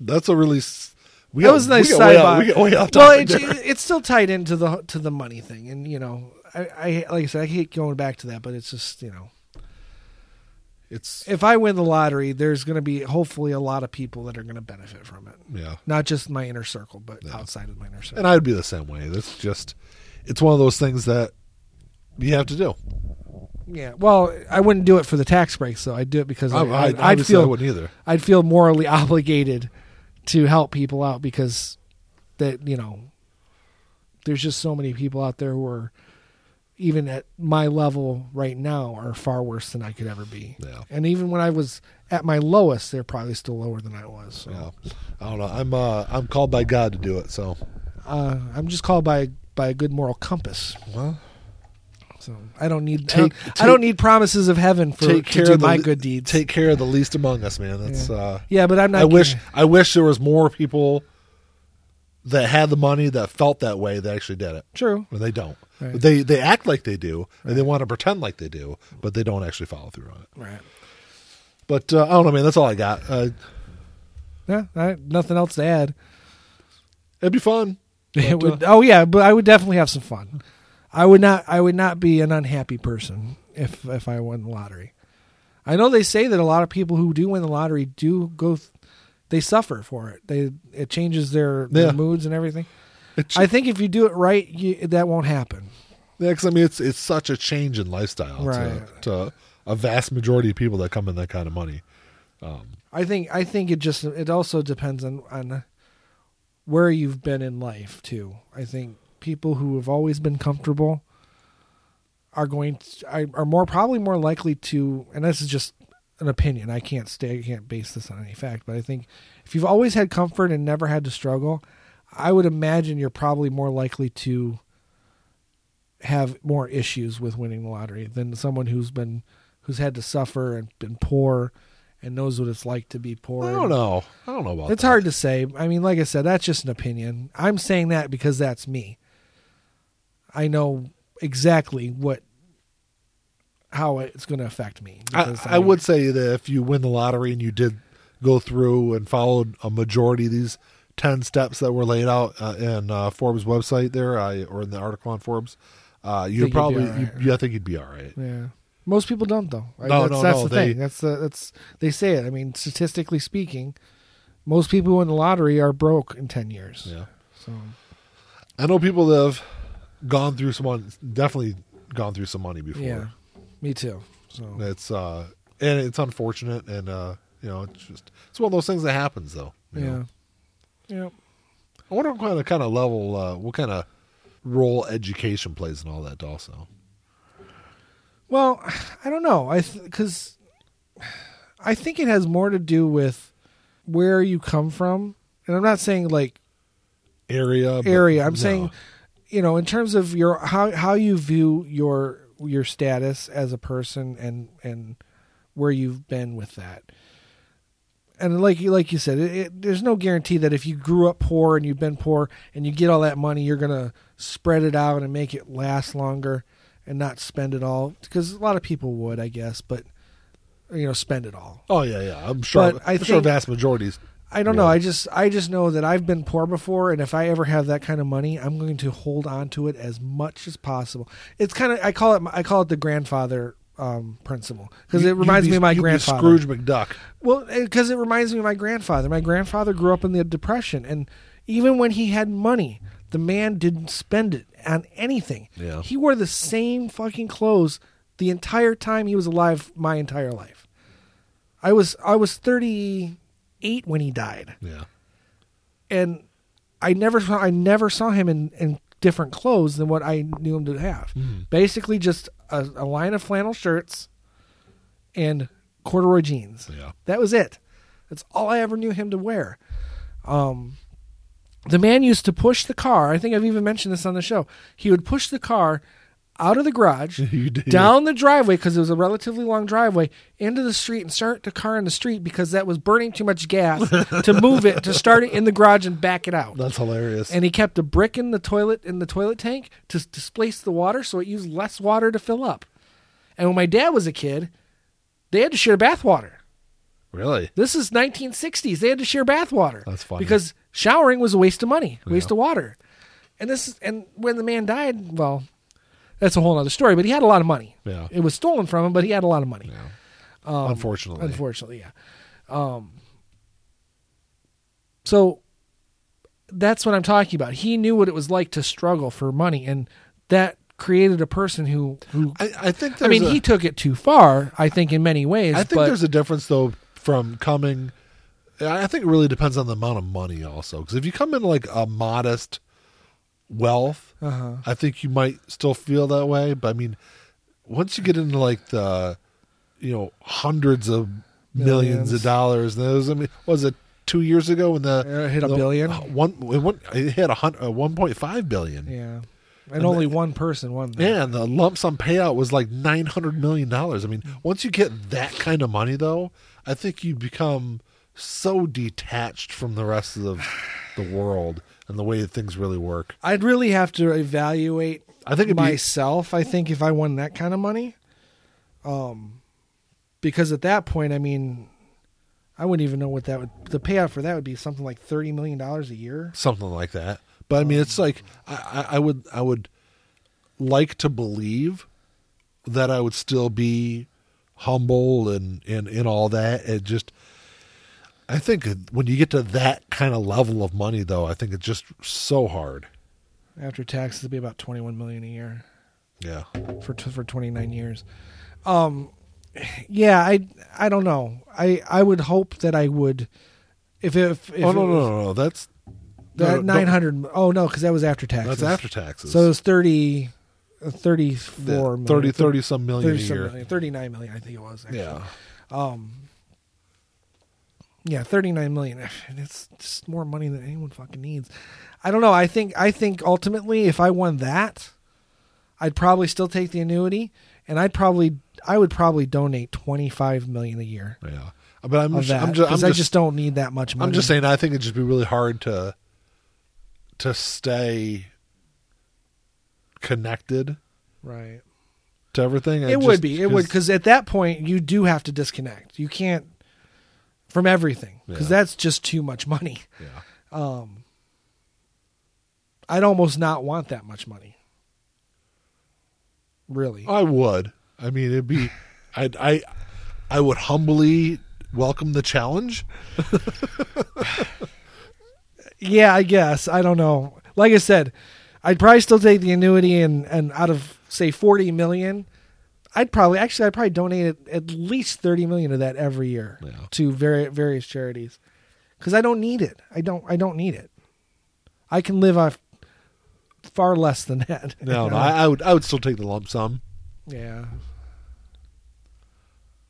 Speaker 1: That's a really. s- We
Speaker 2: that
Speaker 1: got-
Speaker 2: was a nice
Speaker 1: we got way out-
Speaker 2: sidebar.
Speaker 1: We got way off
Speaker 2: well,
Speaker 1: topic
Speaker 2: it's,
Speaker 1: there.
Speaker 2: it's still tied into the to the money thing, and you know, I, I like I said, I hate going back to that, but it's just you know,
Speaker 1: It's
Speaker 2: if I win the lottery, there's going to be hopefully a lot of people that are going to benefit from it,
Speaker 1: yeah,
Speaker 2: not just my inner circle, but outside of my inner circle.
Speaker 1: and I'd be the same way. That's just. It's one of those things that you have to do.
Speaker 2: yeah, well, I wouldn't do it for the tax breaks, though. I'd do it because
Speaker 1: I,
Speaker 2: I,
Speaker 1: I,
Speaker 2: would
Speaker 1: obviously I
Speaker 2: feel
Speaker 1: wouldn't either.
Speaker 2: I'd feel morally obligated to help people out because that you know there's just so many people out there who are even at my level right now are far worse than I could ever be.
Speaker 1: Yeah.
Speaker 2: And even when I was at my lowest, they're probably still lower than I was. So
Speaker 1: Yeah. I don't know. I'm uh, I'm called by God to do it. So
Speaker 2: uh, I'm just called by by a good moral compass.
Speaker 1: well,
Speaker 2: So I don't need I,
Speaker 1: Take-
Speaker 2: don't, I don't need promises of heaven for
Speaker 1: take
Speaker 2: to
Speaker 1: care
Speaker 2: do
Speaker 1: of the
Speaker 2: my
Speaker 1: le-
Speaker 2: good deeds.
Speaker 1: Take care of the least among us, man. That's uh,
Speaker 2: yeah, but I'm not.
Speaker 1: I wish I wish there was more people that had the money that felt that way that actually did it.
Speaker 2: true.
Speaker 1: But they don't.
Speaker 2: Right.
Speaker 1: They they act like they do, and they want to pretend like they do, but they don't actually follow through on it.
Speaker 2: Right.
Speaker 1: But uh, I don't know, man. That's all I got. Uh,
Speaker 2: Yeah. I, nothing else to add.
Speaker 1: it'd be fun.
Speaker 2: It
Speaker 1: But, uh,
Speaker 2: would, oh yeah, but I would definitely have some fun. I would not. I would not be an unhappy person if if I won the lottery. I know they say that a lot of people who do win the lottery do go. Th- they suffer for it. They it changes their,
Speaker 1: Yeah.
Speaker 2: their moods and everything.
Speaker 1: It's-
Speaker 2: I think if you do it right, you, that won't happen.
Speaker 1: Yeah, 'cause I mean, it's it's such a change in lifestyle
Speaker 2: Right.
Speaker 1: to, to a vast majority of people that come in that kind of money. Um,
Speaker 2: I think. I think it just. It also depends on on where you've been in life too. I think people who have always been comfortable are going to, are- are more probably more likely to and this is just an opinion i can't stay i can't base this on any fact but i think if you've always had comfort and never had to struggle i would imagine you're probably more likely to have more issues with winning the lottery than someone who's been who's had to suffer and been poor and knows what it's like to be poor
Speaker 1: I
Speaker 2: and-
Speaker 1: don't know. I don't know about
Speaker 2: it's
Speaker 1: that.
Speaker 2: hard to say. I mean, like I said, that's just an opinion. I'm saying that because that's me. I know exactly what how it's going to affect me.
Speaker 1: I,
Speaker 2: because
Speaker 1: I would say that if you win the lottery and you did go through and followed a majority of these 10 steps that were laid out uh, in uh, Forbes website there I, or in the article on Forbes, uh,
Speaker 2: Think you'd
Speaker 1: you'd
Speaker 2: be
Speaker 1: probably,
Speaker 2: all right.
Speaker 1: you, yeah, I think you'd be all right.
Speaker 2: Yeah. Most people don't though. I-
Speaker 1: No,
Speaker 2: that's,
Speaker 1: no,
Speaker 2: that's
Speaker 1: no,
Speaker 2: the
Speaker 1: they-
Speaker 2: thing. That's the, that's they say it. I mean, statistically speaking, most people who win the lottery are broke in 10 years.
Speaker 1: Yeah.
Speaker 2: So
Speaker 1: I know people that have gone through some, mon- definitely gone through some money before.
Speaker 2: yeah. Me too. So
Speaker 1: It's, uh, and it's unfortunate. And, uh, you know, it's just, it's one of those things that happens though. you know?
Speaker 2: yeah. Yeah.
Speaker 1: I wonder what kind of, kind of level, uh, what kind of role education plays in all that also.
Speaker 2: Well, I don't know. I because I think it has more to do with where you come from, and I'm not saying like
Speaker 1: Area. but
Speaker 2: area. I'm
Speaker 1: no.
Speaker 2: saying, you know, in terms of your how how you view your your status as a person and and where you've been with that. And like you like you said, it, it, there's no guarantee that if you grew up poor and you've been poor and you get all that money, you're gonna spread it out and make it last longer and not spend it all. Because a lot of people would, I guess, but you know, spend it all.
Speaker 1: Oh yeah, yeah. I'm sure.
Speaker 2: But I
Speaker 1: I am sure
Speaker 2: think-
Speaker 1: vast majorities.
Speaker 2: I don't know.
Speaker 1: Yeah.
Speaker 2: I just I just know that I've been poor before, and if I ever have that kind of money, I'm going to hold on to it as much as possible. It's kind of I call it I call it the grandfather um, principle because
Speaker 1: you-
Speaker 2: it reminds
Speaker 1: you'd be-
Speaker 2: me of my
Speaker 1: you'd be
Speaker 2: grandfather.
Speaker 1: Scrooge McDuck.
Speaker 2: Well, because it reminds me of my grandfather. My grandfather grew up in the Depression, and even when he had money, the man didn't spend it on anything.
Speaker 1: Yeah.
Speaker 2: He wore the same fucking clothes the entire time he was alive. My entire life. I was I was thirty eight when he died
Speaker 1: Yeah,
Speaker 2: and I never saw I never saw him in, in different clothes than what I knew him to have. Basically, just a, a line of flannel shirts and corduroy jeans.
Speaker 1: yeah.
Speaker 2: That was it. That's all I ever knew him to wear. Um, the man used to push the car. I think I've even mentioned this on the show. He would push the car out of the garage,
Speaker 1: You did.
Speaker 2: down the driveway because it was a relatively long driveway, into the street and start the car in the street because that was burning too much gas to move it to start it in the garage and back it out.
Speaker 1: That's hilarious.
Speaker 2: And he kept a brick in the toilet in the toilet tank to s- displace the water, so it used less water to fill up. And when my dad was a kid, they had to share bath water
Speaker 1: Really?
Speaker 2: This is 1960s. They had to share bathwater.
Speaker 1: That's funny.
Speaker 2: Because showering was a waste of money, waste
Speaker 1: Yeah.
Speaker 2: of water. And this is, and when the man died, well, that's a whole other story. But he had a lot of money.
Speaker 1: Yeah.
Speaker 2: It was stolen from him, but he had a lot of money. Um,
Speaker 1: Yeah. Unfortunately.
Speaker 2: Unfortunately, yeah. Um, so that's what I'm talking about. He knew what it was like to struggle for money, and that created a person who. who
Speaker 1: I, I think. There's
Speaker 2: I mean,
Speaker 1: a-
Speaker 2: he took it too far. I think in many ways.
Speaker 1: I think
Speaker 2: but,
Speaker 1: there's a difference though from coming. I I think it really depends on the amount of money also. Because if you come in like a modest wealth,
Speaker 2: Uh-huh.
Speaker 1: I think you might still feel that way. But I mean, once you get into like the, you know, hundreds of millions,
Speaker 2: Millions.
Speaker 1: of dollars, those I mean, what was it two years ago when the
Speaker 2: Yeah, it hit a
Speaker 1: the-
Speaker 2: billion.
Speaker 1: One, it went- it hit a hundred, uh, one point five billion.
Speaker 2: Yeah. And, only one person won that.
Speaker 1: Yeah, and the lump sum payout was like nine hundred million dollars. I mean, once you get that kind of money, though, I think you become so detached from the rest of the world and the way that things really work.
Speaker 2: I'd really have to evaluate
Speaker 1: I think it'd be-
Speaker 2: myself, I think, if I won that kind of money. Um because at that point, I mean I wouldn't even know what that would the payout for that would be something like thirty million dollars a year.
Speaker 1: something like that. But I mean, it's like I, I, I would I would like to believe that I would still be humble and and and all that. It just I think when you get to that kind of level of money, though, I think it's just so hard.
Speaker 2: After taxes it'd be about twenty one million a year
Speaker 1: Yeah.
Speaker 2: for t- for twenty nine years. Um yeah, I I don't know. I I would hope that I would if if, if
Speaker 1: oh
Speaker 2: it
Speaker 1: no,
Speaker 2: was-
Speaker 1: no no no that's no,
Speaker 2: that
Speaker 1: no,
Speaker 2: nine hundred oh no, because that was after
Speaker 1: no,
Speaker 2: taxes.
Speaker 1: That's after taxes.
Speaker 2: So it was 30, uh, 34
Speaker 1: Yeah,
Speaker 2: million.
Speaker 1: 30, 30 some million
Speaker 2: 30
Speaker 1: a
Speaker 2: some
Speaker 1: year.
Speaker 2: million, 39 million, I think it was. Actually.
Speaker 1: Yeah.
Speaker 2: Um, yeah, 39 million. And it's just more money than anyone fucking needs. I don't know. I think, I think ultimately, if I won that, I'd probably still take the annuity and I'd probably, I would probably donate 25 million a year
Speaker 1: Yeah. But I'm
Speaker 2: of
Speaker 1: just,
Speaker 2: that.
Speaker 1: I'm just I'm
Speaker 2: 'cause
Speaker 1: just,
Speaker 2: I just don't need that much money.
Speaker 1: I'm just saying I think it'd just be really hard to to stay connected
Speaker 2: Right.
Speaker 1: to everything. I
Speaker 2: it
Speaker 1: just-
Speaker 2: would be it would
Speaker 1: 'cause-
Speaker 2: because at that point you do have to disconnect you can't from everything because
Speaker 1: Yeah.
Speaker 2: that's just too much money
Speaker 1: yeah.
Speaker 2: um i'd almost not want that much money really
Speaker 1: I would. I mean it'd be I'd I I would humbly welcome the challenge.
Speaker 2: yeah i guess i don't know like i said i'd probably still take the annuity and and out of say 40 million i'd probably actually i'd probably donate at- at least 30 million of that every year
Speaker 1: Yeah.
Speaker 2: to vari- various charities because i don't need it i don't i don't need it i can live off far less than that
Speaker 1: No, no, I, I would I would still take the lump sum.
Speaker 2: yeah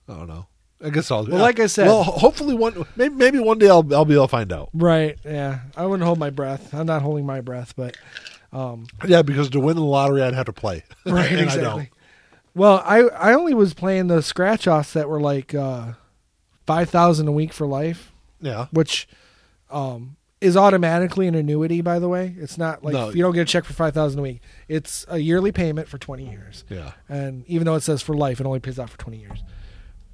Speaker 1: I don't know. I guess I'll.
Speaker 2: Well, like I said-
Speaker 1: Well, hopefully one, maybe, maybe one day I'll, I'll be able to find out.
Speaker 2: right yeah i wouldn't hold my breath i'm not holding my breath but um
Speaker 1: Yeah, because to win the lottery, I'd have to play.
Speaker 2: Right,
Speaker 1: And
Speaker 2: exactly.
Speaker 1: I don't.
Speaker 2: Well, I I only was playing the scratch offs that were like uh, five thousand a week for life,
Speaker 1: Yeah,
Speaker 2: which um, is automatically an annuity. By the way, it's not like
Speaker 1: No.
Speaker 2: you don't get a check for five thousand a week. It's a yearly payment for twenty years,
Speaker 1: yeah,
Speaker 2: and even though it says for life, it only pays out for twenty years.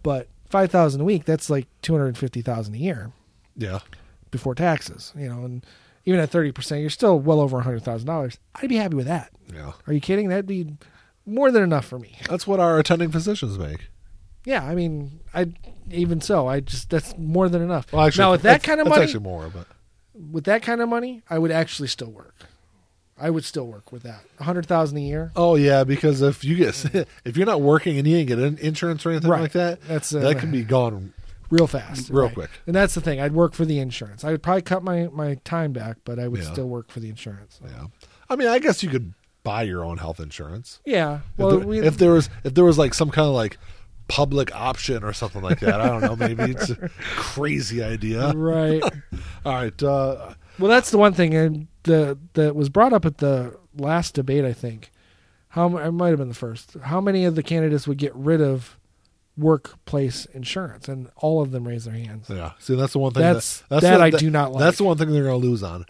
Speaker 2: But five thousand a week, that's like two hundred fifty thousand a year
Speaker 1: yeah.
Speaker 2: before taxes. You know, and even at thirty percent, you're still well over hundred thousand dollars. I'd be happy with that.
Speaker 1: Yeah,
Speaker 2: Are you kidding? That'd be more than enough for me.
Speaker 1: that's what our attending physicians make.
Speaker 2: Yeah, I mean, I even so, I just that's more than enough.
Speaker 1: Well, actually,
Speaker 2: now with that
Speaker 1: that's-
Speaker 2: kind of
Speaker 1: that's
Speaker 2: money,
Speaker 1: actually more. But
Speaker 2: with that kind of money, I would actually still work. I would still work with that. A hundred thousand a year.
Speaker 1: oh yeah, because if you get if you're not working and you ain't get in- insurance or anything
Speaker 2: Right.
Speaker 1: like that,
Speaker 2: That's, uh,
Speaker 1: that can be gone.
Speaker 2: real fast,
Speaker 1: Real quick.
Speaker 2: And that's the thing. I'd work for the insurance. I would probably cut my my time back, but I would
Speaker 1: Yeah.
Speaker 2: still work for the insurance.
Speaker 1: Yeah, I mean, I guess you could buy your own health insurance.
Speaker 2: Yeah. Well,
Speaker 1: if, there,
Speaker 2: we,
Speaker 1: if there was if there was like some kind of like public option or something like that, I don't know. Maybe it's a crazy idea.
Speaker 2: right.
Speaker 1: All right. Uh,
Speaker 2: Well, that's the one thing, and the that was brought up at the last debate, I think. How m- it might have been the first. How many of the candidates would get rid of workplace insurance? And all of them raised their hands.
Speaker 1: Yeah. See, that's the one thing
Speaker 2: That's-
Speaker 1: that, that's
Speaker 2: that
Speaker 1: the-
Speaker 2: I do not like.
Speaker 1: That's the one thing they're going to lose on,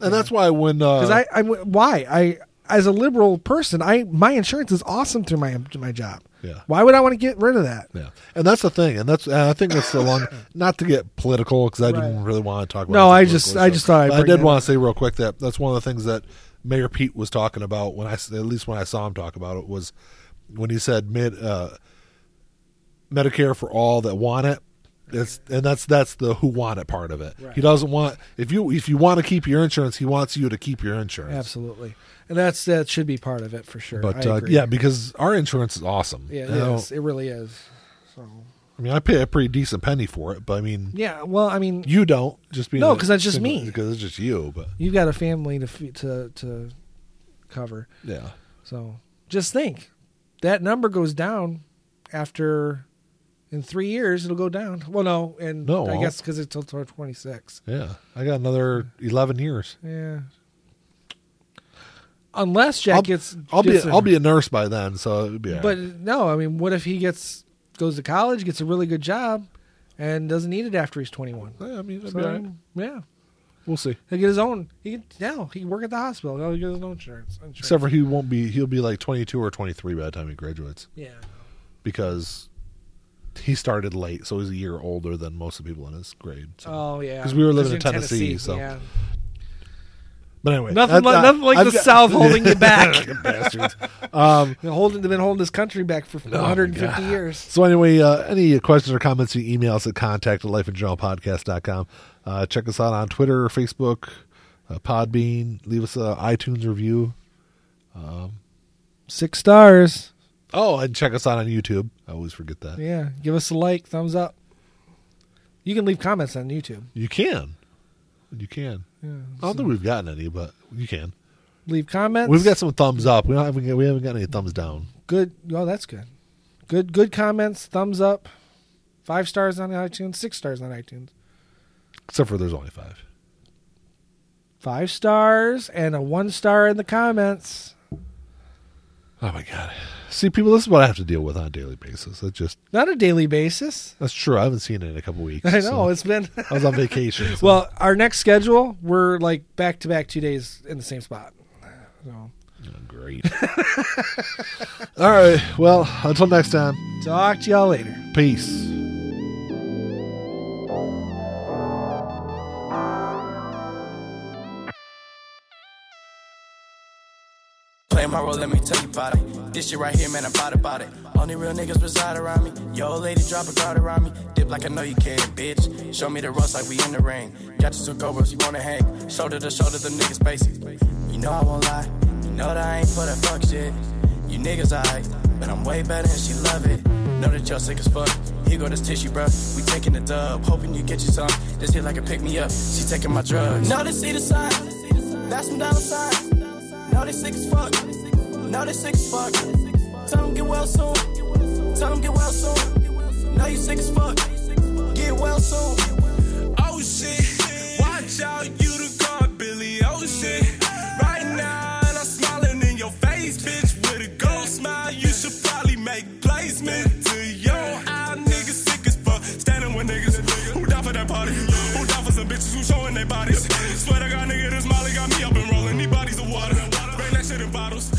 Speaker 1: and that's why when
Speaker 2: Because
Speaker 1: uh,
Speaker 2: I, I, why I, as a liberal person, I my insurance is awesome through my my job.
Speaker 1: Yeah.
Speaker 2: Why would I want to get rid of that?
Speaker 1: Yeah, and that's the thing, and that's and I think that's the long. Not to get political, because I didn't
Speaker 2: Right.
Speaker 1: really want to talk about.
Speaker 2: No,
Speaker 1: anything
Speaker 2: I just-
Speaker 1: political,
Speaker 2: I just thought I'd
Speaker 1: but I
Speaker 2: bring
Speaker 1: did
Speaker 2: that
Speaker 1: want to say real quick that that's one of the things that Mayor Pete was talking about when I s- at least when I saw him talk about it was when he said mid uh, Medicare for all that want it. It's, and that's that's the who want it part of it.
Speaker 2: Right.
Speaker 1: He doesn't want if you if you want to keep your insurance, he wants you to keep your insurance.
Speaker 2: Absolutely, and that's that should be part of it for sure.
Speaker 1: But
Speaker 2: I
Speaker 1: uh,
Speaker 2: agree.
Speaker 1: yeah, because our insurance is awesome.
Speaker 2: yeah,
Speaker 1: You know,
Speaker 2: it is. It really is. So
Speaker 1: I mean, I pay a pretty decent penny for it, but I mean,
Speaker 2: yeah, well, I mean,
Speaker 1: You don't just be
Speaker 2: No, 'cause that's just me.
Speaker 1: Because it's just you. But
Speaker 2: you've got a family to fe- to to cover.
Speaker 1: yeah,
Speaker 2: So just think that number goes down after in three years, it'll go down. Well, no, and
Speaker 1: No, it
Speaker 2: I
Speaker 1: won't.
Speaker 2: guess because it's till 26.
Speaker 1: yeah. I got another eleven years.
Speaker 2: Yeah. Unless Jack
Speaker 1: I'll-
Speaker 2: gets,
Speaker 1: I'll be
Speaker 2: gets
Speaker 1: I'll be a nurse by then, so it'd be all
Speaker 2: But
Speaker 1: right.
Speaker 2: no, I mean, what if he gets goes to college, gets a really good job, and doesn't need it after he's 21?
Speaker 1: Yeah, I mean, it'd
Speaker 2: So,
Speaker 1: be all right.
Speaker 2: yeah,
Speaker 1: we'll see.
Speaker 2: he'll get his own. He can, yeah, he can work at the hospital. He'll get his own insurance. insurance.
Speaker 1: Except for he won't be. He'll be like twenty two or twenty three by the time he graduates
Speaker 2: yeah,
Speaker 1: because he started late, so he's a year older than most of the people in his grade. So.
Speaker 2: oh yeah,
Speaker 1: 'Cause we were living
Speaker 2: you're
Speaker 1: in Tennessee, so-
Speaker 2: yeah.
Speaker 1: but anyway,
Speaker 2: Nothing like- nothing like the South holding you back.
Speaker 1: bastards. Um,
Speaker 2: They're holding, they've been holding this country back for
Speaker 1: Oh, my
Speaker 2: 150
Speaker 1: God.
Speaker 2: years.
Speaker 1: So anyway, uh, any questions or comments, you email us at contact at lifeandjournalpodcast.com. Uh, check us out on Twitter, Facebook, uh, Podbean. Leave us a iTunes review.
Speaker 2: Six stars.
Speaker 1: Oh, and check us out on YouTube. I always forget that.
Speaker 2: Yeah, give us a like, thumbs up. You can leave comments on YouTube.
Speaker 1: You can. You can.
Speaker 2: Yeah,
Speaker 1: I don't think we've gotten any, but you can.
Speaker 2: leave comments.
Speaker 1: We've got some thumbs up. We don't haven't got- we haven't got any thumbs down.
Speaker 2: good. Oh, that's good. Good, good comments. Thumbs up. Five stars on iTunes. Six stars on iTunes.
Speaker 1: Except for there's only five.
Speaker 2: Five stars and a one star in the comments.
Speaker 1: Oh my god. See people, this is what I have to deal with on a daily basis. That's just
Speaker 2: Not a daily basis.
Speaker 1: that's true. I haven't seen it in a couple weeks.
Speaker 2: I know
Speaker 1: so-
Speaker 2: it's been.
Speaker 1: I was on vacation. so-
Speaker 2: well, our next schedule, we're like back to back two days in the same spot. So,
Speaker 1: Great. All right. Well, until next time,
Speaker 2: talk to y'all later.
Speaker 1: peace.
Speaker 3: Play my role, let me tell you about it. This shit right here, man, I'm about about it. Only real niggas reside around me. Yo, lady, drop a crowd around me. Dip like I know you can, bitch. Show me the ropes like we in the ring. Got you two cobras, you wanna hang. Shoulder to shoulder, the niggas faces. You know I won't lie. You know that I ain't for that fuck shit. You niggas alright, but I'm way better and she love it. Know that y'all sick as fuck. Here go this tissue, bruh. We taking the dub, hoping you get you some. This hit like a pick me up. She taking my drugs. Know they see the sign. That's some dollar signs. No, they sick as fuck. No, they sick as fuck. Tell them get well soon. Tell them get well soon. No, you sick as fuck. Get well soon. Oh shit. Watch out, you the car, Billy Ocean. Right now, and I'm smiling in your face, bitch. With a gold smile, you should probably make placement to your eye, niggas sick as fuck. Standing with niggas who down for that party, who down for some bitches who showing their bodies. Swear to God, nigga, this Molly got me up and rolling. These bodies of water, bring that shit in bottles.